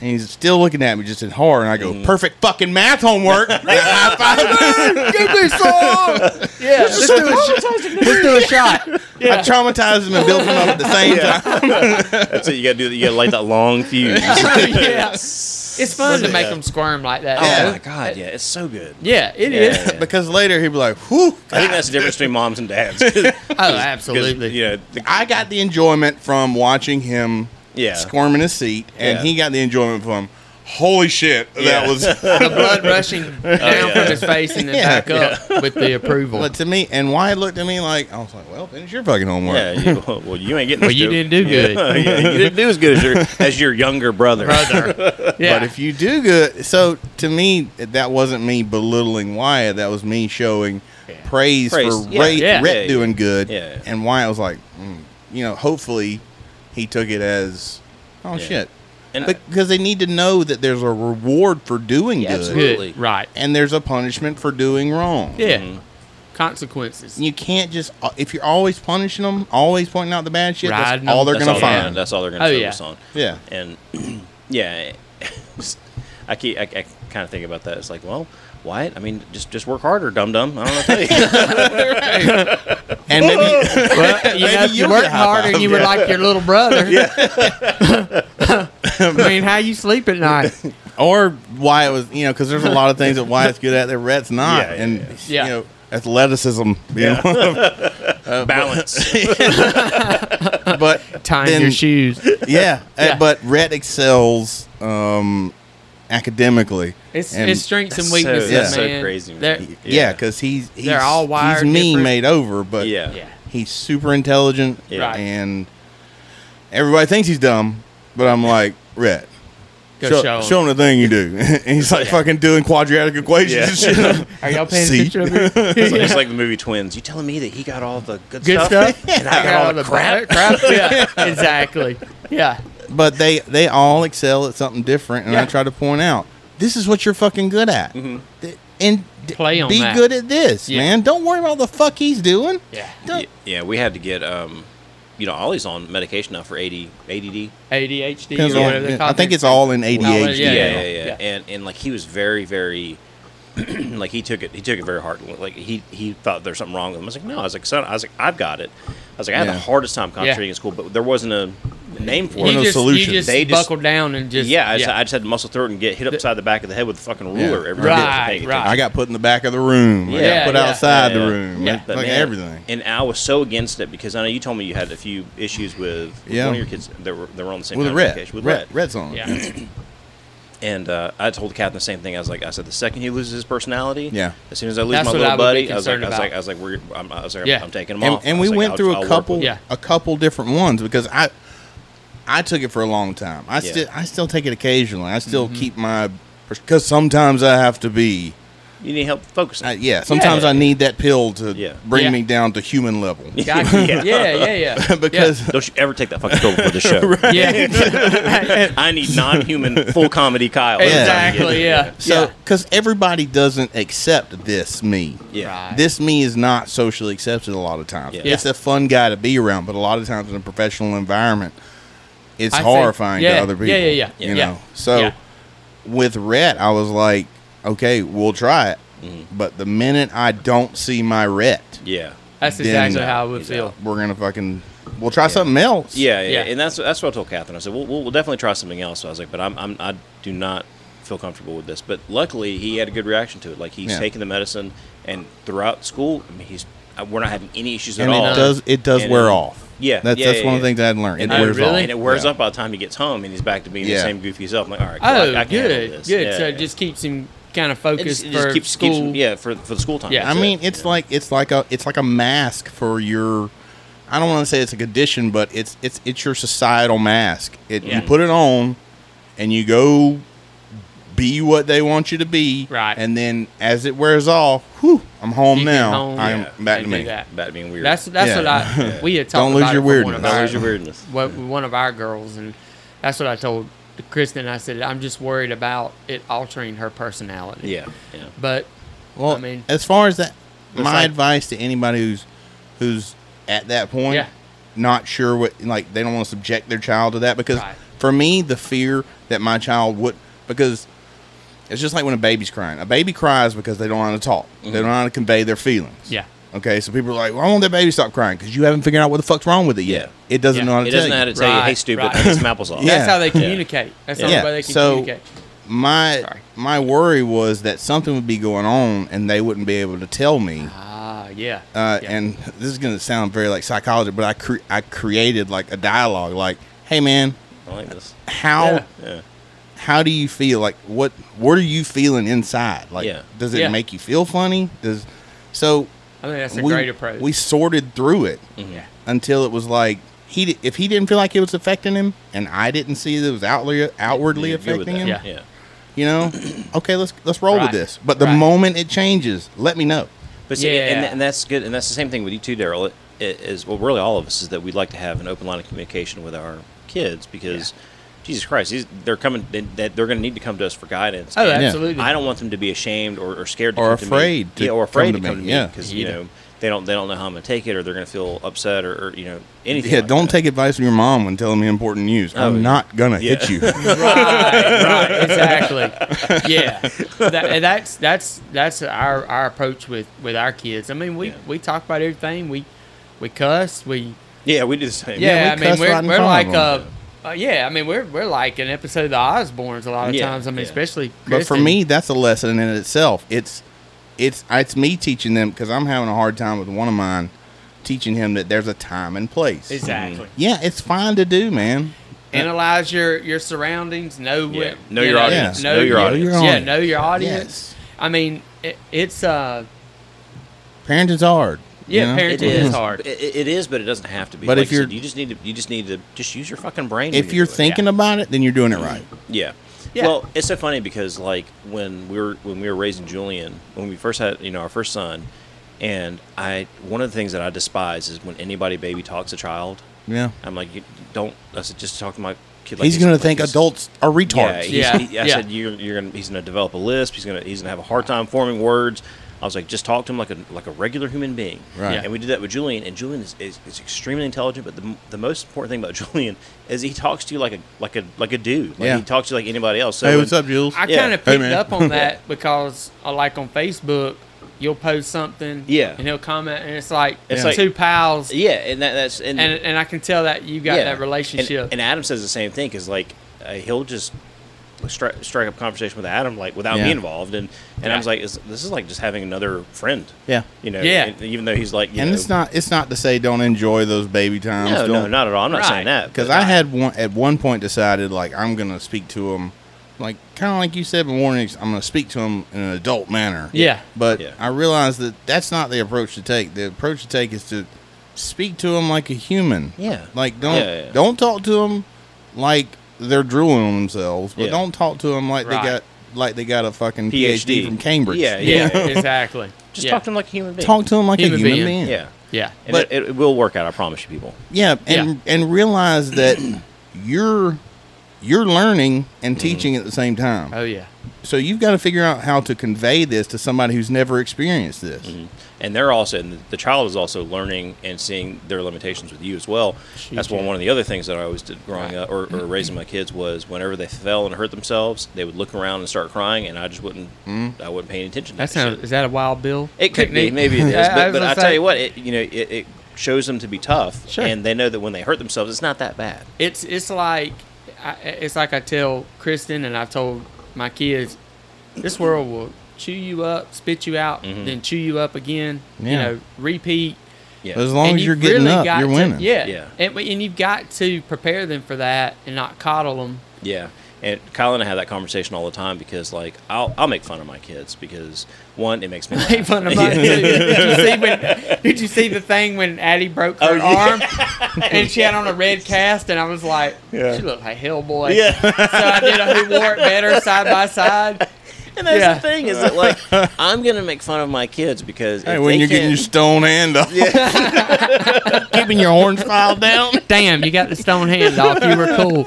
Speaker 1: And he's still looking at me just in horror. And I go, perfect fucking math homework. And I high-fived him.
Speaker 2: Give me some. Yeah. Let's do, a sh- let's do a shot.
Speaker 1: I traumatized him and built him up at the same time.
Speaker 8: That's it. You gotta do. that. You gotta light that long fuse.
Speaker 2: yeah. It's fun to make them squirm like that.
Speaker 8: Oh
Speaker 1: Yeah.
Speaker 8: my god, yeah, it's so good.
Speaker 2: Yeah, it
Speaker 8: Yeah,
Speaker 2: is.
Speaker 8: yeah, yeah.
Speaker 1: Because later he'd be like, whew,
Speaker 8: I think that's the difference between moms and dads. 'Cause,
Speaker 2: Oh, absolutely.
Speaker 8: You know, the,
Speaker 1: I got the enjoyment from watching him
Speaker 8: Yeah.
Speaker 1: squirm in his seat, and
Speaker 8: Yeah.
Speaker 1: he got the enjoyment from, holy shit,
Speaker 8: Yeah.
Speaker 1: that was.
Speaker 2: The blood rushing down
Speaker 8: yeah.
Speaker 2: from his face and then
Speaker 1: Yeah.
Speaker 2: back up with the approval.
Speaker 1: but to me, and Wyatt looked at me like, I was like, well, finish your fucking homework.
Speaker 8: yeah, you, well, you ain't getting.
Speaker 2: Well,
Speaker 8: this
Speaker 2: you
Speaker 8: joke.
Speaker 2: didn't do
Speaker 8: Yeah,
Speaker 2: good,
Speaker 8: yeah, you didn't do as good as your as your younger brother.
Speaker 2: brother. Yeah.
Speaker 1: But if you do good, so to me, that wasn't me belittling Wyatt. That was me showing praise,
Speaker 8: Praise,
Speaker 1: for
Speaker 8: yeah,
Speaker 1: Ray,
Speaker 2: yeah.
Speaker 1: Rhett
Speaker 8: Yeah, yeah.
Speaker 1: doing good.
Speaker 8: Yeah.
Speaker 1: "Hmm, And Wyatt was like, mm, you know, hopefully he took it as, oh
Speaker 8: Yeah.
Speaker 1: shit,
Speaker 8: And
Speaker 1: because they need to know that there's a reward for doing
Speaker 8: Yeah,
Speaker 1: good,
Speaker 8: absolutely.
Speaker 2: Good. Right.
Speaker 1: and there's a punishment for doing wrong.
Speaker 2: Yeah. Consequences.
Speaker 1: You can't just if you're always punishing them, always pointing out the bad shit. That's
Speaker 2: Riding
Speaker 1: all
Speaker 2: 'em.
Speaker 1: they're
Speaker 8: that's
Speaker 1: gonna
Speaker 8: all
Speaker 1: find.
Speaker 8: Yeah, that's all they're gonna
Speaker 2: Oh,
Speaker 8: focus
Speaker 2: yeah.
Speaker 8: on.
Speaker 1: Yeah.
Speaker 8: And yeah, I keep I, I kind of think about that. It's like, well, why? I mean, just just work harder, dum dum. I don't know. What to tell you.
Speaker 1: and maybe
Speaker 2: Well, you know,
Speaker 1: Maybe
Speaker 2: if you
Speaker 1: you
Speaker 2: worked
Speaker 1: should hop
Speaker 2: harder, you were like your little brother. I mean, how you sleep at night?
Speaker 1: or why it was you know because there's a lot of things that Wyatt's good at that Rhett's not,
Speaker 8: Yeah, yeah,
Speaker 1: and
Speaker 2: yeah.
Speaker 1: you know athleticism. Yeah.
Speaker 8: Balance.
Speaker 1: but
Speaker 2: Tying
Speaker 1: then-
Speaker 2: your shoes.
Speaker 1: yeah, uh,
Speaker 2: Yeah.
Speaker 1: but Rhett excels um, academically.
Speaker 2: It's,
Speaker 1: And-
Speaker 2: it's strengths and
Speaker 8: so-
Speaker 2: weaknesses,
Speaker 1: that's
Speaker 8: so
Speaker 2: man.
Speaker 8: crazy, man.
Speaker 2: They're-
Speaker 8: Yeah.
Speaker 1: yeah, because he's, he's
Speaker 2: all wired
Speaker 1: He's me
Speaker 2: different.
Speaker 1: made over, but
Speaker 8: yeah.
Speaker 2: yeah.
Speaker 1: he's super intelligent,
Speaker 8: Yeah. Right.
Speaker 1: and everybody thinks he's dumb, but I'm like Rhett.
Speaker 2: Go
Speaker 1: show,
Speaker 2: show 'em.
Speaker 1: him the thing you do. and he's like fucking doing quadratic equations
Speaker 8: Yeah.
Speaker 1: and shit.
Speaker 2: Are y'all paying
Speaker 1: See?
Speaker 2: attention over here?
Speaker 8: It's, like, it's like the movie Twins. You telling me that he got all the good,
Speaker 2: Good
Speaker 8: stuff,
Speaker 2: stuff?
Speaker 8: and I got all the crap?
Speaker 2: crap. Yeah, exactly. Yeah.
Speaker 1: but they they all excel at something different, and I
Speaker 2: Yeah.
Speaker 1: try to point out this is what you're fucking good at,
Speaker 8: Mm-hmm.
Speaker 1: Th- and d-
Speaker 2: Play on
Speaker 1: be
Speaker 2: that.
Speaker 1: good at this,
Speaker 2: Yeah.
Speaker 1: man. Don't worry about the fuck he's doing.
Speaker 2: Yeah.
Speaker 1: Don't-
Speaker 8: Yeah, yeah, we had to get um, you know, Ollie's on medication now for AD, ADD.
Speaker 2: ADHD
Speaker 1: depends
Speaker 2: or
Speaker 1: on-
Speaker 2: whatever they call
Speaker 1: I think
Speaker 2: it.
Speaker 1: it's all in ADHD.
Speaker 2: yeah,
Speaker 8: yeah, yeah,
Speaker 2: yeah,
Speaker 8: yeah, yeah.
Speaker 2: yeah.
Speaker 8: And and like he was very, very, like he took it, he took it very hard. Like he he thought there's something wrong with him. I was like, no, I was like, son, I was like, I've got it. I was like, I had
Speaker 1: Yeah.
Speaker 8: the hardest time concentrating in school, but there wasn't a name for
Speaker 2: You
Speaker 8: it.
Speaker 1: no
Speaker 2: just,
Speaker 1: solution.
Speaker 2: You just
Speaker 8: They just-
Speaker 2: buckle down and just
Speaker 8: yeah, I just, I just had to muscle through it and get hit upside the back of the head with a fucking ruler every
Speaker 2: Right,
Speaker 8: time I was paying
Speaker 2: right.
Speaker 1: I got put in the back of the room. I
Speaker 8: Yeah,
Speaker 1: got put
Speaker 2: yeah,
Speaker 1: outside
Speaker 8: yeah,
Speaker 1: the
Speaker 8: yeah.
Speaker 1: room.
Speaker 2: Yeah.
Speaker 1: Like,
Speaker 8: But
Speaker 1: like
Speaker 8: man,
Speaker 1: everything.
Speaker 8: And I was so against it because I know you told me you had a few issues with, with
Speaker 1: Yeah.
Speaker 8: one of your kids that were, that were on the same
Speaker 1: With
Speaker 8: kind of
Speaker 1: red,
Speaker 8: medication, with
Speaker 1: red,
Speaker 8: Rhett.
Speaker 1: red's on. it.
Speaker 2: yeah.
Speaker 8: And uh, I told Catherine the same thing. I was like, I said, the second he loses his personality,
Speaker 1: Yeah.
Speaker 8: As soon as I lose
Speaker 2: That's
Speaker 8: my
Speaker 2: what
Speaker 8: little
Speaker 2: I would
Speaker 8: buddy,
Speaker 2: be
Speaker 8: I was like,
Speaker 2: concerned
Speaker 8: I was like,
Speaker 2: about.
Speaker 8: I was like, we're, I'm, I was like,
Speaker 2: Yeah.
Speaker 8: I'm taking him
Speaker 1: and,
Speaker 8: off.
Speaker 1: and
Speaker 8: I
Speaker 1: we
Speaker 8: was like,
Speaker 1: went
Speaker 8: I'll-
Speaker 1: through
Speaker 8: I'll
Speaker 1: a
Speaker 8: work
Speaker 1: couple
Speaker 8: with it.
Speaker 2: Yeah.
Speaker 1: a couple different ones because I I took it for a long time. I
Speaker 8: Yeah. Mm-hmm.
Speaker 1: still I still take it occasionally. I still keep my because sometimes I have to be
Speaker 8: You need help focusing.
Speaker 1: I, yeah. Sometimes I need that pill to
Speaker 8: Yeah.
Speaker 1: bring
Speaker 2: Yeah.
Speaker 1: me down to human level
Speaker 2: Gotcha.
Speaker 8: Yeah.
Speaker 2: yeah. Yeah. Yeah.
Speaker 1: because
Speaker 8: Don't you ever take that fucking pill before the show.
Speaker 2: Yeah. yeah.
Speaker 8: I need non-human full comedy Kyle. every time I get
Speaker 2: exactly.
Speaker 8: it.
Speaker 2: Yeah.
Speaker 1: so because everybody doesn't accept this me.
Speaker 8: yeah.
Speaker 2: Right.
Speaker 1: This me is not socially accepted a lot of times.
Speaker 8: Yeah.
Speaker 1: It's a fun guy to be around, but a lot of times in a professional environment, it's
Speaker 2: I think-
Speaker 1: horrifying
Speaker 2: yeah,
Speaker 1: to other
Speaker 2: yeah,
Speaker 1: people.
Speaker 2: yeah, yeah,
Speaker 1: You
Speaker 2: yeah,
Speaker 1: know, so
Speaker 2: yeah.
Speaker 1: with Rhett, I was like, okay, we'll try it,
Speaker 8: Mm-hmm.
Speaker 1: but the minute I don't see my Rhett,
Speaker 8: Yeah.
Speaker 2: That's
Speaker 1: Then,
Speaker 2: exactly
Speaker 1: uh,
Speaker 2: how I would
Speaker 8: he's
Speaker 2: feel.
Speaker 8: out.
Speaker 1: we're gonna fucking we'll try something else.
Speaker 8: Yeah, yeah,
Speaker 2: Yeah.
Speaker 8: and that's that's what I told Catherine. I said, "We'll, we'll, we'll definitely try something else." I was like, "But I'm, I'm I do not feel comfortable with this." But luckily, he had a good reaction to it. Like he's
Speaker 1: Yeah.
Speaker 8: taking the medicine, and throughout school, I mean, he's uh, we're not having any issues
Speaker 1: and
Speaker 8: at all.
Speaker 1: it does it does
Speaker 8: And,
Speaker 1: wear
Speaker 8: uh,
Speaker 1: off.
Speaker 8: Yeah,
Speaker 1: that's
Speaker 8: yeah,
Speaker 1: that's
Speaker 8: yeah,
Speaker 1: one of
Speaker 8: yeah.
Speaker 1: the things I had learned. It
Speaker 8: And
Speaker 1: wears
Speaker 2: really?
Speaker 1: off,
Speaker 8: And it wears
Speaker 1: Yeah.
Speaker 8: up by the time he gets home, and he's back to being the
Speaker 1: Yeah.
Speaker 8: same goofy self. I'm like, all right, cool,
Speaker 2: Oh,
Speaker 8: I, I can handle
Speaker 2: good.
Speaker 8: this.
Speaker 2: Good.
Speaker 8: Yeah,
Speaker 2: so
Speaker 8: yeah.
Speaker 2: it just keeps him kind of focused
Speaker 8: It just, it
Speaker 2: for
Speaker 8: just keeps
Speaker 2: school.
Speaker 8: keeps him- yeah for for the school time.
Speaker 2: Yeah.
Speaker 1: I
Speaker 8: That's it.
Speaker 1: mean, it's
Speaker 8: Yeah.
Speaker 1: like it's like a it's like a mask for your. I don't want to say it's a condition, but it's it's it's your societal mask. It,
Speaker 2: Yeah.
Speaker 1: You put it on, and you go be what they want you to be.
Speaker 2: Right.
Speaker 1: And then as it wears off, whew, I'm home
Speaker 2: You get
Speaker 1: now.
Speaker 2: home,
Speaker 1: I'm
Speaker 8: yeah,
Speaker 1: back
Speaker 2: and
Speaker 1: to
Speaker 2: do
Speaker 1: me.
Speaker 2: that.
Speaker 8: that being weird.
Speaker 2: That's that's what
Speaker 1: Yeah.
Speaker 2: I we had talked
Speaker 1: Don't lose
Speaker 2: about
Speaker 1: your
Speaker 2: it with
Speaker 1: weirdness.
Speaker 2: One of
Speaker 8: Don't
Speaker 2: our,
Speaker 8: lose your weirdness.
Speaker 2: What, with one of our girls, and that's what I told Kristen. I said I'm just worried about it altering her personality.
Speaker 8: yeah, yeah.
Speaker 2: But
Speaker 1: Well,
Speaker 2: I mean-
Speaker 1: as far as that, my
Speaker 2: like-
Speaker 1: advice to anybody who's who's at that point,
Speaker 2: Yeah.
Speaker 1: not sure what like they don't want to subject their child to that because
Speaker 2: Right.
Speaker 1: for me the fear that my child would because it's just like when a baby's crying. A baby cries because they don't know how to talk. They don't know how to convey their feelings.
Speaker 2: Mm-hmm. yeah,
Speaker 1: Okay, so people are like, "Well, I want that baby to stop crying because you haven't figured out what the fuck's wrong with it yet. It doesn't
Speaker 2: Yeah.
Speaker 1: know how to
Speaker 8: It
Speaker 1: tell you.
Speaker 8: doesn't know how to tell you, "Hey,
Speaker 2: Right,
Speaker 8: stupid,
Speaker 2: right.
Speaker 8: I need some apples off."
Speaker 1: Yeah.
Speaker 2: that's how they communicate. That's the only way they can
Speaker 1: so
Speaker 2: communicate.
Speaker 1: my
Speaker 2: Sorry.
Speaker 1: my worry was that something would be going on and they wouldn't be able to tell me.
Speaker 2: Ah, yeah.
Speaker 1: uh,
Speaker 2: yeah.
Speaker 1: and this is gonna sound very like psychology, but I cre- I created like a dialogue, like, "Hey man,
Speaker 8: I like this.
Speaker 1: how
Speaker 2: Yeah.
Speaker 8: Yeah.
Speaker 1: how do you feel? Like, what what are you feeling inside? Like,
Speaker 8: Yeah.
Speaker 1: does it
Speaker 2: Yeah.
Speaker 1: make you feel funny? Does so
Speaker 2: I think that's a
Speaker 1: we
Speaker 2: great approach. Mm.
Speaker 1: we sorted through it
Speaker 2: yeah.
Speaker 1: until it was like he di- if he didn't feel like it was affecting him, and I didn't see that it was outwardly outwardly
Speaker 8: You're good with
Speaker 1: affecting
Speaker 8: that.
Speaker 1: him,
Speaker 2: Yeah.
Speaker 8: yeah.
Speaker 1: you know, okay, let's let's roll with
Speaker 2: Right.
Speaker 1: this. But the
Speaker 2: Right.
Speaker 1: moment it changes, let me know.
Speaker 8: But see, and,
Speaker 2: Yeah.
Speaker 8: and that's good, and that's the same thing with you too, Daryl. It, it is well, really all of us is that we'd like to have an open line of communication with our kids because Jesus Christ, these, they're coming. They, that they're going to need to come to us for guidance.
Speaker 2: Oh,
Speaker 8: And
Speaker 2: absolutely.
Speaker 8: I don't want them to be ashamed or, or scared to
Speaker 1: Or
Speaker 8: come
Speaker 1: afraid
Speaker 8: to me.
Speaker 1: to
Speaker 8: yeah, or
Speaker 1: come
Speaker 8: afraid
Speaker 1: to
Speaker 8: to
Speaker 1: me,
Speaker 8: come to me
Speaker 1: yeah.
Speaker 8: because you know they don't they don't know how I'm going to take it or they're going to feel upset or, or you know anything.
Speaker 1: Yeah,
Speaker 8: like
Speaker 1: don't
Speaker 8: that.
Speaker 1: take advice from your mom when telling me important news.
Speaker 8: Oh,
Speaker 1: I'm
Speaker 8: yeah.
Speaker 1: not gonna hit
Speaker 8: Yeah.
Speaker 1: you.
Speaker 2: right, right, exactly. Yeah, that, and that's that's that's our, our approach with, with our kids. I mean, we,
Speaker 8: Yeah.
Speaker 2: we talk about everything. We we cuss. We
Speaker 8: Yeah, we do the same.
Speaker 2: yeah.
Speaker 1: we
Speaker 2: I mean,
Speaker 1: cuss
Speaker 2: we're,
Speaker 1: right in
Speaker 2: we're
Speaker 1: front of
Speaker 2: like uh, uh, yeah. I mean, we're we're like an episode of The Osbournes a lot of
Speaker 8: Yeah,
Speaker 2: times. I mean,
Speaker 8: yeah.
Speaker 2: especially.
Speaker 1: but for
Speaker 2: Kristen.
Speaker 1: me, that's a lesson in itself. It's it's it's me teaching them because I'm having a hard time with one of mine, teaching him that there's a time and place.
Speaker 2: exactly.
Speaker 1: Yeah, it's fine to do, man.
Speaker 2: Mm-hmm. Analyze your, your surroundings. Know
Speaker 8: Yeah.
Speaker 2: what,
Speaker 8: Know
Speaker 2: you
Speaker 8: your audience.
Speaker 1: Know
Speaker 8: Know your
Speaker 1: your
Speaker 8: audience.
Speaker 2: Yeah,
Speaker 1: audience.
Speaker 2: know your audience.
Speaker 1: Yes.
Speaker 2: I mean, it, it's uh,
Speaker 1: Parenting's hard. you
Speaker 2: Yeah,
Speaker 1: know?
Speaker 2: parenting-
Speaker 8: It
Speaker 2: It
Speaker 8: is
Speaker 2: is hard.
Speaker 8: It, it is, but it doesn't have to be.
Speaker 1: But
Speaker 8: Like
Speaker 1: if
Speaker 8: you
Speaker 1: you're-
Speaker 8: said, you just need to, you just need to just use your fucking brain. when
Speaker 1: If you're
Speaker 8: doing it.
Speaker 1: thinking about it, then you're doing it right.
Speaker 8: Yeah.
Speaker 2: Yeah.
Speaker 8: Well, it's so funny because like when we were when we were raising Julian, when we first had you know our first son, and I one of the things that I despise is when anybody baby talks a child.
Speaker 1: Yeah.
Speaker 8: I'm like, you don't. I said, just talk to my kid. Like
Speaker 1: He's gonna
Speaker 8: like
Speaker 1: think
Speaker 8: he's-
Speaker 1: adults are
Speaker 8: Yeah,
Speaker 1: retards.
Speaker 8: he's,
Speaker 2: Yeah,
Speaker 8: He, I
Speaker 2: yeah.
Speaker 8: said you're, you're gonna. He's gonna develop a lisp. He's gonna. He's gonna have a hard time forming words. I was like, just talk to him like a like a regular human being.
Speaker 1: Right.
Speaker 8: And we did that with Julian, and Julian is, is, is extremely intelligent. But the, m- the most important thing about Julian is he talks to you like a like a like a dude. Like
Speaker 1: Yeah.
Speaker 8: He talks to you like anybody else. So
Speaker 1: hey,
Speaker 8: when-
Speaker 1: what's up, Jules?
Speaker 2: I
Speaker 8: Yeah.
Speaker 2: kind of
Speaker 1: Hey,
Speaker 2: picked
Speaker 1: man.
Speaker 2: up on that because, uh, like on Facebook, you'll post something,
Speaker 8: Yeah.
Speaker 2: and he'll comment, and it's like
Speaker 8: It's
Speaker 2: two
Speaker 8: like-
Speaker 2: pals,
Speaker 8: Yeah, and that, that's and,
Speaker 2: and and I can tell that you got
Speaker 8: yeah.
Speaker 2: that relationship.
Speaker 8: And, and Adam says the same thing because like uh, he'll just stri- strike up conversation with Adam like without me
Speaker 1: Yeah.
Speaker 8: involved, and and I was like, is, this is like just having another friend.
Speaker 1: Yeah.
Speaker 8: You know.
Speaker 2: Yeah.
Speaker 8: and even though he's like, you
Speaker 1: And
Speaker 8: know,
Speaker 1: it's not it's not to say don't enjoy those baby times.
Speaker 8: No, no,
Speaker 1: don't-
Speaker 8: not at all. I'm not
Speaker 2: Right.
Speaker 8: saying that
Speaker 1: Because
Speaker 8: but-
Speaker 1: I had one at one point decided like I'm gonna speak to him, like kind of like you said, in warnings. I'm gonna speak to him in an adult manner.
Speaker 2: Yeah.
Speaker 1: But
Speaker 8: Yeah.
Speaker 1: I realized that that's not the approach to take. The approach to take is to speak to him like a human.
Speaker 8: Yeah.
Speaker 1: Like don't
Speaker 8: Yeah, yeah.
Speaker 1: don't talk to him like they're drooling on themselves, but
Speaker 8: Yeah.
Speaker 1: don't talk to him like
Speaker 2: Right.
Speaker 1: they got like they got a fucking PhD,
Speaker 8: PhD.
Speaker 1: from Cambridge.
Speaker 8: Yeah,
Speaker 2: yeah,
Speaker 8: yeah.
Speaker 2: exactly.
Speaker 8: just
Speaker 2: yeah.
Speaker 8: talk to him like a human being.
Speaker 1: Talk to him like
Speaker 2: Human
Speaker 1: a human
Speaker 2: being.
Speaker 1: being.
Speaker 8: yeah,
Speaker 2: Yeah,
Speaker 8: and
Speaker 1: But-
Speaker 8: it, it will work out. I promise you, people.
Speaker 1: Yeah, and and realize that you're you're learning
Speaker 2: Mm-hmm.
Speaker 1: and teaching at the same time.
Speaker 2: oh yeah,
Speaker 1: So you've got to figure out how to convey this to somebody who's never experienced this.
Speaker 2: Mm-hmm.
Speaker 8: Mm-hmm. And they're also, and the child is also learning and seeing their limitations with you as well. That's one one of the other things that I always did growing up or, or raising my kids was whenever they fell and hurt themselves, they would look around and start crying, and I just wouldn't, I wouldn't pay any attention. to
Speaker 2: that
Speaker 8: that
Speaker 2: sounds.
Speaker 8: shit.
Speaker 2: Is that a wild bill?
Speaker 8: It could be,
Speaker 2: technique?
Speaker 8: maybe it is.
Speaker 2: Yeah, I
Speaker 8: but
Speaker 2: was
Speaker 8: but
Speaker 2: gonna
Speaker 8: I
Speaker 2: say,
Speaker 8: tell you what, it, you know, it, it shows them to be tough,
Speaker 2: Sure.
Speaker 8: and they know that when they hurt themselves, it's not that bad.
Speaker 2: it's it's like I, it's like I tell Kristen and I've told my kids, this world will chew you up, spit you out,
Speaker 8: Mm-hmm.
Speaker 2: then chew you up again. You
Speaker 1: Yeah.
Speaker 2: know, repeat.
Speaker 8: Yeah.
Speaker 1: But as long
Speaker 2: And
Speaker 1: as
Speaker 2: you've
Speaker 1: you're getting
Speaker 2: really
Speaker 1: up,
Speaker 2: got
Speaker 1: you're
Speaker 2: to-
Speaker 1: winning.
Speaker 2: yeah,
Speaker 8: Yeah.
Speaker 2: And, and you've got to prepare them for that and not coddle them.
Speaker 8: Yeah. And Kyle and I have that conversation all the time because, like, I'll, I'll make fun of my kids because, one, it makes me laugh.
Speaker 2: Hey, fun of mine, too. Did you see when? Did you see the thing when Addie broke her
Speaker 8: Oh, yeah.
Speaker 2: arm and she had on a red cast? And I was like, she looked like Hellboy.
Speaker 8: Yeah.
Speaker 2: So I did a Who Wore It Better side by side.
Speaker 8: And that's
Speaker 2: Yeah.
Speaker 8: the thing is that, like, I'm going to make fun of my kids because.
Speaker 1: Hey,
Speaker 8: if
Speaker 1: when
Speaker 8: they
Speaker 1: you're getting your
Speaker 8: can't-
Speaker 1: stone hand up, keeping your horns filed down.
Speaker 2: Damn, you got the stone hand off. You were cool.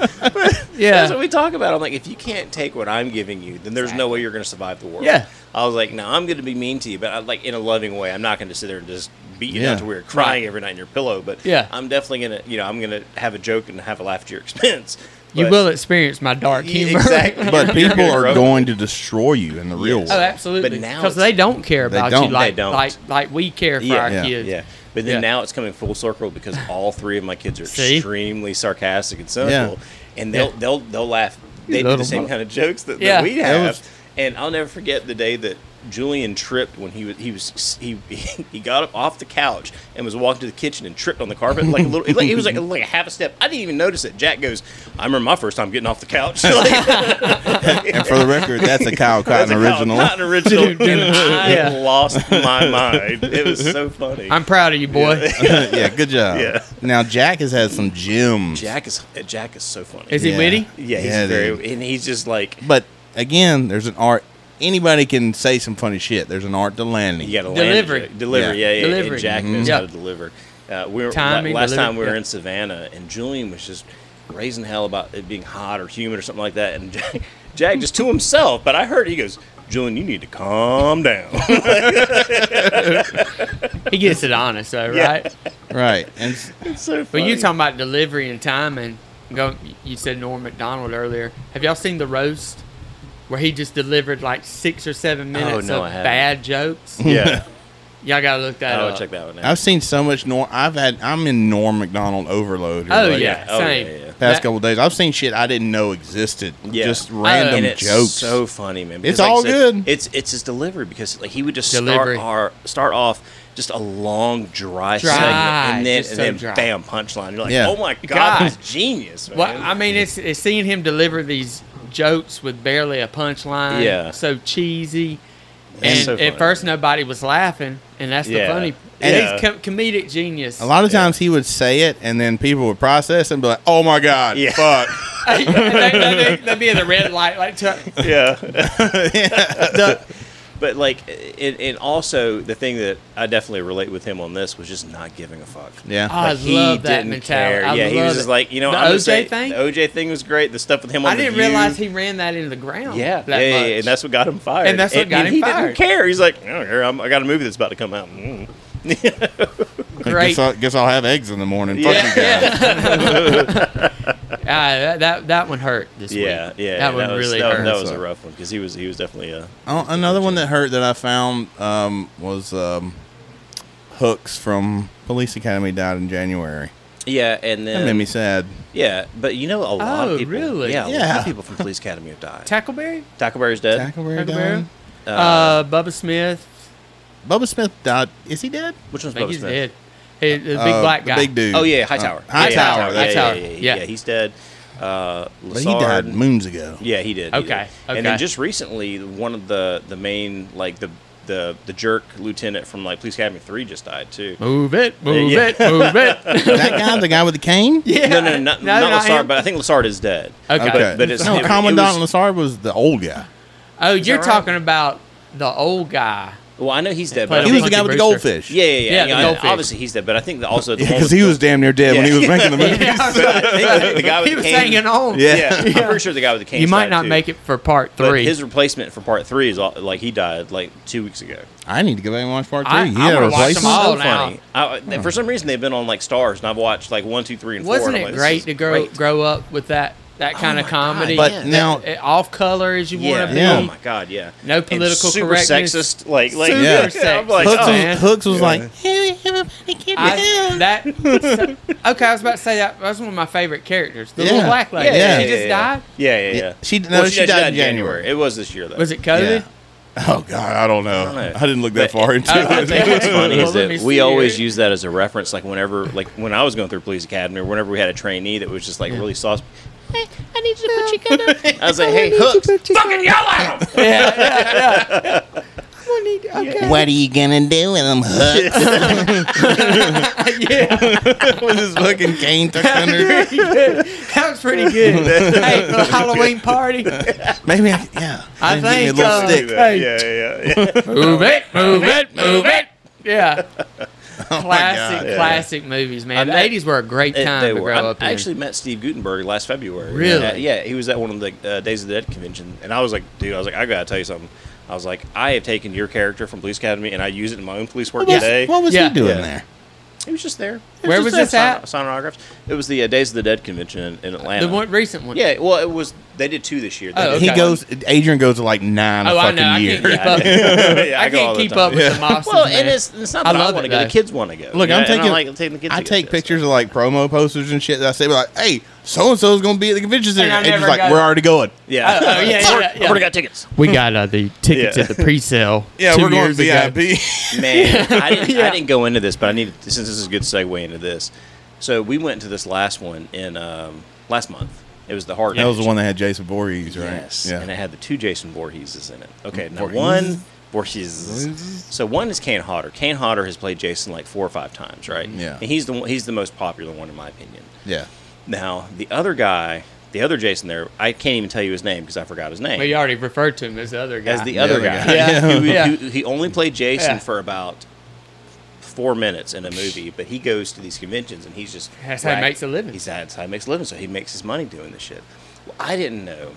Speaker 2: Yeah.
Speaker 8: That's what we talk about. I'm like, if you can't take what I'm giving you, then there's no way you're going to survive the world.
Speaker 2: Yeah.
Speaker 8: I was like, no, I'm going to be mean to you, but I, like in a loving way. I'm not going to sit there and just beat you
Speaker 1: Yeah.
Speaker 8: down to where you're crying every night in your pillow. But
Speaker 2: Yeah.
Speaker 8: I'm definitely going to, you know, I'm going to have a joke and have a laugh at your expense.
Speaker 2: You
Speaker 8: But-
Speaker 2: will experience my dark
Speaker 8: Yeah,
Speaker 2: humor.
Speaker 8: Exactly.
Speaker 1: But people are
Speaker 8: Grow.
Speaker 1: going to destroy you in the real
Speaker 8: Yes.
Speaker 1: world.
Speaker 2: Oh, absolutely.
Speaker 8: But now
Speaker 2: Because
Speaker 8: it's-
Speaker 2: they don't care
Speaker 1: They
Speaker 2: about
Speaker 1: don't.
Speaker 2: you
Speaker 1: They
Speaker 2: like,
Speaker 8: don't.
Speaker 2: like like we care for
Speaker 8: Yeah.
Speaker 2: our
Speaker 1: Yeah.
Speaker 2: kids.
Speaker 8: Yeah, but then
Speaker 2: Yeah.
Speaker 8: now it's coming full circle because all three of my kids are
Speaker 2: See?
Speaker 8: extremely sarcastic and cynical, and they'll
Speaker 2: Yeah.
Speaker 8: they'll they'll laugh. They do
Speaker 1: little
Speaker 8: the same kind of jokes that, that
Speaker 2: Yeah.
Speaker 8: we
Speaker 1: That
Speaker 8: have,
Speaker 1: was-
Speaker 8: and I'll never forget the day that Julian tripped when he was he was he he got up off the couch and was walking to the kitchen and tripped on the carpet like a little like he was like like a half a step. I didn't even notice it. Jack goes, "I remember my first time getting off the couch."
Speaker 1: And for the record, that's a Kyle Cotton original.
Speaker 8: not an original. And I
Speaker 2: Yeah.
Speaker 8: lost my mind. It was so funny.
Speaker 2: I'm proud of you, boy.
Speaker 1: yeah, good job.
Speaker 8: Yeah.
Speaker 1: Now Jack has had some gems,
Speaker 8: Jack is Jack is so funny.
Speaker 2: Is he
Speaker 1: Yeah.
Speaker 2: witty?
Speaker 8: Yeah, he's
Speaker 1: Yeah,
Speaker 8: very,
Speaker 1: dude.
Speaker 8: and he's just like
Speaker 1: but again, there's an art. Anybody can say some funny shit. There's an art to landing.
Speaker 8: you got to
Speaker 2: Delivery.
Speaker 8: delivery, yeah,
Speaker 1: Yeah.
Speaker 8: yeah, yeah.
Speaker 2: Delivery.
Speaker 8: And Jack knows
Speaker 2: Mhm.
Speaker 8: how to deliver. Uh, we were
Speaker 2: Timing,
Speaker 8: la- last
Speaker 2: delivery,
Speaker 8: time we were
Speaker 2: yeah.
Speaker 8: in Savannah, and Julian was just raising hell about it being hot or humid or something like that. And Jack, Jack just to himself, but I heard he goes, Julian, you need to calm down.
Speaker 2: He gets it honest though,
Speaker 8: Yeah.
Speaker 2: right?
Speaker 1: Right. And s-
Speaker 8: it's so
Speaker 2: But
Speaker 8: funny.
Speaker 2: you talking about delivery and timing? Go. You said Norm Macdonald earlier. Have y'all seen the roast where he just delivered like six or seven minutes
Speaker 8: Oh, no, I
Speaker 2: of
Speaker 8: haven't.
Speaker 2: bad jokes?
Speaker 8: Yeah.
Speaker 2: y'all gotta look that
Speaker 8: I'll
Speaker 2: up.
Speaker 8: check that one out.
Speaker 1: I've seen so much Norm. I've had. I'm in Norm McDonald overload. here
Speaker 2: Oh
Speaker 1: lately.
Speaker 2: yeah,
Speaker 8: Oh, yeah,
Speaker 2: same.
Speaker 8: yeah, yeah.
Speaker 1: Past
Speaker 2: That-
Speaker 1: couple days, I've seen shit I didn't know existed.
Speaker 8: Yeah.
Speaker 1: Just
Speaker 8: Oh,
Speaker 1: random
Speaker 8: and it's
Speaker 1: jokes.
Speaker 8: So funny, man.
Speaker 1: It's
Speaker 8: Because, like I
Speaker 1: all
Speaker 8: said,
Speaker 1: good.
Speaker 8: It's it's his delivery because like he would just
Speaker 2: Delivery.
Speaker 8: start our, start off just a long dry,
Speaker 2: Dry,
Speaker 8: segment and then
Speaker 2: just
Speaker 8: and
Speaker 2: so
Speaker 8: then
Speaker 2: dry.
Speaker 8: bam punchline. You're like,
Speaker 1: Yeah.
Speaker 8: oh my god,
Speaker 2: God.
Speaker 8: that's genius, man.
Speaker 2: Well, I mean, it's, it's seeing him deliver these jokes with barely a punchline.
Speaker 8: Yeah.
Speaker 2: So cheesy.
Speaker 8: That's
Speaker 2: And
Speaker 8: so funny.
Speaker 2: at first, nobody was laughing, and that's the
Speaker 8: Yeah.
Speaker 2: funny. And
Speaker 8: And yeah.
Speaker 2: he's com- comedic genius.
Speaker 1: a lot of times he would say it, and then people would process and be like, "Oh my god,
Speaker 8: Yeah.
Speaker 1: fuck."
Speaker 2: they, they, they, would be in the red light, like to,
Speaker 8: yeah.
Speaker 1: The-
Speaker 8: But like, and, and also the thing that I definitely relate with him on this was just not giving a fuck.
Speaker 1: yeah.
Speaker 2: I
Speaker 8: Like, he
Speaker 2: love that
Speaker 8: didn't
Speaker 2: mentality.
Speaker 8: care.
Speaker 2: I
Speaker 8: yeah,
Speaker 2: love
Speaker 8: he was
Speaker 2: it.
Speaker 8: just like, you know,
Speaker 2: the
Speaker 8: I'm gonna
Speaker 2: OJ
Speaker 8: say-
Speaker 2: thing.
Speaker 8: The OJ thing was great. The stuff with him on
Speaker 2: I
Speaker 8: the
Speaker 2: didn't
Speaker 8: View.
Speaker 2: realize he ran that into the ground.
Speaker 8: Yeah,
Speaker 2: that
Speaker 8: Oh. yeah, yeah,
Speaker 2: much.
Speaker 8: yeah, and that's what got him fired.
Speaker 2: And that's what got him
Speaker 8: he
Speaker 2: fired.
Speaker 8: didn't care. He's like, I don't care. I'm, I got a movie that's about to come out. Mm.
Speaker 2: great.
Speaker 1: Guess, I'll, guess I'll have eggs in the morning. Fuck you
Speaker 8: Yeah.
Speaker 1: guys.
Speaker 2: Ah, that, that that one hurt this
Speaker 8: Yeah,
Speaker 2: week.
Speaker 8: yeah,
Speaker 2: that one
Speaker 8: was,
Speaker 2: really
Speaker 8: that,
Speaker 2: hurt.
Speaker 8: That was a rough one because he was he was definitely a
Speaker 1: Oh, another one that hurt that I found um, was um, Hooks from Police Academy died in January.
Speaker 8: yeah, and
Speaker 1: That
Speaker 8: then
Speaker 1: made me sad.
Speaker 8: yeah, but you know a lot
Speaker 2: Oh,
Speaker 8: of people,
Speaker 2: really?
Speaker 8: yeah, a lot
Speaker 1: Yeah.
Speaker 8: of people from Police Academy have died.
Speaker 2: Tackleberry,
Speaker 8: Tackleberry's dead.
Speaker 1: Tackleberry
Speaker 2: Tackleberry,
Speaker 1: died.
Speaker 2: uh, Bubba Smith.
Speaker 1: Bubba Smith died. Is he dead?
Speaker 8: Which one's
Speaker 2: I think
Speaker 8: Bubba
Speaker 2: he's
Speaker 8: Smith?
Speaker 2: dead. Hey, the big
Speaker 1: Uh,
Speaker 2: black
Speaker 1: the
Speaker 2: guy.
Speaker 1: big dude.
Speaker 8: Oh yeah, Hightower.
Speaker 1: Uh, Hightower,
Speaker 8: Yeah,
Speaker 1: that's
Speaker 8: yeah,
Speaker 2: it.
Speaker 8: yeah, yeah,
Speaker 2: Yeah.
Speaker 8: yeah, he's dead. Uh,
Speaker 1: But he died
Speaker 8: Lassard-
Speaker 1: moons ago.
Speaker 8: Yeah, he did. he
Speaker 2: Okay,
Speaker 8: did. And then
Speaker 2: okay.
Speaker 8: just recently, one of the the main like the the the jerk lieutenant from like Police Academy Three just died too.
Speaker 2: Move it, move
Speaker 8: Yeah.
Speaker 2: it, move it.
Speaker 1: that guy, the guy with the cane?
Speaker 2: yeah.
Speaker 8: No, no, no, not,
Speaker 2: No,
Speaker 8: not
Speaker 2: not
Speaker 8: Lassard,
Speaker 2: him.
Speaker 8: but I think Lassard is dead.
Speaker 2: Okay.
Speaker 1: Okay.
Speaker 8: But it's-
Speaker 1: no,
Speaker 8: it- it
Speaker 1: Commandant
Speaker 8: was-
Speaker 1: Lassard was the old guy.
Speaker 2: Oh, you're
Speaker 8: right?
Speaker 2: talking about the old guy.
Speaker 8: Well, I know he's dead.
Speaker 2: Played
Speaker 8: But I
Speaker 1: He
Speaker 2: a
Speaker 1: was
Speaker 8: think,
Speaker 1: the
Speaker 2: Monkey
Speaker 1: guy with the
Speaker 2: Brewster.
Speaker 1: goldfish.
Speaker 8: yeah, yeah, yeah.
Speaker 2: Yeah,
Speaker 8: yeah,
Speaker 2: the
Speaker 8: I-
Speaker 2: goldfish.
Speaker 8: obviously he's dead, but I think the, also the one
Speaker 1: Because
Speaker 8: with
Speaker 1: he
Speaker 8: the-
Speaker 1: was damn near dead when he
Speaker 8: Yeah.
Speaker 1: was making the movie.
Speaker 8: I think the, the guy with
Speaker 2: he
Speaker 8: the
Speaker 2: was
Speaker 8: cane-
Speaker 2: hanging on.
Speaker 1: Yeah.
Speaker 8: Yeah, I'm pretty sure the guy with the cane.
Speaker 2: You might not make it for part
Speaker 8: But
Speaker 2: three.
Speaker 8: his replacement for part three is all, like he died like two weeks ago.
Speaker 1: I need to go back and watch part three.
Speaker 2: I-
Speaker 1: he
Speaker 2: I
Speaker 1: had a
Speaker 2: wanna watch them
Speaker 1: replacement.
Speaker 2: all.
Speaker 8: so
Speaker 2: now.
Speaker 8: funny. I, for some reason, they've been on like stars, and I've watched like one, two, three, and
Speaker 2: Wasn't
Speaker 8: four.
Speaker 2: it great to grow grow up with that that kind of comedy?
Speaker 1: But now-
Speaker 2: That- off color as you want
Speaker 8: Oh Yeah.
Speaker 2: to be.
Speaker 1: Yeah.
Speaker 8: Oh my god. Yeah.
Speaker 2: No
Speaker 8: And
Speaker 2: political
Speaker 8: super
Speaker 2: correctness.
Speaker 8: sexist. Like like
Speaker 2: Super
Speaker 1: Yeah.
Speaker 8: I'm
Speaker 2: sexist.
Speaker 8: like,
Speaker 1: Hooks,
Speaker 8: oh,
Speaker 2: man.
Speaker 1: was, Hooks was like, hey, everybody get
Speaker 2: I,
Speaker 1: down."
Speaker 2: that okay, I was about to say that that was one of my favorite characters, the
Speaker 1: Yeah.
Speaker 2: little black lady.
Speaker 1: Yeah.
Speaker 2: she just died.
Speaker 8: Yeah, yeah,
Speaker 1: Yeah.
Speaker 8: yeah.
Speaker 1: She- no, she died in January.
Speaker 8: It was this year though.
Speaker 2: Was it COVID?
Speaker 1: Oh, God, I don't know. I,
Speaker 8: don't know.
Speaker 1: didn't look that
Speaker 8: But-
Speaker 1: far into
Speaker 2: I- I
Speaker 1: it.
Speaker 2: think
Speaker 8: What's funny
Speaker 2: Well,
Speaker 8: is
Speaker 2: let me
Speaker 8: that we
Speaker 2: see
Speaker 8: always
Speaker 2: here.
Speaker 8: use that as a reference. Like whenever, like when I was going through police academy, or whenever we had a trainee that was just like really sauce. Hey, I need you to put your gun up. I was like, hey, hooks.
Speaker 2: Fucking yell at him. yeah, yeah, yeah.
Speaker 1: What are you gonna do with them hooks?
Speaker 2: yeah.
Speaker 1: with his fucking cane tucked under.
Speaker 2: That was pretty good. hey, for the Halloween party.
Speaker 1: Maybe I, yeah.
Speaker 2: I
Speaker 1: Give me a
Speaker 2: think,
Speaker 1: little
Speaker 2: uh,
Speaker 1: stick.
Speaker 2: Hey.
Speaker 8: yeah, yeah, yeah.
Speaker 2: Move it, move it, move it. Yeah. classic,
Speaker 1: God.
Speaker 2: classic movies, man.
Speaker 8: I
Speaker 2: the
Speaker 8: bet-
Speaker 2: eighties were a great
Speaker 8: It-
Speaker 2: time
Speaker 8: they
Speaker 2: to
Speaker 8: were.
Speaker 2: grow
Speaker 8: I,
Speaker 2: up.
Speaker 8: I
Speaker 2: in.
Speaker 8: actually met Steve Gutenberg last February.
Speaker 2: Really?
Speaker 8: Uh, yeah, he was at one of the uh, Days of the Dead convention, and I was like, dude, I was like, I gotta tell you something. I was like, I have taken your character from Police Academy, and I use it in my own police work
Speaker 1: What was,
Speaker 8: today.
Speaker 1: what was
Speaker 2: Yeah.
Speaker 1: he doing
Speaker 8: Yeah.
Speaker 1: there?
Speaker 8: He was just there. He
Speaker 2: Where
Speaker 8: just
Speaker 2: was
Speaker 8: there
Speaker 2: this at?
Speaker 8: signing- Signing autographs. It was the uh, Days of the Dead convention in, in Atlanta.
Speaker 2: the one recent one.
Speaker 8: Yeah, well, it was. They did two this year. They
Speaker 2: Oh,
Speaker 8: did
Speaker 2: okay.
Speaker 1: He goes. Adrian goes to like nine
Speaker 2: Oh, I
Speaker 1: fucking
Speaker 2: know. I
Speaker 1: years.
Speaker 2: can't keep up.
Speaker 8: yeah,
Speaker 2: I,
Speaker 8: go all
Speaker 2: can't
Speaker 8: the
Speaker 2: keep
Speaker 8: time.
Speaker 2: up with the monsters.
Speaker 8: Well,
Speaker 2: man.
Speaker 8: and it's, it's not
Speaker 2: I
Speaker 8: that I,
Speaker 2: love
Speaker 8: want to
Speaker 2: it,
Speaker 8: go. The
Speaker 2: though.
Speaker 8: kids want to go.
Speaker 1: Look,
Speaker 8: Yeah,
Speaker 1: I'm
Speaker 8: and
Speaker 1: taking.
Speaker 8: like taking the kids.
Speaker 1: I
Speaker 8: to go
Speaker 1: take
Speaker 8: to this.
Speaker 1: pictures of like promo posters and shit that I say like, "Hey, so and so is gonna be at the convention center,"
Speaker 2: I
Speaker 1: and just
Speaker 2: never
Speaker 1: like,
Speaker 2: got
Speaker 1: "We're
Speaker 2: it.
Speaker 1: already going."
Speaker 8: Yeah.
Speaker 2: Oh, yeah, yeah,
Speaker 8: I've
Speaker 2: yeah.
Speaker 8: already got tickets.
Speaker 2: we got uh, the tickets
Speaker 8: Yeah.
Speaker 2: at the pre-sale.
Speaker 1: Yeah,
Speaker 2: two
Speaker 1: we're going
Speaker 2: years ago.
Speaker 1: VIP.
Speaker 8: Man, I didn't, I didn't go into this, but I needed since this is a good segue into this. So we went to this last one in um, last month. It was the hard.
Speaker 1: that was the one that had Jason Voorhees, right?
Speaker 8: Yes.
Speaker 1: Yeah. Mm,
Speaker 8: And it had the two Jason Voorheeses in it. Okay, now
Speaker 1: Voorhees.
Speaker 8: one Voorhees. So one is Kane Hodder. Kane Hodder has played Jason like four or five times, right?
Speaker 1: Mm, Yeah.
Speaker 8: And he's the one, he's the most popular one in my opinion.
Speaker 1: yeah.
Speaker 8: Now the other guy, the other Jason there, I can't even tell you his name because I forgot his name.
Speaker 2: Well, you already referred to him as the other guy.
Speaker 8: as the other
Speaker 1: other
Speaker 8: guy,
Speaker 1: guy.
Speaker 2: Yeah.
Speaker 8: Who,
Speaker 2: Yeah.
Speaker 8: who- he only played Jason
Speaker 2: Yeah.
Speaker 8: for about four minutes in a movie, but he goes to these conventions and he's just
Speaker 2: That's how he
Speaker 8: rack-
Speaker 2: makes a living.
Speaker 8: He's that's how he makes a living, so he makes his money doing this shit. Well, I didn't know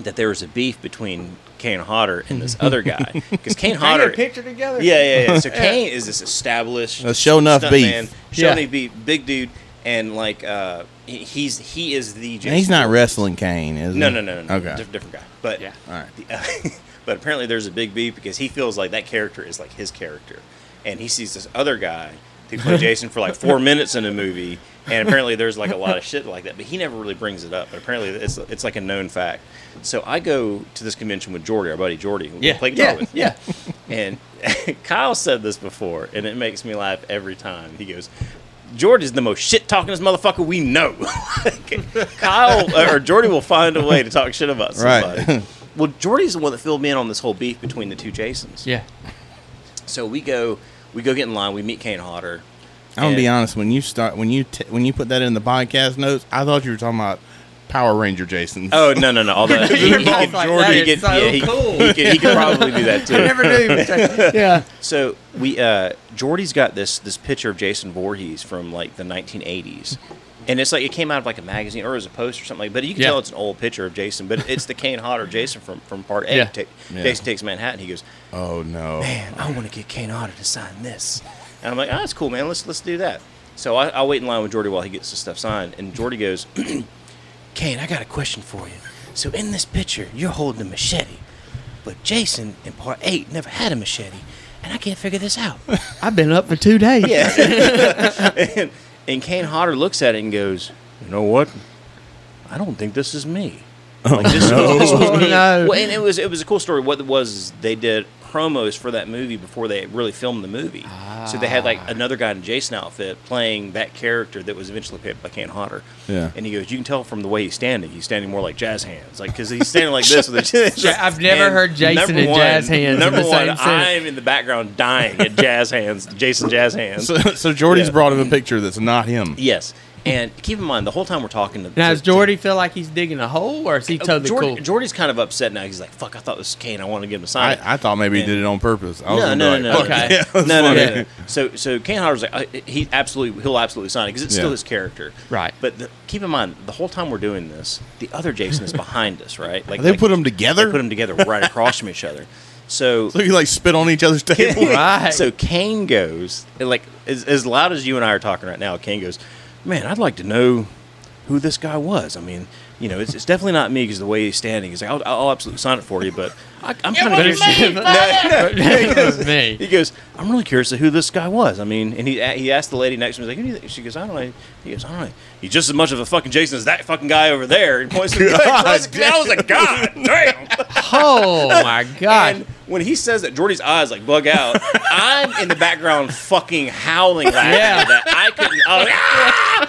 Speaker 8: that there was a beef between Kane Hodder and this other guy because Kane
Speaker 2: Bring
Speaker 8: Hodder.
Speaker 2: your picture together.
Speaker 8: Yeah, yeah, yeah. So Kane is this established,
Speaker 1: A show enough
Speaker 8: stuntman,
Speaker 1: beef.
Speaker 8: show
Speaker 2: Yeah.
Speaker 8: enough beef, big dude, and like uh, he- he's he is the.
Speaker 1: And he's
Speaker 8: Jason
Speaker 1: not
Speaker 8: Bourne.
Speaker 1: wrestling Kane, is
Speaker 8: No,
Speaker 1: he?
Speaker 8: no, no, no.
Speaker 1: Okay.
Speaker 8: Okay. Diff- different guy. But
Speaker 2: Yeah.
Speaker 1: All right.
Speaker 8: the, but apparently there's a big beef because he feels like that character is like his character, and he sees this other guy who played Jason for like four minutes in a movie, and apparently there's like a lot of shit like that. But he never really brings it up. But apparently it's it's like a known fact. So I go to this convention with Jordy, our buddy Jordy, who we
Speaker 2: Yeah,
Speaker 8: play guitar
Speaker 2: yeah,
Speaker 8: with.
Speaker 2: yeah.
Speaker 8: And Kyle said this before, and it makes me laugh every time. He goes, George is the most shit talking motherfucker we know. Kyle or Jordy will find a way to talk shit about somebody.
Speaker 1: Right.
Speaker 8: well, Jordy's the one that filled me in on this whole beef between the two Jasons.
Speaker 2: Yeah.
Speaker 8: So we go, we go get in line. We meet Kane Hodder.
Speaker 1: I'm gonna be
Speaker 8: And-
Speaker 1: honest. When you start, when you t- when you put that in the podcast notes, I thought you were talking about Power Ranger Jason.
Speaker 8: Oh no no no! Although he, he,
Speaker 2: You're
Speaker 8: could-
Speaker 2: both like, that
Speaker 8: he
Speaker 2: is
Speaker 8: could-
Speaker 2: so
Speaker 8: yeah, he-
Speaker 2: cool.
Speaker 8: he could- he could probably do that too.
Speaker 2: I never knew. yeah.
Speaker 8: So we uh Jordy's got this this picture of Jason Voorhees from like the 1980s. And it's like it came out of like a magazine or it was a post or something like but you can
Speaker 2: Yeah.
Speaker 8: tell it's an old picture of Jason, but it's the Kane Hodder Jason from from part 8.
Speaker 2: Yeah.
Speaker 8: Ta-
Speaker 1: Yeah.
Speaker 8: Jason takes Manhattan. He goes,
Speaker 1: Oh, no!
Speaker 8: "Man, I want to get Kane Hodder to sign this." And I'm like, "Oh, that's cool, man. Let's let's do that." So I I'll wait in line with Jordy while he gets the stuff signed and Jordy goes, Kane, I got a question for you. So in this picture, you're holding a machete, but Jason in part eight never had a machete, and I can't figure this out.
Speaker 2: I've been up for two days.
Speaker 8: and, and Kane Hodder looks at it and goes, "You know what? I don't think this is me. Like, this, was, this was me."
Speaker 2: Oh, no.
Speaker 8: Well, and it was it was a cool story. What it was is they did promos for that movie before they really filmed the movie. So they had
Speaker 2: Ah.
Speaker 8: like another guy in a Jason outfit playing that character that was eventually picked by Kane Hodder.
Speaker 1: Yeah.
Speaker 8: And he goes, you can tell from the way he's standing. He's standing more like jazz hands, like because he's standing like this with his.
Speaker 2: Ja- I've never heard Jason
Speaker 8: number
Speaker 2: and jazz hands in
Speaker 8: Number
Speaker 2: the
Speaker 8: one,
Speaker 2: same sentence.
Speaker 8: I'm in the background dying at jazz hands, Jason jazz hands.
Speaker 1: So, so Jordy's
Speaker 8: Yeah.
Speaker 1: brought him a picture that's not him.
Speaker 8: Yes. And keep in mind, the whole time we're talking to
Speaker 2: Now, does
Speaker 8: to-
Speaker 2: Jordy feel like he's digging a hole, or is he
Speaker 8: to-
Speaker 2: totally
Speaker 8: Uh, Jordy,
Speaker 2: cool?
Speaker 8: Jordy's kind of upset now. He's like, "Fuck! I thought this was Kane. I want to give him a sign."
Speaker 1: I, I thought maybe he did it on purpose. I was
Speaker 8: no,
Speaker 1: gonna
Speaker 8: no,
Speaker 1: be
Speaker 8: no,
Speaker 1: like,
Speaker 8: no,
Speaker 1: "Fuck
Speaker 8: okay.
Speaker 1: yeah, that's
Speaker 8: no, no, no,
Speaker 1: funny."
Speaker 8: no, no. So, so Kane Hodder's like, I, he absolutely, he'll absolutely sign it because it's still
Speaker 1: Yeah.
Speaker 8: his character,
Speaker 2: Right.
Speaker 8: But the, keep in mind, the whole time we're doing this, the other Jason is behind us, right? Like
Speaker 1: They
Speaker 8: like-
Speaker 1: put them together.
Speaker 8: They put them together right across from each other. So,
Speaker 1: So you like spit on each other's table.
Speaker 2: Right.
Speaker 8: So Kane goes, and, like as, as loud as you and I are talking right now, Kane goes, "Man, I'd like to know who this guy was. I mean, you know, it's, it's definitely not me because the way he's standing. He's like, I'll, I'll absolutely sign it for you, but I, I'm kind of
Speaker 2: But
Speaker 8: curious.
Speaker 2: it's- but it was
Speaker 8: He
Speaker 2: me.
Speaker 8: goes, I'm really curious to who this guy was. I mean, and he a- he asked the lady next to him, he's like, who do you think? She goes, I don't know. He goes, I don't know. He's just as much of a fucking Jason as that fucking guy over there. And points to the guy. I was, I was like, God damn.
Speaker 2: Oh my
Speaker 8: And
Speaker 2: god!
Speaker 8: when he says that, Jordy's eyes like bug out. I'm in the background fucking howling laughing
Speaker 2: Yeah.
Speaker 8: at that. I couldn't. I was like,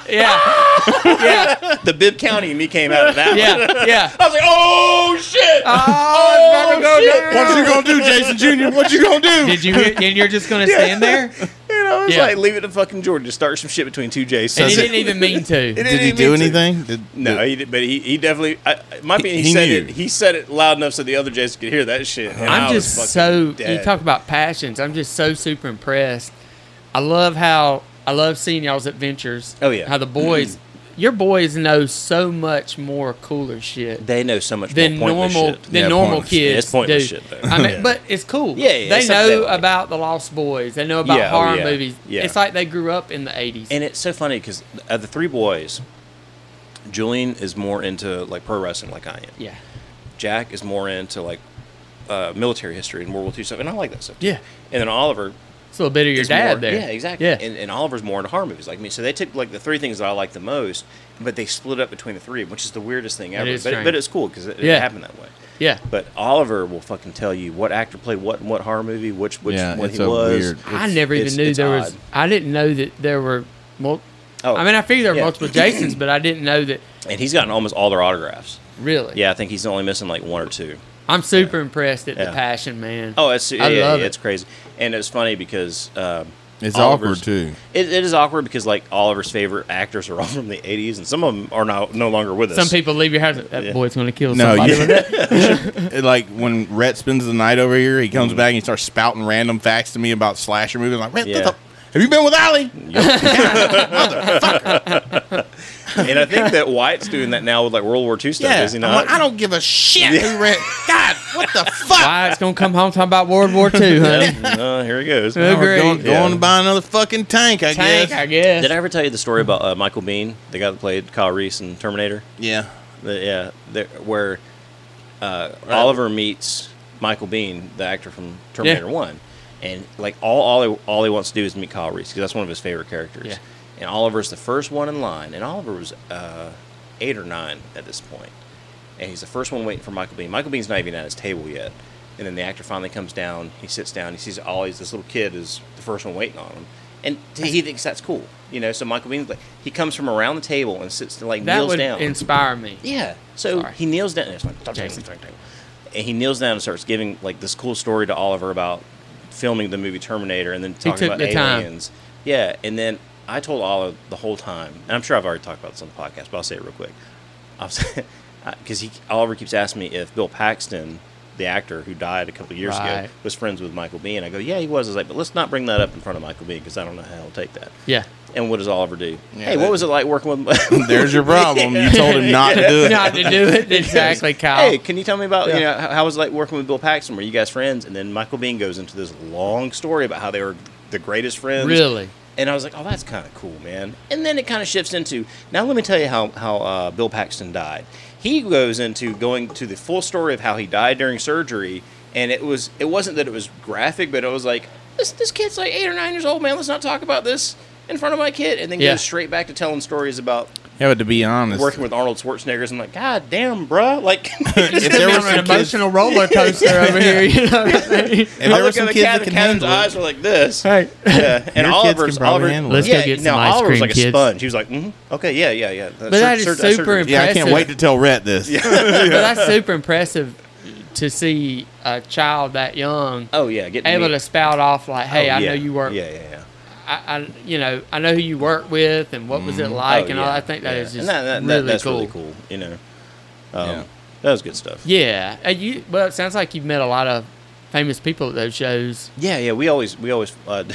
Speaker 2: Yeah,
Speaker 8: "Ah!" The Bibb County and me came out of that. one.
Speaker 2: yeah, yeah.
Speaker 8: I was like, oh shit.
Speaker 2: Oh, it's about to go down.
Speaker 1: what you gonna do, Jason Junior? What you gonna do?
Speaker 2: Did you? And you're just gonna stand there?
Speaker 8: And I was
Speaker 2: Yeah.
Speaker 8: like, leave it to fucking Jordan to start some shit between two
Speaker 2: And
Speaker 8: Jasons.
Speaker 2: he didn't even mean to.
Speaker 1: Did he
Speaker 8: even
Speaker 1: do
Speaker 8: mean to.
Speaker 1: anything? Did,
Speaker 8: No,
Speaker 1: did-
Speaker 8: he did, but he, he definitely. I, it might be he,
Speaker 1: He- he
Speaker 8: said
Speaker 1: knew.
Speaker 8: it. He said it loud enough so the other Jason could hear that shit. and I
Speaker 2: I'm
Speaker 8: was
Speaker 2: just
Speaker 8: fucking
Speaker 2: so you
Speaker 8: dead.
Speaker 2: talk about passions. I'm just so super impressed. I love how I love seeing y'all's adventures.
Speaker 8: Oh, yeah. Mm-hmm.
Speaker 2: how the boys, your boys know so much more cooler shit
Speaker 8: They know so much
Speaker 2: than
Speaker 8: more pointless
Speaker 2: normal
Speaker 8: shit.
Speaker 2: than
Speaker 1: Yeah,
Speaker 2: normal
Speaker 1: pointless shit.
Speaker 2: kids.
Speaker 8: It's pointless
Speaker 2: do.
Speaker 8: shit, though.
Speaker 2: I mean,
Speaker 8: Yeah.
Speaker 2: but it's cool.
Speaker 8: Yeah, yeah,
Speaker 2: they
Speaker 8: it's something
Speaker 2: know
Speaker 8: they like.
Speaker 2: about the Lost Boys. They know about
Speaker 8: Yeah, oh,
Speaker 2: horror
Speaker 8: yeah,
Speaker 2: movies.
Speaker 8: yeah.
Speaker 2: It's like they grew up in the '80s.
Speaker 8: And it's so funny because of the three boys, Julian is more into like pro wrestling, like I am.
Speaker 2: yeah,
Speaker 8: Jack is more into like uh, military history and World War II stuff, and I like that stuff.
Speaker 2: Yeah.
Speaker 8: And then Oliver
Speaker 2: it's a little bit of your
Speaker 8: is
Speaker 2: dad
Speaker 8: more-
Speaker 2: there.
Speaker 8: Yeah, exactly.
Speaker 2: Yeah,
Speaker 8: And, and Oliver's more into horror movies like me. So they took like the three things that I like the most, but they split up between the three, which is the weirdest thing ever.
Speaker 2: is
Speaker 8: but,
Speaker 2: strange.
Speaker 8: but it's cool because it, it
Speaker 2: Yeah.
Speaker 8: happened that way.
Speaker 2: yeah.
Speaker 8: But Oliver will fucking tell you what actor played what in what horror movie, which which
Speaker 1: Yeah,
Speaker 8: one
Speaker 1: it's
Speaker 8: he
Speaker 1: a
Speaker 8: was.
Speaker 1: weird-
Speaker 2: I never even
Speaker 8: it's-
Speaker 2: knew
Speaker 8: it's
Speaker 2: there was.
Speaker 8: odd.
Speaker 2: I didn't know that there were. Mul-
Speaker 8: Oh.
Speaker 2: I mean, I figured there were
Speaker 8: Yeah.
Speaker 2: multiple Jasons, but I didn't know that.
Speaker 8: And he's gotten almost all their autographs.
Speaker 2: Really.
Speaker 8: Yeah, I think he's only missing like one or two.
Speaker 2: I'm super impressed at the
Speaker 8: Yeah.
Speaker 2: passion, man.
Speaker 8: Oh, it's
Speaker 2: I
Speaker 8: yeah, yeah,
Speaker 2: love
Speaker 8: yeah,
Speaker 2: it.
Speaker 8: it's crazy, and it's funny because um,
Speaker 1: It's
Speaker 8: Oliver's-
Speaker 1: awkward, too.
Speaker 8: It, it is awkward because like Oliver's favorite actors are all from the '80s, and some of them are now no longer with us.
Speaker 2: Some people leave your house. That boy's going to kill
Speaker 1: No,
Speaker 2: somebody.
Speaker 1: you, It, like when Rhett spends the night over here, he comes back and he starts spouting random facts to me about slasher movies. I'm like, Rhett, what
Speaker 8: Yeah.
Speaker 1: the- have you been with Allie?
Speaker 8: and I think that Wyatt's doing that now with like World War II stuff, is he
Speaker 1: I'm
Speaker 8: not?
Speaker 1: like, I don't give a shit who Rhett. God, what the fuck?
Speaker 2: Why it's going to come home talking about World War II, honey?
Speaker 8: Uh, here he goes.
Speaker 2: Yeah.
Speaker 1: Now we're
Speaker 2: Agree.
Speaker 1: going,
Speaker 8: Yeah.
Speaker 1: going to buy another fucking tank, I
Speaker 2: Tank,
Speaker 1: guess.
Speaker 2: I guess.
Speaker 8: Did I ever tell you the story about uh, Michael Bean, the guy that played Kyle Reese in Terminator?
Speaker 1: yeah.
Speaker 8: The, yeah, there, where uh, Oliver meets Michael Bean, the actor from Terminator
Speaker 2: Yeah.
Speaker 8: One, and like all all he, all he wants to do is meet Kyle Reese because that's one of his favorite characters.
Speaker 2: Yeah.
Speaker 8: And Oliver's the first one in line, and Oliver was uh, eight or nine at this point, and he's the first one waiting for Michael Bean. Michael Bean's not even at his table yet, and then the actor finally comes down. He sits down. He sees Ollie's this little kid is the first one waiting on him, and he thinks that's cool. You know, so Michael Bean's like he comes from around the table and sits like
Speaker 2: that
Speaker 8: kneels
Speaker 2: would
Speaker 8: down.
Speaker 2: inspire me.
Speaker 8: Yeah. So
Speaker 2: Sorry.
Speaker 8: he kneels down. It's like,
Speaker 2: Jason.
Speaker 8: And he kneels down and starts giving like this cool story to Oliver about filming the movie Terminator and then talking
Speaker 2: took
Speaker 8: about
Speaker 2: the time.
Speaker 8: aliens. Yeah. And then I told Oliver the whole time, and I'm sure I've already talked about this on the podcast, but I'll say it real quick. Because he Oliver keeps asking me if Bill Paxton, the actor who died a couple years
Speaker 2: Right.
Speaker 8: ago, was friends with Michael Bean. I go, yeah, he was. I was like, but let's not bring that up in front of Michael Bean because I don't know how he'll take that.
Speaker 2: Yeah.
Speaker 8: And what does Oliver do?
Speaker 1: Yeah,
Speaker 8: hey,
Speaker 1: that-
Speaker 8: what was it like working with?
Speaker 1: There's your problem. You told him not to do it.
Speaker 2: Not to do it. Exactly, Kyle.
Speaker 8: Hey, can you tell me about you know how, how was it like working with Bill Paxton? Were you guys friends? And then Michael Bean goes into this long story about how they were the greatest friends.
Speaker 2: Really?
Speaker 8: And I was like, oh, that's kind of cool, man. And then it kind of shifts into now. Let me tell you how how uh, Bill Paxton died. He goes into going to the full story of how he died during surgery, and it was it wasn't that it was graphic, but it was like this this kid's like eight or nine years old, man. Let's not talk about this in front of my kid, and then
Speaker 2: Yeah.
Speaker 8: goes straight back to telling stories about
Speaker 1: Yeah, but to be honest,
Speaker 8: working with Arnold Schwarzenegger. I'm like, God damn, bruh! Like,
Speaker 1: if there were
Speaker 2: an
Speaker 1: some kids,
Speaker 2: emotional roller coaster over here. You know what I'm saying?
Speaker 1: if there were
Speaker 8: look at
Speaker 1: some
Speaker 8: the
Speaker 1: kids
Speaker 8: cat,
Speaker 1: that
Speaker 8: the
Speaker 1: can
Speaker 8: cat's
Speaker 1: handle it,
Speaker 8: eyes were like this.
Speaker 2: Hey.
Speaker 8: Yeah, and
Speaker 1: Your kids
Speaker 8: Oliver's
Speaker 1: can probably
Speaker 8: Oliver.
Speaker 1: handle it.
Speaker 2: Let's go
Speaker 8: yeah,
Speaker 2: get
Speaker 8: no,
Speaker 2: some ice
Speaker 8: Oliver was
Speaker 2: cream,
Speaker 8: like a
Speaker 2: kids.
Speaker 8: sponge. He was like, mm okay, yeah, yeah, yeah.
Speaker 2: But that is super
Speaker 8: surgery.
Speaker 1: yeah, I can't
Speaker 2: impressive.
Speaker 1: wait to tell Rhett this.
Speaker 2: but that's super impressive to see a child that young
Speaker 8: Oh yeah, getting
Speaker 2: able
Speaker 8: meet-
Speaker 2: to spout off like,
Speaker 8: oh,
Speaker 2: uh, "Hey, I
Speaker 8: yeah,
Speaker 2: know you work.
Speaker 8: Yeah, yeah, yeah.
Speaker 2: I, I, you know, I know who you work with, and what was it like,
Speaker 8: Oh,
Speaker 2: and
Speaker 8: yeah,
Speaker 2: all." I think that
Speaker 8: yeah.
Speaker 2: is
Speaker 8: And
Speaker 2: just
Speaker 8: that- that- that-
Speaker 2: really,
Speaker 8: that's
Speaker 2: cool.
Speaker 8: really cool. You know, um,
Speaker 1: Yeah.
Speaker 8: that was good stuff.
Speaker 2: Yeah, and you. Well, it sounds like you've met a lot of famous people at those shows.
Speaker 8: Yeah, yeah. We always, we always. Uh,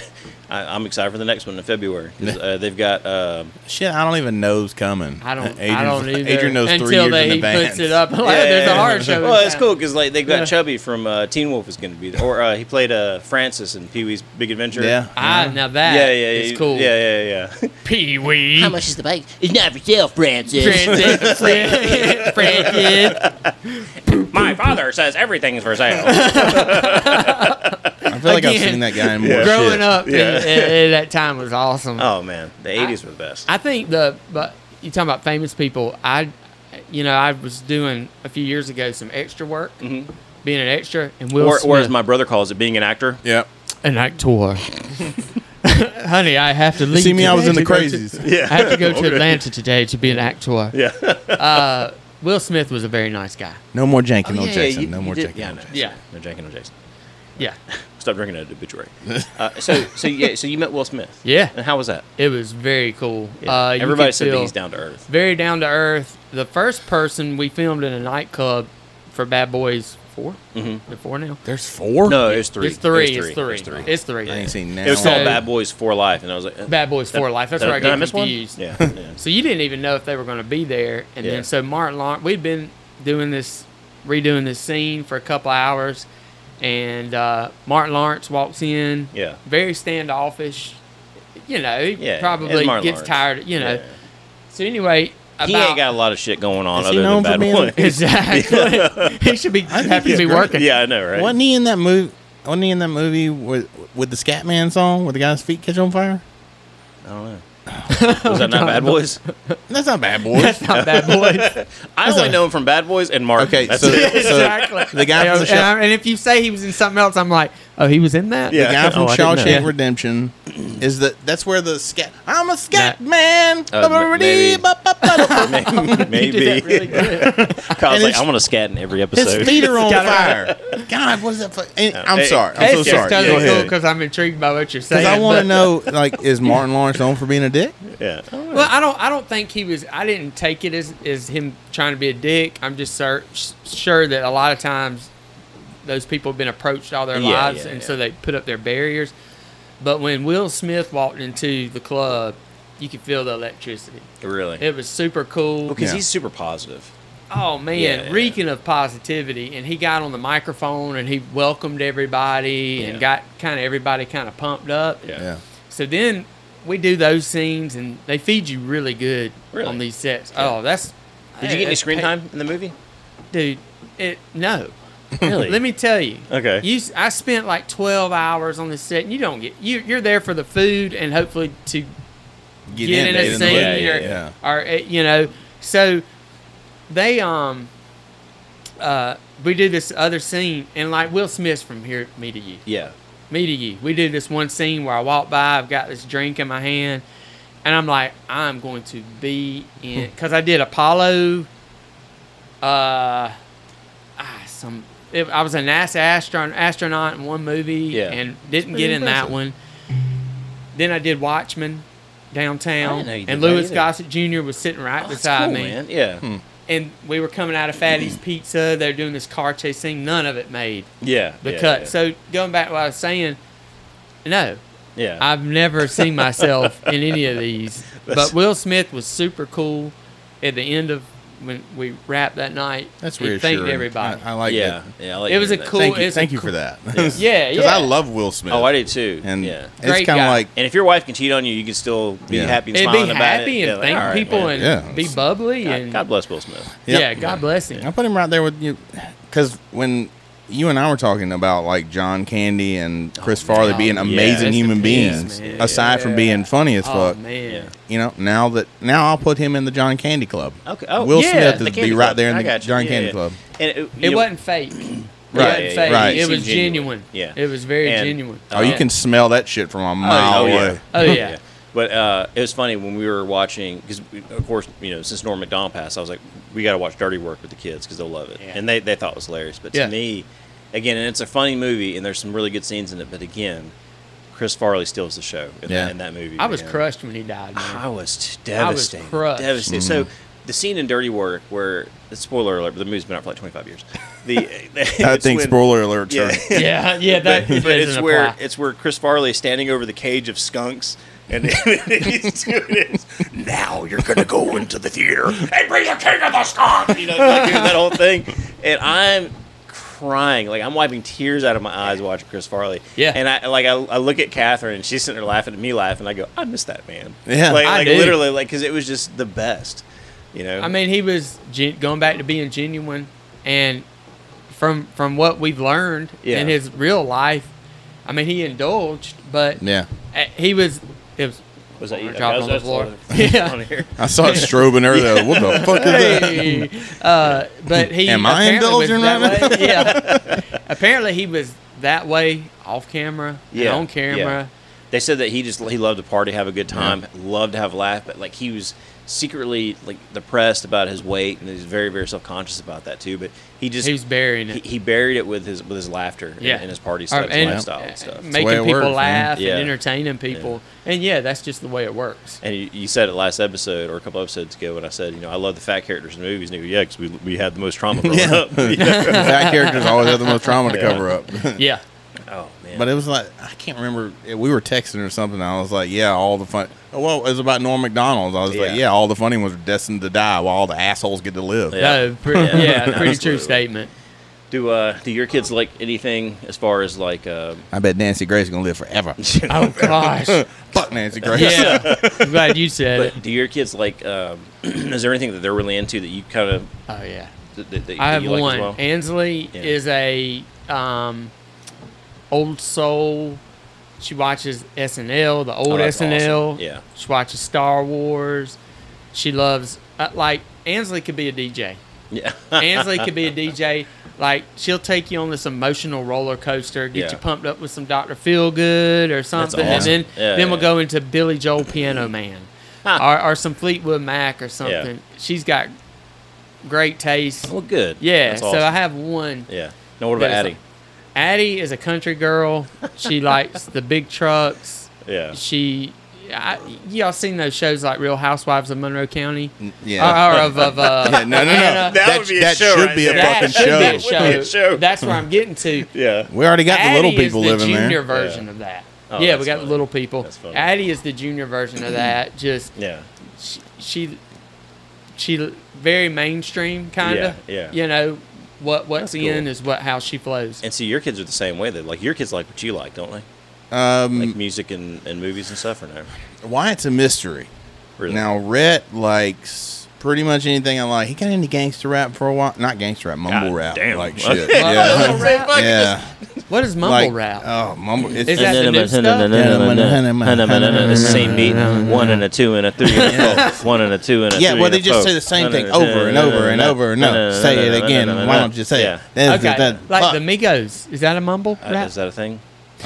Speaker 8: I, I'm excited for the next one in February. 'cause, Uh, they've got. Uh,
Speaker 1: Shit, I don't even know's coming.
Speaker 2: I don't. I
Speaker 1: Adrian's-
Speaker 2: don't either.
Speaker 1: Adrian knows
Speaker 2: until
Speaker 1: three years
Speaker 2: they,
Speaker 1: in
Speaker 2: he
Speaker 1: advance.
Speaker 2: puts it up. Like, Oh, There's a horror show. in
Speaker 8: Well, it's
Speaker 2: town.
Speaker 8: cool because like they've got
Speaker 2: Yeah.
Speaker 8: Chubby from uh, Teen Wolf is going to be there, or uh, he played uh, Francis in Pee Wee's Big Adventure.
Speaker 1: Yeah.
Speaker 2: Ah, now that
Speaker 8: Mm-hmm. yeah, yeah, yeah.
Speaker 2: is cool.
Speaker 8: Yeah, yeah, yeah.
Speaker 2: Pee Wee.
Speaker 9: How much is the bike? It's not for sale, Francis.
Speaker 2: Francis. Fran- Francis.
Speaker 8: My father says everything's for sale.
Speaker 1: I feel like I've
Speaker 2: Again.
Speaker 1: seen that guy in more
Speaker 2: Growing
Speaker 1: shit.
Speaker 2: up
Speaker 8: Yeah.
Speaker 2: at, at- at that time was awesome.
Speaker 8: oh man, the '80s were the best.
Speaker 2: I think the but you talking about famous people. I, you know, I was doing a few years ago some extra work,
Speaker 8: Mm-hmm.
Speaker 2: being an extra, and Will
Speaker 8: or,
Speaker 2: Smith, Oh,
Speaker 8: or as my brother calls it, being an actor.
Speaker 1: Yeah.
Speaker 2: an actor. Honey, I have to leave.
Speaker 1: See me, I was
Speaker 2: today
Speaker 1: in the
Speaker 2: to go to-
Speaker 1: crazies.
Speaker 8: Yeah.
Speaker 2: I have to go to Atlanta today to be an actor. Uh,
Speaker 8: Yeah.
Speaker 2: Will Smith was a very nice guy.
Speaker 1: No more janking
Speaker 8: Oh,
Speaker 1: on
Speaker 8: yeah,
Speaker 1: Jason.
Speaker 8: you-
Speaker 1: no
Speaker 8: you
Speaker 1: more
Speaker 8: did-
Speaker 1: janking
Speaker 8: yeah,
Speaker 1: on
Speaker 8: no,
Speaker 1: Jason.
Speaker 2: Yeah.
Speaker 8: No Jack and no Jason.
Speaker 2: Yeah,
Speaker 8: Stop drinking that obituary. Uh, so, so yeah, so you met Will Smith.
Speaker 2: Yeah.
Speaker 8: And how was that?
Speaker 2: it was very cool.
Speaker 8: Yeah.
Speaker 2: Uh, you
Speaker 8: Everybody
Speaker 2: could
Speaker 8: said that
Speaker 2: feel-
Speaker 8: he's down to earth.
Speaker 2: very down to earth. The first person we filmed in a nightclub for Bad Boys 4 mm-hmm. four now.
Speaker 1: There's four?
Speaker 8: No, it was three.
Speaker 2: It's three.
Speaker 8: It was
Speaker 2: It's three.
Speaker 8: It was three.
Speaker 2: It's three.
Speaker 1: I ain't seen now.
Speaker 8: It was called
Speaker 2: So-
Speaker 8: Bad Boys for Life, and I was like, eh,
Speaker 2: Bad Boys for Life. That's
Speaker 8: did-
Speaker 2: where I
Speaker 8: did
Speaker 2: got
Speaker 8: miss one?
Speaker 2: confused.
Speaker 8: Yeah. yeah.
Speaker 2: So you didn't even know if they were going to be there, and
Speaker 8: Yeah.
Speaker 2: then so Martin Lawrence, we'd been doing this, redoing this scene for a couple hours, and uh, Martin Lawrence walks in.
Speaker 8: Yeah.
Speaker 2: Very standoffish. You know, he
Speaker 8: Yeah, it's
Speaker 2: probably gets
Speaker 8: Martin Lawrence.
Speaker 2: tired. You know.
Speaker 8: Yeah.
Speaker 2: So anyway, about,
Speaker 8: He ain't got a lot of shit going on
Speaker 1: Is he
Speaker 8: other than
Speaker 1: known for
Speaker 8: Bad
Speaker 1: being-
Speaker 8: Boys.
Speaker 2: exactly. he should be happy to
Speaker 1: he's
Speaker 2: be
Speaker 1: great.
Speaker 2: working.
Speaker 8: yeah, I know, right?
Speaker 1: Wasn't he in that movie? Wasn't he in that movie with with the Scatman song where the guy's feet catch on fire?
Speaker 8: I don't know. Was that not Bad Boys?
Speaker 1: That's not bad, boys.
Speaker 2: Not bad boys.
Speaker 8: I only know him from Bad Boys and Mark.
Speaker 1: Okay,
Speaker 8: That's
Speaker 1: so,
Speaker 8: it.
Speaker 1: so
Speaker 2: exactly.
Speaker 1: the guy
Speaker 2: and,
Speaker 1: from the
Speaker 2: and
Speaker 1: show.
Speaker 2: I- and if you say he was in something else, I'm like, oh, he was in that.
Speaker 1: The
Speaker 8: Yeah.
Speaker 1: guy from
Speaker 8: Oh, I didn't know.
Speaker 1: Shawshank
Speaker 2: Yeah.
Speaker 1: Redemption is that that's where the scat. I'm a scat
Speaker 2: Nah.
Speaker 1: man.
Speaker 8: Uh, m- maybe.
Speaker 1: Ba-ba-dee-ba-ba-ba-da.
Speaker 2: He did
Speaker 8: Maybe.
Speaker 2: that really good.
Speaker 8: I
Speaker 1: And
Speaker 8: was like,
Speaker 1: it's-
Speaker 8: I want to scat in every
Speaker 1: His
Speaker 8: episode.
Speaker 1: feet are on
Speaker 2: Got it.
Speaker 1: fire. God, what is that? For? and- I'm
Speaker 8: Hey,
Speaker 1: sorry. I'm
Speaker 2: It's
Speaker 1: so
Speaker 2: just
Speaker 1: sorry.
Speaker 2: kind
Speaker 1: Go
Speaker 2: of cool
Speaker 1: ahead.
Speaker 2: because I'm intrigued by what you're saying.
Speaker 1: Because I want
Speaker 2: but-
Speaker 1: to know, like, is Martin Lawrence known for being a dick?
Speaker 8: yeah.
Speaker 2: Well, I don't. I don't think he was. I didn't take it as, as him trying to be a dick. I'm just sur- s- sure that a lot of times those people have been approached all their
Speaker 8: Yeah,
Speaker 2: lives,
Speaker 8: yeah,
Speaker 2: and
Speaker 8: yeah.
Speaker 2: so they put up their barriers. But when Will Smith walked into the club, you could feel the electricity.
Speaker 8: Really.
Speaker 2: Oh. It was super cool.
Speaker 8: because
Speaker 1: Yeah.
Speaker 8: he's super positive.
Speaker 2: Oh man,
Speaker 8: Yeah, yeah.
Speaker 2: reeking of positivity, and he got on the microphone and he welcomed everybody
Speaker 8: Yeah.
Speaker 2: and got kind of everybody kind of pumped up.
Speaker 1: Yeah.
Speaker 2: So then we do those scenes, and they feed you really good
Speaker 8: Really?
Speaker 2: on these sets. Oh, that's.
Speaker 8: Did you get any screen
Speaker 2: Hey,
Speaker 8: time in the movie?
Speaker 2: dude? It no.
Speaker 8: Really?
Speaker 2: Let me tell you.
Speaker 8: Okay.
Speaker 2: You, s- I spent like twelve hours on this set, and you don't get you. You're there for the food and hopefully to get, in,
Speaker 1: get
Speaker 2: a
Speaker 1: the
Speaker 2: scene
Speaker 1: movie.
Speaker 8: Yeah, yeah,
Speaker 2: or,
Speaker 1: yeah.
Speaker 2: or uh, you know so they um uh we do this other scene and like will smith's from here me to you
Speaker 8: Yeah.
Speaker 2: me to you we do this one scene where i walk by i've got this drink in my hand and i'm like i'm going to be in
Speaker 8: Hmm.
Speaker 2: because i did apollo uh ah, some it, i was a nasa astron- astronaut in one movie
Speaker 8: Yeah.
Speaker 2: and didn't
Speaker 8: pretty
Speaker 2: get in that
Speaker 8: impressive.
Speaker 2: one then I did Watchmen
Speaker 8: I
Speaker 2: downtown,
Speaker 8: didn't know you did
Speaker 2: and
Speaker 8: that
Speaker 2: Louis
Speaker 8: either.
Speaker 2: Gossett Jr. was sitting right
Speaker 8: Oh, that's
Speaker 2: beside
Speaker 8: cool,
Speaker 2: me.
Speaker 8: man. Yeah.
Speaker 1: Hmm.
Speaker 2: And we were coming out of Fatty's Pizza. They're doing this car chase thing. None of it made
Speaker 8: Yeah.
Speaker 2: the
Speaker 8: yeah,
Speaker 2: cut.
Speaker 8: yeah.
Speaker 2: So going back to what I was saying, no,
Speaker 8: yeah.
Speaker 2: I've never seen myself in any of these.
Speaker 8: That's-
Speaker 2: But Will Smith was super cool at the end of when we wrapped that night.
Speaker 1: That's
Speaker 2: he
Speaker 1: reassuring.
Speaker 2: Thanked everybody.
Speaker 1: I, I like
Speaker 8: yeah.
Speaker 1: yeah.
Speaker 8: Yeah. I like
Speaker 2: It was
Speaker 8: hearing
Speaker 2: a
Speaker 8: that.
Speaker 2: cool-
Speaker 1: Thank you,
Speaker 2: it's a
Speaker 1: thank you
Speaker 2: cool-
Speaker 1: for that.
Speaker 2: Yeah,
Speaker 1: Because I
Speaker 2: yeah.
Speaker 1: love Will Smith.
Speaker 8: Oh, I did too.
Speaker 1: And
Speaker 8: yeah.
Speaker 1: it's
Speaker 2: Great
Speaker 1: kind of
Speaker 2: guy.
Speaker 1: like,
Speaker 8: And if your wife can cheat on you, you can still be
Speaker 1: Yeah.
Speaker 8: happy and
Speaker 2: And
Speaker 8: smiling
Speaker 2: be
Speaker 8: about
Speaker 2: happy and
Speaker 8: it. Yeah, like,
Speaker 2: thank
Speaker 8: all right,
Speaker 2: people
Speaker 8: man.
Speaker 2: and
Speaker 1: Yeah.
Speaker 2: be bubbly
Speaker 8: God,
Speaker 2: and
Speaker 8: God bless Will Smith.
Speaker 1: Yep.
Speaker 2: yeah, God bless him.
Speaker 1: I put him right there with you. Because when you and I were talking about like John Candy and Chris Farley
Speaker 2: man.
Speaker 1: being
Speaker 2: Yeah,
Speaker 1: amazing
Speaker 2: rest
Speaker 1: human
Speaker 2: in peace,
Speaker 1: beings,
Speaker 2: man.
Speaker 1: aside from being funny as
Speaker 2: Oh
Speaker 1: fuck,
Speaker 2: man.
Speaker 8: Yeah.
Speaker 1: you know, now that now I'll put him in the John Candy Club.
Speaker 8: Okay. Oh,
Speaker 1: Will
Speaker 2: yeah,
Speaker 1: Smith
Speaker 8: the
Speaker 1: would
Speaker 8: Candy
Speaker 1: be right
Speaker 8: Club.
Speaker 1: there in
Speaker 8: I
Speaker 1: the
Speaker 8: got you.
Speaker 1: John
Speaker 8: Yeah,
Speaker 1: Candy
Speaker 8: yeah.
Speaker 1: Club.
Speaker 8: And it, you
Speaker 2: It
Speaker 8: know-
Speaker 2: wasn't fake.
Speaker 1: Right,
Speaker 2: it wasn't
Speaker 8: yeah,
Speaker 2: fake.
Speaker 1: right.
Speaker 2: It
Speaker 8: Seemed
Speaker 2: was
Speaker 8: genuine.
Speaker 2: genuine.
Speaker 8: Yeah.
Speaker 2: It was very
Speaker 8: And-
Speaker 2: genuine.
Speaker 1: Oh, you can smell that shit from a mile
Speaker 8: Oh, yeah.
Speaker 1: away.
Speaker 2: Oh yeah.
Speaker 8: But uh, it was funny when we were watching because, of course, you know, since Norm Macdonald passed, I was like, we got to watch Dirty Work with the kids because they'll love it, and they, they thought it was hilarious. But to
Speaker 2: Yeah.
Speaker 8: me, again, and it's a funny movie, and there's some really good scenes in it. But again, Chris Farley steals the show in,
Speaker 1: Yeah.
Speaker 8: that, in that movie.
Speaker 2: I was
Speaker 8: man.
Speaker 2: crushed when he died. Man.
Speaker 8: I was t-
Speaker 2: I was
Speaker 8: devastated.
Speaker 2: crushed.
Speaker 8: devastated.
Speaker 1: Mm-hmm.
Speaker 8: So the scene in Dirty Work where spoiler alert, but the movie's been out for like 25 years. The
Speaker 1: I
Speaker 8: it's
Speaker 1: think
Speaker 8: when-
Speaker 1: spoiler alert.
Speaker 8: Yeah.
Speaker 1: sure.
Speaker 2: yeah, yeah. That
Speaker 8: but,
Speaker 2: it
Speaker 8: but it's
Speaker 2: doesn't
Speaker 8: where
Speaker 2: apply.
Speaker 8: it's where Chris Farley is standing over the cage of skunks, and he's doing it. Now you're gonna go into the theater and be the king of the skunk. You know, like doing that whole thing, and I'm crying like I'm wiping tears out of my eyes watching Chris Farley.
Speaker 2: Yeah.
Speaker 8: and I like I, I look at Catherine and she's sitting there laughing at me laughing. I go, I miss that man.
Speaker 1: Yeah.
Speaker 8: like,
Speaker 2: I
Speaker 8: like
Speaker 2: do.
Speaker 8: literally, like because it was just the best. You know,
Speaker 2: I mean, he was gen- going back to being genuine, and from from what we've learned
Speaker 8: Yeah.
Speaker 2: in his real life, I mean, he indulged, but
Speaker 1: Yeah.
Speaker 2: uh, he was it was.
Speaker 8: was that you?
Speaker 2: Dropped
Speaker 8: Okay,
Speaker 2: on
Speaker 8: I
Speaker 2: the floor.
Speaker 8: I was
Speaker 2: Yeah.
Speaker 8: on here.
Speaker 1: I saw it strobing earlier. What the fuck is that?
Speaker 2: Hey, uh, but he
Speaker 1: Am I
Speaker 2: apparently was
Speaker 1: indulging
Speaker 2: that
Speaker 1: right
Speaker 2: way. Yeah, apparently he was that way off camera, yeah,
Speaker 8: yeah,
Speaker 2: on
Speaker 8: yeah.
Speaker 2: camera.
Speaker 8: They said that he just he loved to party, have a good time, loved to have a laugh, but like he was secretly like depressed about his weight, and he's very very self conscious about that too. But he just
Speaker 2: He was burying
Speaker 8: he,
Speaker 2: it.
Speaker 8: he buried it with his with his laughter, and,
Speaker 2: yeah,
Speaker 8: and his party
Speaker 2: Or-
Speaker 8: stuff, his
Speaker 2: and-
Speaker 8: lifestyle and stuff.
Speaker 2: making
Speaker 1: way it
Speaker 2: people
Speaker 1: works, man.
Speaker 2: laugh
Speaker 8: Yeah.
Speaker 2: and entertaining people, and yeah, that's just the way it works.
Speaker 8: And you, you said it last episode or a couple episodes ago when I said, you know, I love the fat characters in movies. And you go, yeah, because we, we had the most trauma growing up. Yeah.
Speaker 1: That characters always have the most trauma to cover up.
Speaker 2: Yeah,
Speaker 8: Oh, man.
Speaker 1: But it was like I can't remember. eh, We were texting or something. And I was like, "Yeah, all the fun." Oh, well, it was about Norm Macdonald. I was
Speaker 8: Yeah.
Speaker 1: like, "Yeah, all the funny ones are destined to die, while all the assholes get to live."
Speaker 8: Yeah.
Speaker 2: no, pre-
Speaker 8: Yeah.
Speaker 2: yeah, pretty
Speaker 8: Absolutely.
Speaker 2: true statement.
Speaker 8: do uh, do your kids like anything as far as like uh,
Speaker 1: I bet Nancy Grace is gonna live forever.
Speaker 2: Oh gosh,
Speaker 1: Fuck Nancy Grace.
Speaker 2: yeah. I'm glad you said it.
Speaker 8: But do your kids like? Um, is there anything that they're really into that you kind of?
Speaker 2: Oh yeah.
Speaker 8: That, that, that
Speaker 2: I have
Speaker 8: you like
Speaker 2: one.
Speaker 8: As well?
Speaker 2: Ansley
Speaker 8: Yeah.
Speaker 2: is a um, old soul She watches SNL, the old
Speaker 8: Oh, that's
Speaker 2: SNL.
Speaker 8: awesome. Yeah.
Speaker 2: She watches Star Wars. She loves uh, like Ansley could be a DJ.
Speaker 8: Yeah.
Speaker 2: Ansley could be a DJ. Like she'll take you on this emotional roller coaster, get
Speaker 8: Yeah.
Speaker 2: you pumped up with some Doctor Feelgood or something, and
Speaker 8: awesome.
Speaker 2: then
Speaker 8: Yeah,
Speaker 2: then we'll
Speaker 8: yeah.
Speaker 2: go into Billy Joel Piano Man, or, or some Fleetwood Mac or something. She's got great taste.
Speaker 8: well, good.
Speaker 2: Yeah,
Speaker 8: That's
Speaker 2: so I
Speaker 8: awesome.
Speaker 2: have one.
Speaker 8: Yeah. Now what about
Speaker 2: that is-
Speaker 8: Addie?
Speaker 2: Addie is a country girl. She likes the big trucks.
Speaker 8: Yeah.
Speaker 2: She, I, y'all seen those shows like Real Housewives of Monroe County?
Speaker 1: Yeah.
Speaker 2: Or, or of, of uh,
Speaker 1: Yeah, no, no, no.
Speaker 2: Atlanta?
Speaker 1: That,
Speaker 6: would be a
Speaker 1: that
Speaker 6: show
Speaker 1: should
Speaker 6: right
Speaker 1: be a
Speaker 6: there.
Speaker 2: That
Speaker 1: fucking
Speaker 2: should
Speaker 1: show.
Speaker 2: be a show.
Speaker 8: Yeah, show.
Speaker 2: That's where I'm getting to.
Speaker 8: Yeah.
Speaker 1: We already got
Speaker 2: Addie
Speaker 1: the little people
Speaker 2: is the
Speaker 1: living
Speaker 2: junior
Speaker 1: there.
Speaker 2: version of that.
Speaker 8: Oh,
Speaker 2: yeah, we
Speaker 8: that's
Speaker 2: got the
Speaker 8: funny.
Speaker 2: little people.
Speaker 8: That's funny.
Speaker 2: Addie is the junior version of that. Just
Speaker 8: Yeah.
Speaker 2: she, she, she very mainstream kind of.
Speaker 8: Yeah, yeah.
Speaker 2: You know, what what's
Speaker 8: That's
Speaker 2: in
Speaker 8: cool.
Speaker 2: is what how she flows.
Speaker 8: And see, your kids are the same way. That like your kids like what you like, don't they?
Speaker 1: Um,
Speaker 8: Like music and, and movies and stuff, or no?
Speaker 1: why it's a mystery.
Speaker 8: Really?
Speaker 1: Now, Rhett likes pretty much anything I like. He got into gangster rap for a while. Not gangster rap, mumble
Speaker 8: God
Speaker 1: rap.
Speaker 8: damn.
Speaker 1: Like shit.
Speaker 2: Mumble
Speaker 1: yeah.
Speaker 2: rap?
Speaker 1: yeah.
Speaker 2: What is mumble
Speaker 1: Like,
Speaker 2: rap?
Speaker 8: uh,
Speaker 1: Oh, mumble. It's,
Speaker 2: Is that the new stuff?
Speaker 8: It's the same beat. One and a two and a three and a four. One and a two and a
Speaker 1: yeah,
Speaker 8: three
Speaker 1: well,
Speaker 8: and
Speaker 1: they
Speaker 8: a
Speaker 1: just
Speaker 8: four.
Speaker 1: say the same thing
Speaker 8: Yeah.
Speaker 1: over and over and over and over. Say it again. Why don't you say
Speaker 8: Yeah.
Speaker 1: it? That's-
Speaker 2: Okay,
Speaker 1: that-
Speaker 2: like
Speaker 1: fuck.
Speaker 2: the Migos. Is that a mumble
Speaker 8: Uh,
Speaker 2: rap?
Speaker 8: Is that a thing?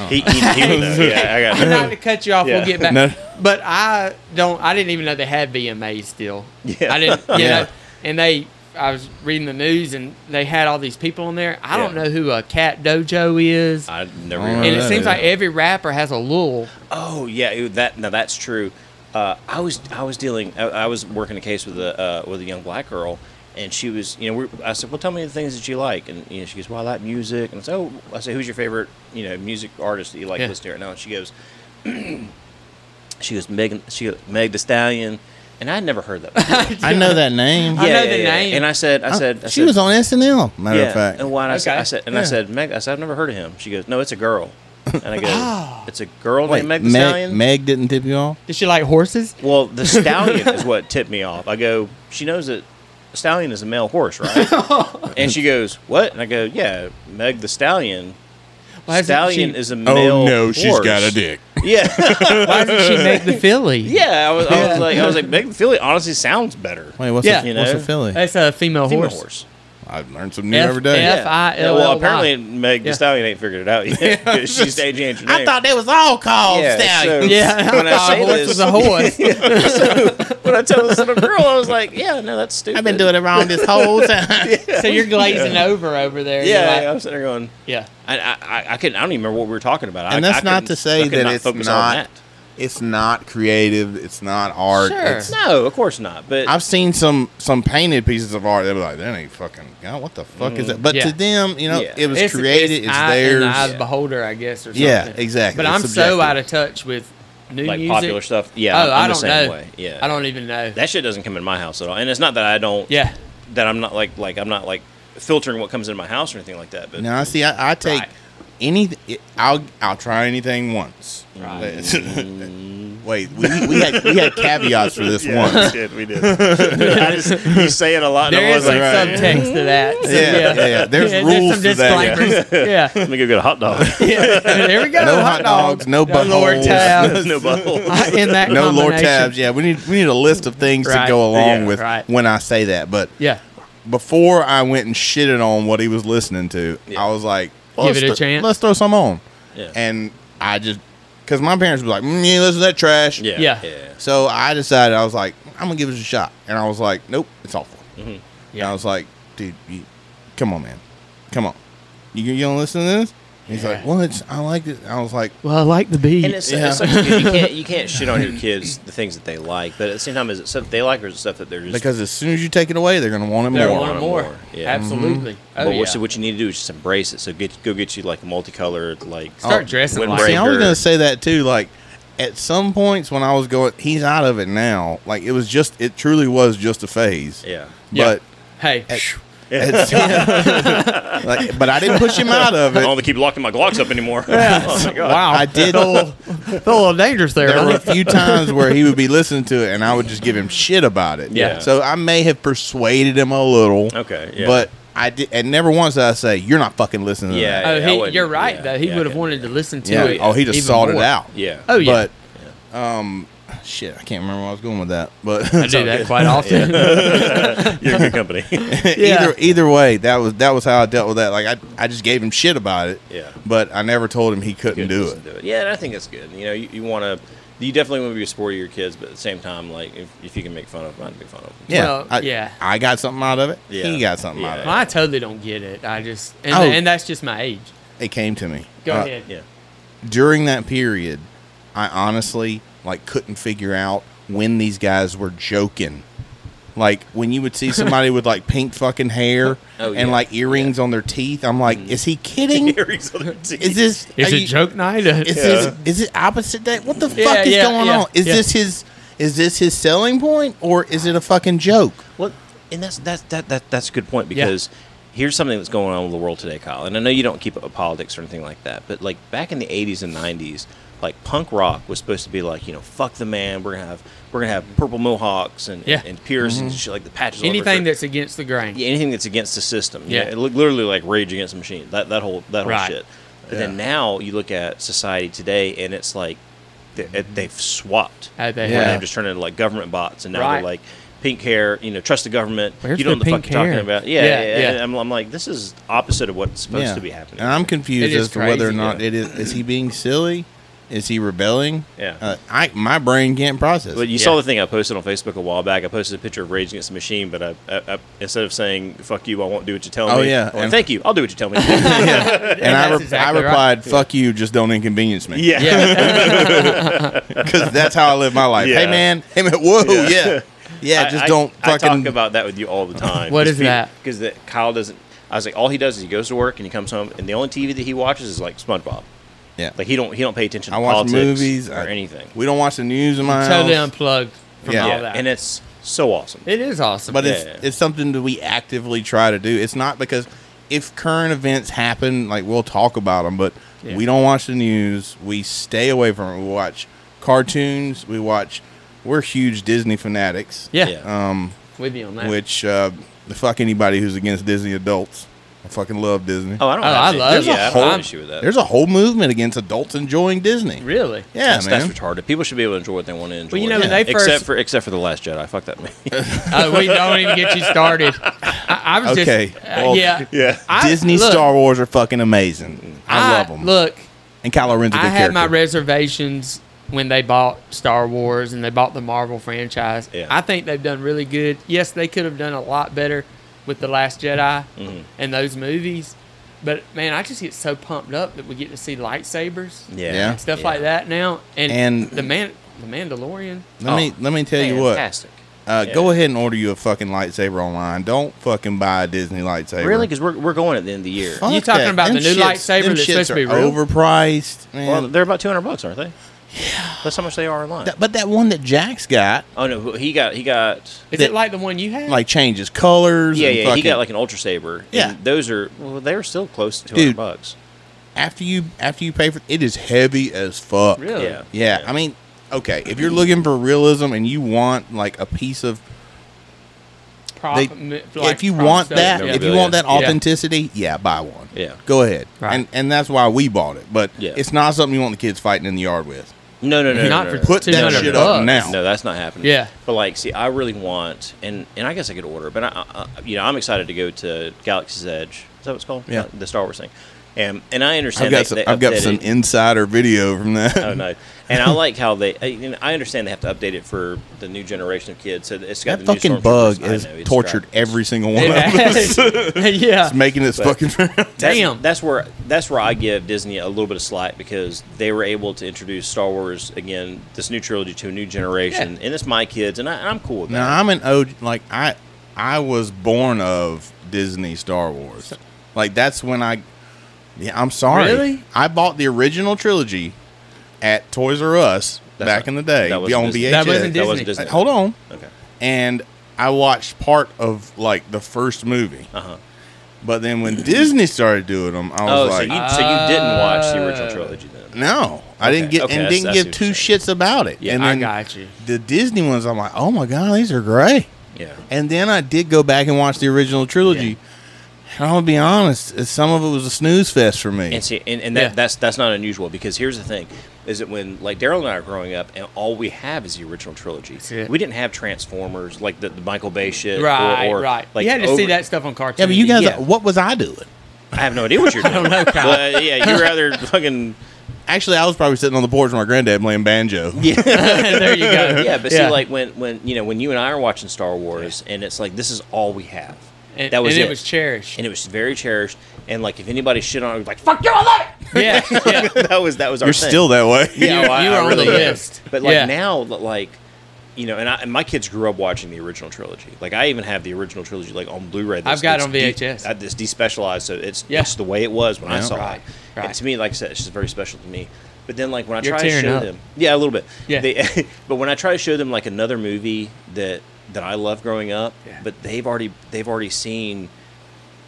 Speaker 8: He, he, he would know. Yeah, I got
Speaker 2: I'm not
Speaker 8: it.
Speaker 2: gonna cut you off. We'll get back.
Speaker 1: No.
Speaker 2: But I don't. I didn't even know they had VMAs still.
Speaker 8: Yeah.
Speaker 2: I didn't. You
Speaker 1: Yeah.
Speaker 2: know, and they. I was reading the news and they had all these people on there. I don't
Speaker 8: Yeah.
Speaker 2: know who a Cat Dojo is.
Speaker 8: I never.
Speaker 1: And
Speaker 2: and
Speaker 8: heard of
Speaker 2: it
Speaker 1: that
Speaker 2: seems
Speaker 1: is-
Speaker 2: like every rapper has a lul.
Speaker 8: Oh yeah, it- that now that's true. Uh, I was I was dealing I, I was working a case with a uh, with a young black girl, and she was you know we I said well tell me the things that you like and you know she goes well I like music and I said oh I said who's your favorite you know music artist that you like
Speaker 2: Yeah.
Speaker 8: listening to right now and she goes she goes Meg she Meg the Stallion and I'd never heard that before.
Speaker 1: I know that name.
Speaker 2: I know the name.
Speaker 8: and I said I said I
Speaker 1: Oh, she
Speaker 8: said,
Speaker 1: was on SNL. Matter of fact.
Speaker 8: and why? And I, said,
Speaker 2: Okay.
Speaker 8: I said, and I
Speaker 1: Yeah.
Speaker 8: said, Meg. I said, I've never heard of him. She goes, No, it's a girl. And I go, It's a girl
Speaker 1: Wait,
Speaker 8: named Meg the
Speaker 1: Meg,
Speaker 8: Stallion.
Speaker 1: Meg didn't tip you off?
Speaker 2: Does she like horses?
Speaker 8: Well, the stallion is what tipped me off. I go, she knows that a stallion is a male horse, right? and she goes, what? And I go, yeah, Meg the stallion.
Speaker 2: Why isn't
Speaker 8: stallion
Speaker 2: she-
Speaker 8: is a male.
Speaker 3: she's
Speaker 8: horse." Yeah,
Speaker 2: Why doesn't she make the Philly?
Speaker 8: yeah. I was, I was like, I was like, Meg the Philly honestly sounds better.
Speaker 1: Wait, what's,
Speaker 2: Yeah.
Speaker 1: a,
Speaker 8: You
Speaker 1: what's a
Speaker 8: know?
Speaker 1: Philly?
Speaker 2: that's a female,
Speaker 8: Female
Speaker 2: horse.
Speaker 8: horse.
Speaker 1: I learn something new
Speaker 2: F-
Speaker 1: every day.
Speaker 2: F-
Speaker 8: Yeah. Yeah,
Speaker 2: F-I-L-L-Y.
Speaker 8: well, apparently Meg
Speaker 2: Yeah.
Speaker 8: the stallion ain't figured it out yet. 'cause She's she changed her name.
Speaker 1: that was all called
Speaker 8: Yeah, so-
Speaker 2: Yeah,
Speaker 8: When I
Speaker 2: a
Speaker 8: say
Speaker 2: horse
Speaker 8: this-
Speaker 2: was a horse.
Speaker 8: when I told this little girl, I was like, yeah, no, that's stupid.
Speaker 1: it wrong this whole time.
Speaker 2: so you're glazing over over there. You're
Speaker 8: Yeah,
Speaker 2: like-
Speaker 8: yeah, I'm sitting there going.
Speaker 2: yeah.
Speaker 8: I, I, I- I couldn't. I don't even remember what we were talking about. I-
Speaker 1: And that's
Speaker 8: I
Speaker 1: not
Speaker 8: couldn't-
Speaker 1: to say
Speaker 8: I could
Speaker 1: that it's
Speaker 8: focus
Speaker 1: not-
Speaker 8: On
Speaker 1: it's not creative. It's not art.
Speaker 2: Sure.
Speaker 1: It's,
Speaker 8: that. No, of course not. But
Speaker 1: I've seen some some painted pieces of art that were like, that ain't fucking God, what the fuck is that? But
Speaker 2: Yeah.
Speaker 1: to them, you know,
Speaker 8: Yeah.
Speaker 1: it was created, it's,
Speaker 2: eye In
Speaker 1: theirs.
Speaker 2: the eye of the beholder, I guess, or something.
Speaker 1: Yeah, exactly.
Speaker 2: But
Speaker 1: It's
Speaker 2: I'm
Speaker 1: subjective.
Speaker 2: so out of touch with new
Speaker 8: like
Speaker 2: music.
Speaker 8: popular stuff. Yeah,
Speaker 2: oh,
Speaker 8: I'm,
Speaker 2: I
Speaker 8: I'm
Speaker 2: do
Speaker 8: the
Speaker 2: not
Speaker 8: same
Speaker 2: know.
Speaker 8: way. Yeah,
Speaker 2: I don't even know.
Speaker 8: That shit doesn't come in my house at all. And it's not that I don't.
Speaker 2: yeah,
Speaker 8: That I'm not like like I'm not like filtering what comes in my house or anything like that. But
Speaker 1: Now I see I, I take
Speaker 8: Right.
Speaker 1: any I'll I'll try anything once. Wait, we, we had we had caveats for this
Speaker 8: Yeah,
Speaker 1: one.
Speaker 8: we did. We did. I just you say it a lot.
Speaker 2: there
Speaker 8: and
Speaker 2: is
Speaker 8: I was
Speaker 2: some
Speaker 8: like,
Speaker 1: like, right.
Speaker 2: subtext to that. So,
Speaker 1: Yeah, yeah, yeah. There's rules
Speaker 2: some
Speaker 1: to that.
Speaker 2: disclaimers. Yeah.
Speaker 8: let me go get a hot dog.
Speaker 2: yeah. There we go.
Speaker 1: No hot dogs, no
Speaker 2: Lord
Speaker 1: buttholes.
Speaker 2: tabs.
Speaker 8: no butthole.
Speaker 2: In that
Speaker 1: No Lord
Speaker 2: combination.
Speaker 1: tabs. Yeah, we need we need a list of things
Speaker 2: Right.
Speaker 1: to go along
Speaker 8: Yeah.
Speaker 1: with
Speaker 2: Right.
Speaker 1: when I say that. But
Speaker 2: Yeah.
Speaker 1: before I went and shitted on what he was listening to, I was like, well,
Speaker 2: Give
Speaker 1: let's
Speaker 2: it a
Speaker 1: thro-
Speaker 2: chance.
Speaker 1: Let's throw some on.
Speaker 8: Yeah.
Speaker 1: And I just because my parents were like, mm, you listen to that trash.
Speaker 8: Yeah.
Speaker 2: Yeah.
Speaker 8: yeah.
Speaker 1: So I decided I was like, I'm gonna give this a shot, and I was like, nope, it's awful. And I was like, dude, you, come on, man, come on, you, you don't listen to this? And he's like, well, it's I like it. I was like,
Speaker 2: Well, I like the beat.
Speaker 8: And it's,
Speaker 1: Yeah.
Speaker 8: it's such a good, you can't you can't shit on your kids the things that they like, but at the same time, is it stuff they like or is it stuff that they're just
Speaker 1: because as soon as you take it away, they're gonna want it
Speaker 2: They're
Speaker 1: more.
Speaker 2: wanting more.
Speaker 8: more. Yeah.
Speaker 2: Absolutely. Oh,
Speaker 8: Mm-hmm. but
Speaker 2: yeah.
Speaker 8: what, so what you need to do is just embrace it. So get go get you like multicolored like
Speaker 2: Start dressing like
Speaker 1: See, I was
Speaker 8: windbreaker.
Speaker 1: gonna say that too. Like at some points when I was going, he's out of it now. Like it was just, it truly was just a phase.
Speaker 8: Yeah.
Speaker 1: But
Speaker 2: Hey.
Speaker 1: at some- like, but I didn't push him out of
Speaker 8: I don't
Speaker 1: it.
Speaker 8: want to keep locking Oh, my Glocks up anymore. oh my god.
Speaker 2: Wow.
Speaker 1: I did.
Speaker 2: Felt a little dangerous there.
Speaker 1: There were a
Speaker 2: wasn't it?
Speaker 1: few times where he would be listening to it, and I would just give him shit about it.
Speaker 8: Yeah.
Speaker 1: So I may have persuaded him a little.
Speaker 8: Okay, yeah.
Speaker 1: But I did, and never once did I say you're not fucking listening. To
Speaker 8: Yeah.
Speaker 1: that.
Speaker 2: Oh,
Speaker 8: I
Speaker 2: he,
Speaker 8: wouldn't-
Speaker 2: you're right
Speaker 8: yeah,
Speaker 2: though. He
Speaker 8: yeah, I
Speaker 2: would have
Speaker 8: couldn't
Speaker 2: wanted to listen to
Speaker 1: yeah.
Speaker 2: it.
Speaker 1: oh, he just
Speaker 2: even
Speaker 1: sought it
Speaker 2: more.
Speaker 1: out.
Speaker 8: Yeah.
Speaker 2: Oh yeah,
Speaker 1: But um, shit, I can't remember where I was going with that. But
Speaker 2: I do that quite often.
Speaker 8: You're in good company.
Speaker 2: Yeah.
Speaker 1: either either way, that was that was how I dealt with that. Like I, I just gave him shit about it.
Speaker 8: Yeah.
Speaker 1: But I never told him he couldn't do
Speaker 8: Just
Speaker 1: it.
Speaker 8: do it. Yeah, and I think that's good. You know, you, you want to. You definitely want to be a sport of your kids, but at the same time, like if, if you can make fun of them, I'd make fun of them.
Speaker 1: Yeah.
Speaker 2: Well,
Speaker 1: I,
Speaker 2: yeah.
Speaker 1: I got something out of it.
Speaker 8: Yeah.
Speaker 1: He got something out of
Speaker 2: Well, I totally don't get it. I just and,
Speaker 1: Oh.
Speaker 2: and that's just my age.
Speaker 1: it. It came to me.
Speaker 2: Go
Speaker 1: Uh,
Speaker 2: ahead.
Speaker 8: Yeah,
Speaker 1: During that period, I honestly like couldn't figure out when these guys were joking. Like when you would see somebody with like pink fucking hair
Speaker 8: Oh,
Speaker 1: and
Speaker 8: yeah. Mm.
Speaker 1: like earrings on their teeth, I'm like, is he kidding?
Speaker 8: Earrings on their teeth.
Speaker 1: Is this
Speaker 2: Is
Speaker 1: are
Speaker 2: it
Speaker 1: you-
Speaker 2: joke night? or-
Speaker 1: Is
Speaker 8: Yeah.
Speaker 1: this is it opposite day? What the fuck
Speaker 2: Yeah,
Speaker 1: is
Speaker 2: yeah,
Speaker 1: going
Speaker 2: yeah,
Speaker 1: on? Is
Speaker 2: yeah.
Speaker 1: this his is this his selling point or is it a fucking joke?
Speaker 8: Well, and that's that's that, that that's a good point because here's something that's going on in the world today, Kyle. And I know you don't keep up with politics or anything like that, but like back in the '80s and '90s, like punk rock was supposed to be like you know fuck the man. We're gonna have we're gonna have purple mohawks and
Speaker 2: Yeah. Mm-hmm.
Speaker 8: and, and piercings and shit like the patches. all over
Speaker 2: Anything
Speaker 8: shirt.
Speaker 2: that's against the grain.
Speaker 8: Yeah, anything that's against the system.
Speaker 2: Yeah.
Speaker 8: Yeah, literally like Rage Against the Machine. That that whole that whole
Speaker 2: Right.
Speaker 8: shit. And then now you look at society today, and it's like they, it- they've swapped.
Speaker 2: Uh, they
Speaker 8: Where
Speaker 2: have.
Speaker 8: They've just turned into like government bots, and now
Speaker 2: Right.
Speaker 8: they're like pink hair. You know, trust the government.
Speaker 2: Where's
Speaker 8: you know what
Speaker 2: the
Speaker 8: the fuck
Speaker 2: pink
Speaker 8: you're
Speaker 2: hair?
Speaker 8: talking about. Yeah,
Speaker 2: Yeah,
Speaker 8: yeah. yeah.
Speaker 2: yeah.
Speaker 8: I'm, I'm like, this is opposite of what's supposed
Speaker 1: Yeah.
Speaker 8: to be happening.
Speaker 1: And I'm
Speaker 2: It
Speaker 1: confused
Speaker 2: is
Speaker 1: as to whether or
Speaker 2: crazy,
Speaker 1: not
Speaker 2: yeah.
Speaker 1: it is is he being silly? Is he rebelling?
Speaker 8: Yeah.
Speaker 1: Uh, I my brain can't process.
Speaker 8: But
Speaker 1: it.
Speaker 8: you saw the thing I posted on Facebook a while back. I posted a picture of Rage Against the Machine, but I, I, I instead of saying "fuck you," I won't do what you tell
Speaker 1: Oh,
Speaker 8: me.
Speaker 1: yeah,
Speaker 8: I went,
Speaker 1: and-
Speaker 8: thank you. I'll do what you tell me.
Speaker 1: and I,
Speaker 2: that's
Speaker 1: re-
Speaker 2: exactly
Speaker 1: I
Speaker 2: right.
Speaker 1: replied, "Fuck you, just don't inconvenience me."
Speaker 8: yeah.
Speaker 1: because that's how I live my life.
Speaker 8: Yeah.
Speaker 1: Hey man, hey man, whoa, yeah, yeah,
Speaker 8: I-
Speaker 1: just
Speaker 8: I-
Speaker 1: don't
Speaker 8: I
Speaker 1: fucking.
Speaker 8: talk about that with you all the time.
Speaker 2: What is that?
Speaker 8: Because Kyle doesn't. I was like, all he does is he goes to work and he comes home, and the only TV that he watches is like SpongeBob.
Speaker 1: yeah,
Speaker 8: Like he don't he don't pay attention.
Speaker 1: I
Speaker 8: to
Speaker 1: watch
Speaker 8: politics
Speaker 1: movies
Speaker 8: or
Speaker 1: I-
Speaker 8: anything.
Speaker 1: We don't watch the news in my
Speaker 2: Totally
Speaker 1: house,
Speaker 2: unplugged from
Speaker 1: Yeah.
Speaker 2: all
Speaker 8: yeah,
Speaker 2: that.
Speaker 8: and it's so awesome.
Speaker 2: it is awesome.
Speaker 1: but
Speaker 8: Yeah.
Speaker 1: it's it's something that we actively try to do. It's not because if current events happen, like we'll talk about them, but
Speaker 2: Yeah.
Speaker 1: we don't watch the news. We stay away from it. We watch cartoons. We watch. We're huge Disney fanatics.
Speaker 2: yeah,
Speaker 1: Um,
Speaker 8: yeah.
Speaker 2: with you on that.
Speaker 1: which uh, fuck anybody who's against Disney adults. I fucking love Disney.
Speaker 8: oh, I don't.
Speaker 2: Oh,
Speaker 8: have
Speaker 2: I
Speaker 8: any-
Speaker 2: love
Speaker 8: yeah,
Speaker 2: it.
Speaker 8: I don't have
Speaker 2: I'm-
Speaker 8: an issue with that.
Speaker 1: There's a whole movement against adults enjoying Disney.
Speaker 2: really?
Speaker 1: Yeah,
Speaker 8: that's,
Speaker 1: man.
Speaker 8: that's retarded. People should be able to enjoy what they want to enjoy.
Speaker 2: you know, when they
Speaker 8: except
Speaker 2: first-
Speaker 8: for except for the Last Jedi. Fuck that movie.
Speaker 2: Oh, we don't even get you started. I, I was
Speaker 1: Okay,
Speaker 2: just uh,
Speaker 1: well,
Speaker 2: yeah.
Speaker 8: yeah.
Speaker 2: I-
Speaker 1: Disney
Speaker 2: look,
Speaker 1: Star Wars are fucking amazing. I, love 'em. love them.
Speaker 2: Look,
Speaker 1: and Kylo Ren's a good
Speaker 2: I had
Speaker 1: character.
Speaker 2: my reservations when they bought Star Wars and they bought the Marvel franchise.
Speaker 8: Yeah.
Speaker 2: I think they've done really good. Yes, they could have done a lot better with The Last Jedi
Speaker 1: Mm-hmm.
Speaker 2: and those movies. But man, I just get so pumped up that we get to see lightsabers
Speaker 1: Yeah.
Speaker 8: yeah.
Speaker 2: and stuff like that now. And,
Speaker 1: And-
Speaker 2: the man the Mandalorian.
Speaker 1: let me let me tell you what.
Speaker 8: Fantastic.
Speaker 1: Uh,
Speaker 8: Yeah.
Speaker 1: Go ahead and order you a fucking lightsaber online. Don't fucking buy a Disney lightsaber.
Speaker 8: Really? Because we're, we're going at the end of the year.
Speaker 1: Fuck
Speaker 2: You talking
Speaker 1: that.
Speaker 2: about
Speaker 1: Them
Speaker 2: the new
Speaker 1: shits-
Speaker 2: lightsaber
Speaker 1: them
Speaker 2: that's
Speaker 1: shits
Speaker 2: supposed to be
Speaker 1: are
Speaker 2: real?
Speaker 1: overpriced, man.
Speaker 8: Well, they're about two hundred bucks, aren't they? Yeah. That's how much they are online.
Speaker 1: That- but that one that Jack's got
Speaker 8: oh no, he got he got
Speaker 2: Is
Speaker 1: That-
Speaker 2: it like the one you had?
Speaker 1: like changes colors.
Speaker 8: Yeah,
Speaker 1: and
Speaker 8: yeah. He
Speaker 1: fucking-
Speaker 8: got like an ultra saber.
Speaker 1: Yeah.
Speaker 8: and those are well, they're still close to two
Speaker 1: Dude.
Speaker 8: hundred bucks.
Speaker 1: after you after you pay for it is heavy as fuck.
Speaker 2: Really?
Speaker 8: Yeah.
Speaker 1: Yeah, I mean, okay, if you're looking for realism and you want like a piece of
Speaker 2: Prop-
Speaker 1: they-
Speaker 2: m- like
Speaker 1: if you
Speaker 2: prop
Speaker 1: want
Speaker 2: stuff.
Speaker 1: that,
Speaker 8: Yeah.
Speaker 1: if you want that
Speaker 2: Yeah.
Speaker 1: authenticity, yeah, buy one.
Speaker 8: Yeah.
Speaker 1: Go ahead.
Speaker 2: Right.
Speaker 1: And and that's why we bought it. But
Speaker 8: Yeah.
Speaker 1: it's not something you want the kids fighting in the yard with.
Speaker 8: No, no, no,
Speaker 2: Not
Speaker 8: no,
Speaker 2: for
Speaker 8: no,
Speaker 1: Put
Speaker 2: Two
Speaker 1: that
Speaker 2: hundred
Speaker 1: shit up
Speaker 2: bucks.
Speaker 1: now.
Speaker 8: No, that's not happening.
Speaker 2: Yeah.
Speaker 8: But like, see, I really want, and and I guess I could order, but I, I I- you know, I'm excited to go to Galaxy's Edge. Is that what it's called?
Speaker 1: Yeah.
Speaker 8: The Star Wars thing. And and I understand.
Speaker 1: I've got
Speaker 8: they-
Speaker 1: some,
Speaker 8: they
Speaker 1: I've got
Speaker 8: updated-
Speaker 1: some insider video from that.
Speaker 8: Oh no! And I like how they. I, you know, I understand they have to update it for the new generation of kids. So it's got
Speaker 1: that
Speaker 8: the new
Speaker 1: fucking
Speaker 8: Stormtroopers.
Speaker 1: bug
Speaker 8: I
Speaker 1: has
Speaker 8: know, it's
Speaker 1: tortured
Speaker 8: crap.
Speaker 1: every single one of us.
Speaker 2: yeah.
Speaker 1: Making this
Speaker 8: But-
Speaker 1: fucking
Speaker 8: That's,
Speaker 2: Damn.
Speaker 8: That's where that's where I give Disney a little bit of slack because they were able to introduce Star Wars again, this new trilogy to a new generation, and it's my kids, and, I, and I'm cool with
Speaker 1: No,
Speaker 8: that.
Speaker 1: I'm an OG. Like I, I was born of Disney Star Wars. Like that's when I. Yeah, I'm sorry.
Speaker 2: Really?
Speaker 1: I bought the original trilogy at Toys R Us
Speaker 8: That's
Speaker 1: back
Speaker 8: not-
Speaker 1: in the day.
Speaker 8: that wasn't
Speaker 1: on
Speaker 8: Disney.
Speaker 1: VHS.
Speaker 2: That wasn't
Speaker 8: That wasn't
Speaker 2: Disney.
Speaker 8: Disney.
Speaker 1: Hold on.
Speaker 8: Okay.
Speaker 1: And I watched part of like the first movie.
Speaker 8: Uh huh.
Speaker 1: But then when Disney started doing them, I
Speaker 8: Oh,
Speaker 1: was
Speaker 8: so
Speaker 1: like,
Speaker 8: you so you didn't watch the
Speaker 2: Uh,
Speaker 8: original trilogy then?
Speaker 1: no, I didn't
Speaker 8: Okay,
Speaker 1: get
Speaker 8: okay,
Speaker 1: and
Speaker 8: that's-
Speaker 1: didn't
Speaker 8: that's
Speaker 1: give
Speaker 8: what
Speaker 1: two
Speaker 8: you're saying.
Speaker 1: shits about it.
Speaker 8: Yeah,
Speaker 1: and
Speaker 2: I
Speaker 1: then
Speaker 2: got you.
Speaker 1: the Disney ones. I'm like, oh my god, these are great.
Speaker 8: Yeah.
Speaker 1: And then I did go back and watch the original trilogy. I'll be honest, uh, some of it was a snooze fest for me.
Speaker 8: And see, and, and that,
Speaker 2: Yeah.
Speaker 8: that's that's not unusual because here's the thing: is that when like Daryl and I are growing up, and all we have is the original trilogy.
Speaker 2: it.
Speaker 8: We didn't have Transformers like the, the Michael Bay shit, or-
Speaker 2: Right,
Speaker 8: or,
Speaker 2: right.
Speaker 8: Like
Speaker 2: you had to see
Speaker 8: over-
Speaker 2: that stuff on cartoons.
Speaker 1: yeah, but you guys,
Speaker 8: yeah.
Speaker 1: what was I doing?
Speaker 8: I have no idea what you're doing. I
Speaker 2: know, Kyle.
Speaker 8: But yeah, you were rather fucking.
Speaker 1: Actually, I was probably sitting on the porch with my granddad playing banjo.
Speaker 2: there you go.
Speaker 8: Yeah, but
Speaker 2: Yeah.
Speaker 8: see, like when when you know when you and I are watching Star Wars, and it's like this is all we have.
Speaker 2: And,
Speaker 8: that was
Speaker 2: and
Speaker 8: it.
Speaker 2: it was cherished.
Speaker 8: and it was very cherished. And like if anybody shit on it, it was like fuck you, I love it.
Speaker 2: yeah, yeah.
Speaker 8: that was that was our.
Speaker 1: You're
Speaker 8: thing.
Speaker 1: still that way.
Speaker 2: You-
Speaker 8: Yeah, well, oh, I-
Speaker 2: you
Speaker 8: I
Speaker 2: were on
Speaker 8: really
Speaker 2: the
Speaker 8: am.
Speaker 2: list.
Speaker 8: But like
Speaker 2: Yeah.
Speaker 8: now, li- like you know, and, I, and my kids grew up watching the original trilogy. Like I even have the original trilogy like on Blu-ray. that's-
Speaker 2: I've got it
Speaker 8: that's
Speaker 2: on
Speaker 8: de-
Speaker 2: VHS.
Speaker 8: I just despecialized, so it's
Speaker 2: Yeah.
Speaker 8: it's the way it was when I
Speaker 1: Yeah.
Speaker 8: saw
Speaker 2: Right,
Speaker 8: it.
Speaker 2: right.
Speaker 8: And to me, like I said, it's just very special to me. But then, like when I
Speaker 2: You're
Speaker 8: try to
Speaker 2: tearing
Speaker 8: show
Speaker 2: up.
Speaker 8: them, yeah, a little bit.
Speaker 2: Yeah.
Speaker 8: They, but when I try to show them like another movie that that I love growing up,
Speaker 2: Yeah.
Speaker 8: but they've already they've already seen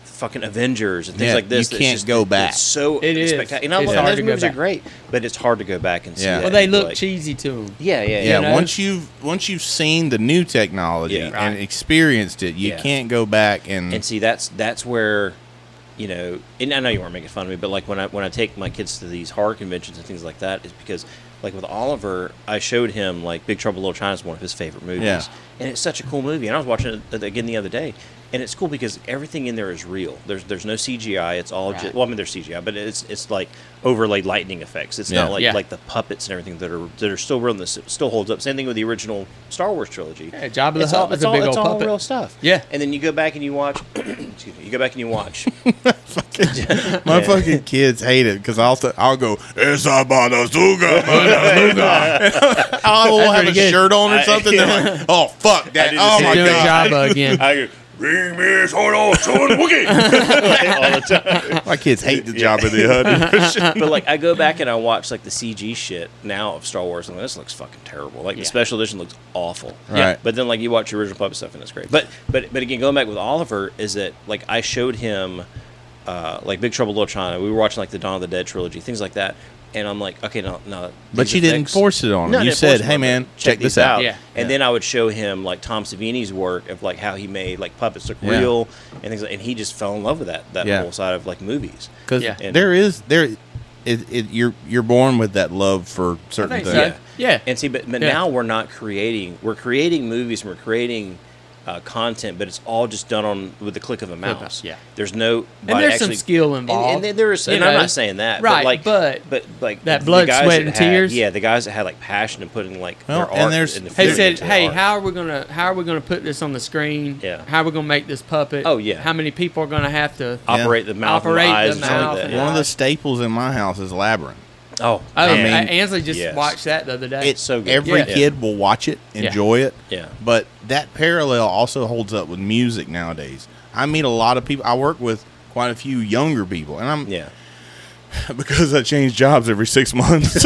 Speaker 8: fucking Avengers and things
Speaker 1: Yeah,
Speaker 8: like this.
Speaker 1: you
Speaker 8: that's
Speaker 1: can't
Speaker 8: just-
Speaker 1: go
Speaker 8: that's
Speaker 1: back.
Speaker 8: So
Speaker 2: It is.
Speaker 8: spectacular. And I
Speaker 2: It's
Speaker 8: love
Speaker 2: hard
Speaker 8: those
Speaker 2: to go
Speaker 8: movies are
Speaker 2: back.
Speaker 8: great, but it's hard to go back and see.
Speaker 1: Yeah.
Speaker 8: it
Speaker 1: Well,
Speaker 2: Well, they
Speaker 8: and be
Speaker 2: look
Speaker 8: like-
Speaker 2: cheesy to them.
Speaker 8: yeah, yeah,
Speaker 1: Yeah,
Speaker 8: yeah.
Speaker 2: You know?
Speaker 1: once you've once you've seen the new technology
Speaker 8: Yeah.
Speaker 1: and experienced it, you
Speaker 8: Yeah.
Speaker 1: can't go back and,
Speaker 8: And see, that's that's where, you know, and I know you weren't making fun of me, but like when I when I take my kids to these horror conventions and things like that, is because like with Oliver, I showed him like Big Trouble in Little China is one of his favorite movies,
Speaker 1: Yeah.
Speaker 8: and it's such a cool movie. And I was watching it uh, again the other day, and it's cool because everything in there is real. There's there's no CGI. It's all just, well, I mean, there's CGI, but it's it's like overlaid lightning effects. It's
Speaker 1: Yeah.
Speaker 8: not like
Speaker 2: Yeah.
Speaker 8: like the puppets and everything that are that are still real and this still holds up. Same thing with the original Star Wars trilogy.
Speaker 2: Yeah, Jabba the
Speaker 8: It's
Speaker 2: Hutt
Speaker 8: all-
Speaker 2: was
Speaker 8: it's
Speaker 2: a
Speaker 8: all-
Speaker 2: big
Speaker 8: it's
Speaker 2: old
Speaker 8: all
Speaker 2: puppet.
Speaker 8: real stuff.
Speaker 2: Yeah.
Speaker 8: And then you go back and you watch. excuse me. You go back and you watch.
Speaker 1: my fucking kids hate it because I'll th- I'll go it's a Banazuga, Banazuga. I will Oh, have a
Speaker 2: pretty good.
Speaker 1: shirt on or
Speaker 8: I-
Speaker 1: something.
Speaker 8: yeah.
Speaker 1: They're like, oh fuck that!
Speaker 8: did the
Speaker 1: Oh
Speaker 8: same
Speaker 1: my
Speaker 2: Doing
Speaker 1: god!
Speaker 2: Jabba again.
Speaker 8: I go, bring me a sword, old sword, Wookie. all the time.
Speaker 1: My kids hate the job of the hood.
Speaker 8: But like, I go back and I watch like the CG shit now of Star Wars, and I'm like, this looks fucking terrible. Like
Speaker 2: Yeah.
Speaker 8: the special edition looks awful.
Speaker 1: Right.
Speaker 8: But then like you watch the original puppet stuff, and it's great. But but but again, going back with Oliver, is that like I showed him. Uh, like Big Trouble in Little China, we were watching like the Dawn of the Dead trilogy, things like that, and I'm like, okay, no, no.
Speaker 1: But
Speaker 8: these
Speaker 1: you didn't
Speaker 8: effects-
Speaker 1: force it on him.
Speaker 8: No, I
Speaker 1: you
Speaker 8: didn't
Speaker 1: said,
Speaker 8: force it
Speaker 1: "Hey
Speaker 8: on him.
Speaker 1: man, check,
Speaker 8: these
Speaker 1: this out."
Speaker 2: out. Yeah.
Speaker 8: And then I would show him like Tom Savini's work of like how he made like puppets look
Speaker 1: Yeah.
Speaker 8: real and things, like, and he just fell in love with that that
Speaker 1: Yeah.
Speaker 8: whole side of like movies.
Speaker 1: because
Speaker 2: Yeah.
Speaker 1: there is there, it, it, you're you're born with that love for certain
Speaker 2: think
Speaker 1: things.
Speaker 2: so. Yeah. Yeah.
Speaker 8: And see, but, but
Speaker 2: Yeah.
Speaker 8: now we're not creating. We're creating movies and we're creating uh, content, but it's all just done on with the click of a
Speaker 2: of a-
Speaker 8: mouse.
Speaker 2: yeah.
Speaker 8: There's no. by
Speaker 2: And there's some skill
Speaker 8: and-
Speaker 2: involved.
Speaker 8: And, then there's.
Speaker 2: you
Speaker 8: And I'm
Speaker 2: know.
Speaker 8: not saying that.
Speaker 2: Right,
Speaker 8: But like,
Speaker 2: but
Speaker 8: but like
Speaker 2: that
Speaker 8: the
Speaker 2: blood,
Speaker 8: guys
Speaker 2: sweat,
Speaker 8: that
Speaker 2: and
Speaker 8: had-
Speaker 2: tears.
Speaker 8: Yeah, the guys that had like passion and putting like
Speaker 1: Well,
Speaker 8: their
Speaker 1: and
Speaker 8: art
Speaker 1: there's-
Speaker 8: in the
Speaker 2: They
Speaker 1: Dude,
Speaker 2: said,
Speaker 8: into
Speaker 2: "Hey,
Speaker 8: art.
Speaker 2: how are we gonna how are we gonna put this on the screen?
Speaker 8: Yeah.
Speaker 2: How are we gonna make this puppet?
Speaker 8: Oh, yeah.
Speaker 2: How many people are gonna have to?
Speaker 8: operate the mouth
Speaker 2: Operate the
Speaker 8: and eyes or something
Speaker 2: mouth
Speaker 8: like
Speaker 2: and
Speaker 8: that.
Speaker 1: One of the staples in my house is labyrinth.
Speaker 8: Oh,
Speaker 2: Oh,
Speaker 8: man.
Speaker 2: I
Speaker 1: mean,
Speaker 2: Ansley just
Speaker 8: yes.
Speaker 2: watched that the other day.
Speaker 1: It's
Speaker 8: so good.
Speaker 1: Every
Speaker 2: Yeah.
Speaker 1: kid will watch it,
Speaker 2: Yeah.
Speaker 1: enjoy it.
Speaker 8: Yeah.
Speaker 1: But that parallel also holds up with music nowadays. I meet a lot of people. I work with quite a few younger people, and I'm
Speaker 8: yeah.
Speaker 1: because I change jobs every six months.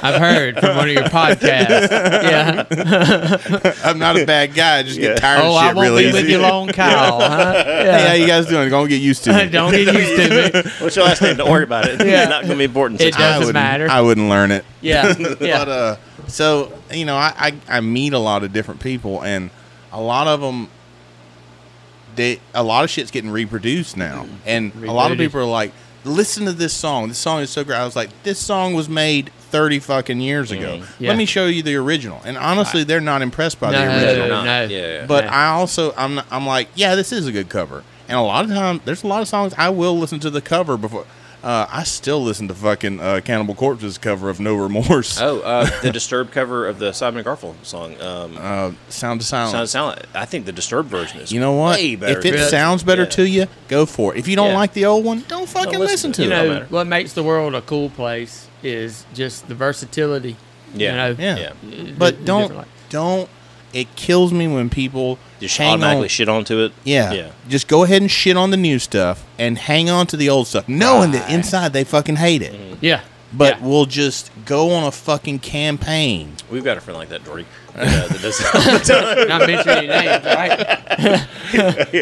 Speaker 2: I've heard from one of your podcasts. Yeah.
Speaker 1: I'm not a bad guy. I just
Speaker 8: Yeah.
Speaker 1: get tired
Speaker 2: Oh,
Speaker 1: of shit
Speaker 2: I won't
Speaker 1: really
Speaker 2: be with
Speaker 1: easy.
Speaker 2: you long, Kyle. Huh?
Speaker 1: Hey, how
Speaker 2: Yeah.
Speaker 1: you guys doing? Gonna get used to it.
Speaker 2: Don't get used to me.
Speaker 8: What's your last name? Don't worry about it.
Speaker 2: Yeah.
Speaker 8: It's not going to be important. to
Speaker 2: It
Speaker 8: you.
Speaker 2: does.
Speaker 1: I wouldn't,
Speaker 2: matter.
Speaker 1: I wouldn't learn it.
Speaker 2: Yeah.
Speaker 1: But
Speaker 2: Yeah.
Speaker 1: uh, so you know, I, I I meet a lot of different people, and a lot of them, they a lot of shit's getting reproduced now,
Speaker 2: Mm-hmm.
Speaker 1: and a lot of
Speaker 2: Rebooted.
Speaker 1: people are like, "Listen to this song. This song is so great." I was like, "This song was made thirty fucking years ago.
Speaker 2: Mm, Yeah.
Speaker 1: Let me show you the original." And honestly, they're not impressed by the
Speaker 2: No,
Speaker 1: original.
Speaker 8: They're not.
Speaker 2: no.
Speaker 8: Yeah, yeah.
Speaker 1: But
Speaker 2: No.
Speaker 1: I also I'm not- I'm like, yeah, this is a good cover. And a lot of times, there's a lot of songs I will listen to the cover before. Uh, I still listen to fucking uh, Cannibal Corpse's cover of No Remorse.
Speaker 8: Oh, uh, the Disturbed cover of the Simon and Garfunkel song. Um,
Speaker 1: Uh, sound to silence.
Speaker 8: sound, sound, I think the Disturbed version is.
Speaker 1: you know what?
Speaker 8: Way better
Speaker 1: If it
Speaker 8: than that.
Speaker 1: sounds better
Speaker 8: Yeah.
Speaker 1: to you, go for it. If you don't
Speaker 8: Yeah.
Speaker 1: like the old one, don't fucking listen,
Speaker 8: listen
Speaker 1: to
Speaker 8: to
Speaker 1: it.
Speaker 2: You
Speaker 8: Don't
Speaker 2: know
Speaker 8: matter.
Speaker 2: what makes the world a cool place is just the versatility.
Speaker 8: Yeah.
Speaker 2: You know?
Speaker 1: Yeah.
Speaker 8: Yeah.
Speaker 1: But
Speaker 2: Different,
Speaker 1: don't
Speaker 2: like-
Speaker 1: don't. It kills me when people
Speaker 8: Just
Speaker 1: hang
Speaker 8: automatically
Speaker 1: on.
Speaker 8: shit onto it.
Speaker 1: Yeah.
Speaker 8: Yeah.
Speaker 1: Just go ahead and shit on the new stuff and hang on to the old stuff, knowing that
Speaker 2: Right.
Speaker 1: inside they fucking hate
Speaker 8: Mm-hmm.
Speaker 1: it.
Speaker 2: Yeah.
Speaker 1: But
Speaker 2: Yeah.
Speaker 1: we'll just go on a fucking campaign.
Speaker 8: We've got a friend like that, Dory. that, uh, that does that all the time.
Speaker 2: not mentioning your names,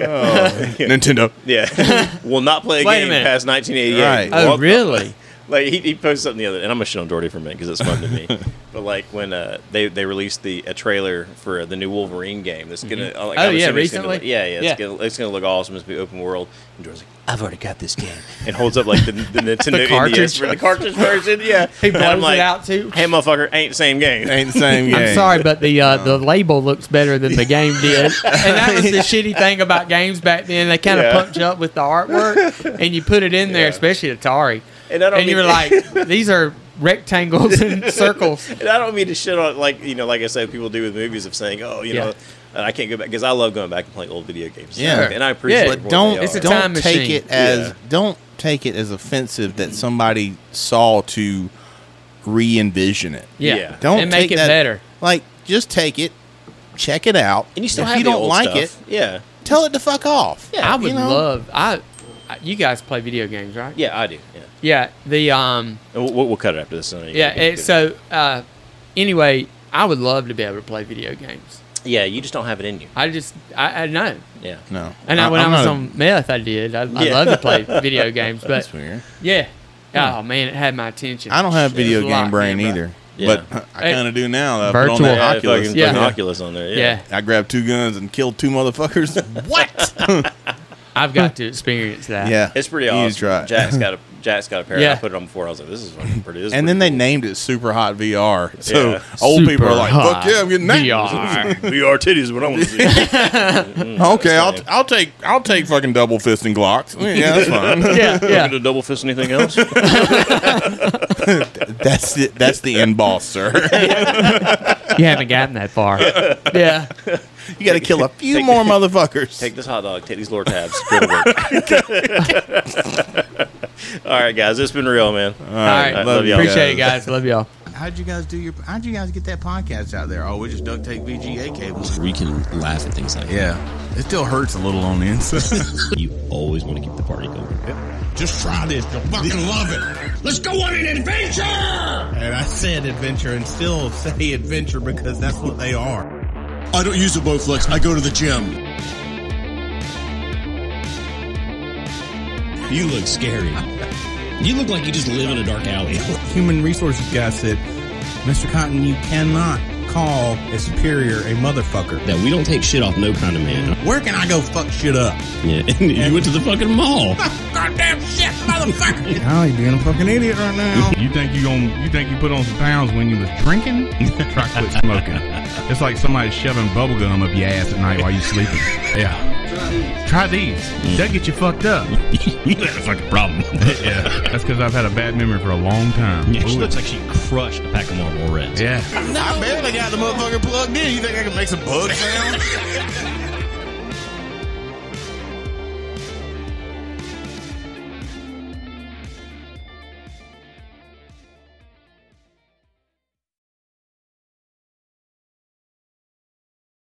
Speaker 2: right?
Speaker 1: Nintendo.
Speaker 8: Yeah. Will not play a
Speaker 2: Wait a
Speaker 8: game
Speaker 2: minute.
Speaker 8: past 1988.
Speaker 1: Right.
Speaker 2: Oh,
Speaker 8: Walk-
Speaker 2: really?
Speaker 8: like he, he posted something the other, and I'm gonna shit on Doherty for a minute because it's fun to me. but like when uh, they they released the a trailer for the new Wolverine game, that's gonna uh, like,
Speaker 2: Oh,
Speaker 8: I'm
Speaker 2: yeah,
Speaker 8: assuming it's gonna
Speaker 2: recently?
Speaker 8: look- yeah, yeah, it's,
Speaker 2: Yeah.
Speaker 8: Gonna, it's gonna look awesome. It's gonna be open world. And Doherty's like, I've already got this game, and holds up like the, the Nintendo NES
Speaker 2: cartridge.
Speaker 8: for the cartridge version. Yeah,
Speaker 2: He
Speaker 8: And
Speaker 2: blows
Speaker 8: I'm
Speaker 2: it
Speaker 8: like,
Speaker 2: out, too.
Speaker 8: Hey, motherfucker, ain't the same game.
Speaker 1: Ain't the same game.
Speaker 2: I'm sorry, but the uh, the label looks better than the game did, and that was the shitty thing about games back then. They kind of
Speaker 8: Yeah.
Speaker 2: punch up with the artwork, and you put it in there,
Speaker 8: Yeah.
Speaker 2: especially Atari,
Speaker 8: And I don't
Speaker 2: you were
Speaker 8: mean-
Speaker 2: like, "These are rectangles and circles."
Speaker 8: And I don't mean to shit on like you know, like I said, people do with movies of saying, oh, you
Speaker 2: Yeah.
Speaker 8: know, and I can't go back because I love going back and playing old video games.
Speaker 1: Yeah.
Speaker 8: and I appreciate.
Speaker 2: Yeah.
Speaker 8: it
Speaker 1: but
Speaker 8: for what
Speaker 1: don't
Speaker 8: they
Speaker 2: It's a
Speaker 8: are.
Speaker 2: time
Speaker 1: don't take
Speaker 2: machine.
Speaker 1: it as
Speaker 8: Yeah.
Speaker 1: don't take it as offensive that somebody saw to re-envision it.
Speaker 2: Yeah,
Speaker 8: Yeah.
Speaker 1: Don't
Speaker 2: and make
Speaker 1: take
Speaker 2: it
Speaker 1: that-
Speaker 2: better.
Speaker 1: Like just take it, check it out,
Speaker 8: and you still
Speaker 1: if
Speaker 8: have
Speaker 1: you
Speaker 8: the
Speaker 1: don't
Speaker 8: old
Speaker 1: like
Speaker 8: stuff.
Speaker 1: it,
Speaker 8: Yeah,
Speaker 1: tell it to fuck off.
Speaker 2: I would
Speaker 1: you know?
Speaker 2: love. I, I- you guys play video games, right?
Speaker 8: yeah, I do. Yeah,
Speaker 2: Yeah. The um.
Speaker 8: And we'll, we'll cut it after this. so you
Speaker 2: Yeah.
Speaker 8: can get
Speaker 2: It,
Speaker 8: to
Speaker 2: so uh, anyway, I would love to be able to play video games.
Speaker 8: it. yeah, you just don't have it in you.
Speaker 2: I just I, I know.
Speaker 8: Yeah,
Speaker 1: No,
Speaker 2: And I, when i
Speaker 1: I'm
Speaker 2: was
Speaker 1: not a-
Speaker 2: on meth, I did. I, I
Speaker 8: Yeah.
Speaker 2: love to play video games, but
Speaker 1: that's weird.
Speaker 2: yeah. Oh man, it had my attention.
Speaker 1: I don't have
Speaker 2: It
Speaker 1: video
Speaker 2: was
Speaker 1: game
Speaker 2: locked
Speaker 1: brain
Speaker 2: in, bro.
Speaker 1: either,
Speaker 8: Yeah.
Speaker 1: but I
Speaker 2: Hey,
Speaker 1: kind of do now. that I put on
Speaker 2: virtual-
Speaker 1: that
Speaker 8: yeah,
Speaker 1: Oculus.
Speaker 8: Oculus,
Speaker 2: Yeah.
Speaker 8: yeah. Oculus on there.
Speaker 2: Yeah.
Speaker 8: Yeah,
Speaker 1: I grabbed two guns and killed two motherfuckers. what?
Speaker 2: I've got to experience that.
Speaker 1: yeah,
Speaker 8: it's pretty
Speaker 1: You need
Speaker 8: awesome.
Speaker 1: to try it.
Speaker 8: Jack's got a Jack's got a pair.
Speaker 2: Yeah.
Speaker 8: I put it on before. I was like, this is fucking pretty. This is
Speaker 1: And
Speaker 8: pretty
Speaker 1: then they
Speaker 8: cool.
Speaker 1: named it Super Hot VR. So
Speaker 8: Yeah. Mm-hmm.
Speaker 1: old people
Speaker 2: Super
Speaker 1: are like, "Fuck
Speaker 2: hot
Speaker 1: yeah, I'm getting that."
Speaker 2: VR.
Speaker 8: VR titties is what I want to see.
Speaker 1: Okay, I'll,
Speaker 8: fine.
Speaker 1: I'll take I'll take fucking double fisting Glocks. Yeah, that's fine.
Speaker 2: yeah,
Speaker 8: Gonna
Speaker 2: yeah.
Speaker 8: double fist anything else?
Speaker 1: that's the, that's the end boss, sir.
Speaker 2: You haven't gotten that far. Yeah.
Speaker 1: You got to kill a few
Speaker 8: take-
Speaker 1: more motherfuckers.
Speaker 8: Take this hot dog. Take these lore tabs. Go to work. All right, guys. It's been real, man.
Speaker 2: All right.
Speaker 8: love y'all.
Speaker 2: Appreciate it, guys. Love y'all.
Speaker 4: How'd you guys do your? How'd you guys get that podcast out there? Oh, we just duct tape VGA cables.
Speaker 5: Where you can laugh at things like
Speaker 4: Yeah, it still hurts a little on the inside.
Speaker 5: that. You always want to keep the party going.
Speaker 6: Just try this. You'll fucking love it. Let's go on an adventure! And I said adventure and still say adventure because that's what they are. I don't use a Bowflex. I go to the gym.
Speaker 5: You look scary. You look like you just live in a dark alley.
Speaker 6: Human resources guy said, Mr. Cotton, you cannot call a superior a motherfucker.
Speaker 5: That we don't take shit off no kind of man.
Speaker 6: Where can I go fuck shit up?
Speaker 5: Yeah. And you went to the fucking mall.
Speaker 6: Goddamn shit, motherfucker!
Speaker 7: Oh,
Speaker 6: Now you're being a fucking idiot right now.
Speaker 7: You think you gon' you think you put on some pounds when you was drinking? Try quit smoking. It's like somebody shoving bubble gum up your ass at night while you sleeping. Mm. Yeah. Try these. They'll get you fucked up.
Speaker 5: you had a fucking problem.
Speaker 7: Yeah. That's because I've had a bad memory for a long time.
Speaker 5: Yeah, she
Speaker 7: Ooh,
Speaker 5: looks like she crushed a pack of Marlboro Reds.
Speaker 7: yeah.
Speaker 4: I barely got the motherfucker plugged in. You think I can make some bug sounds?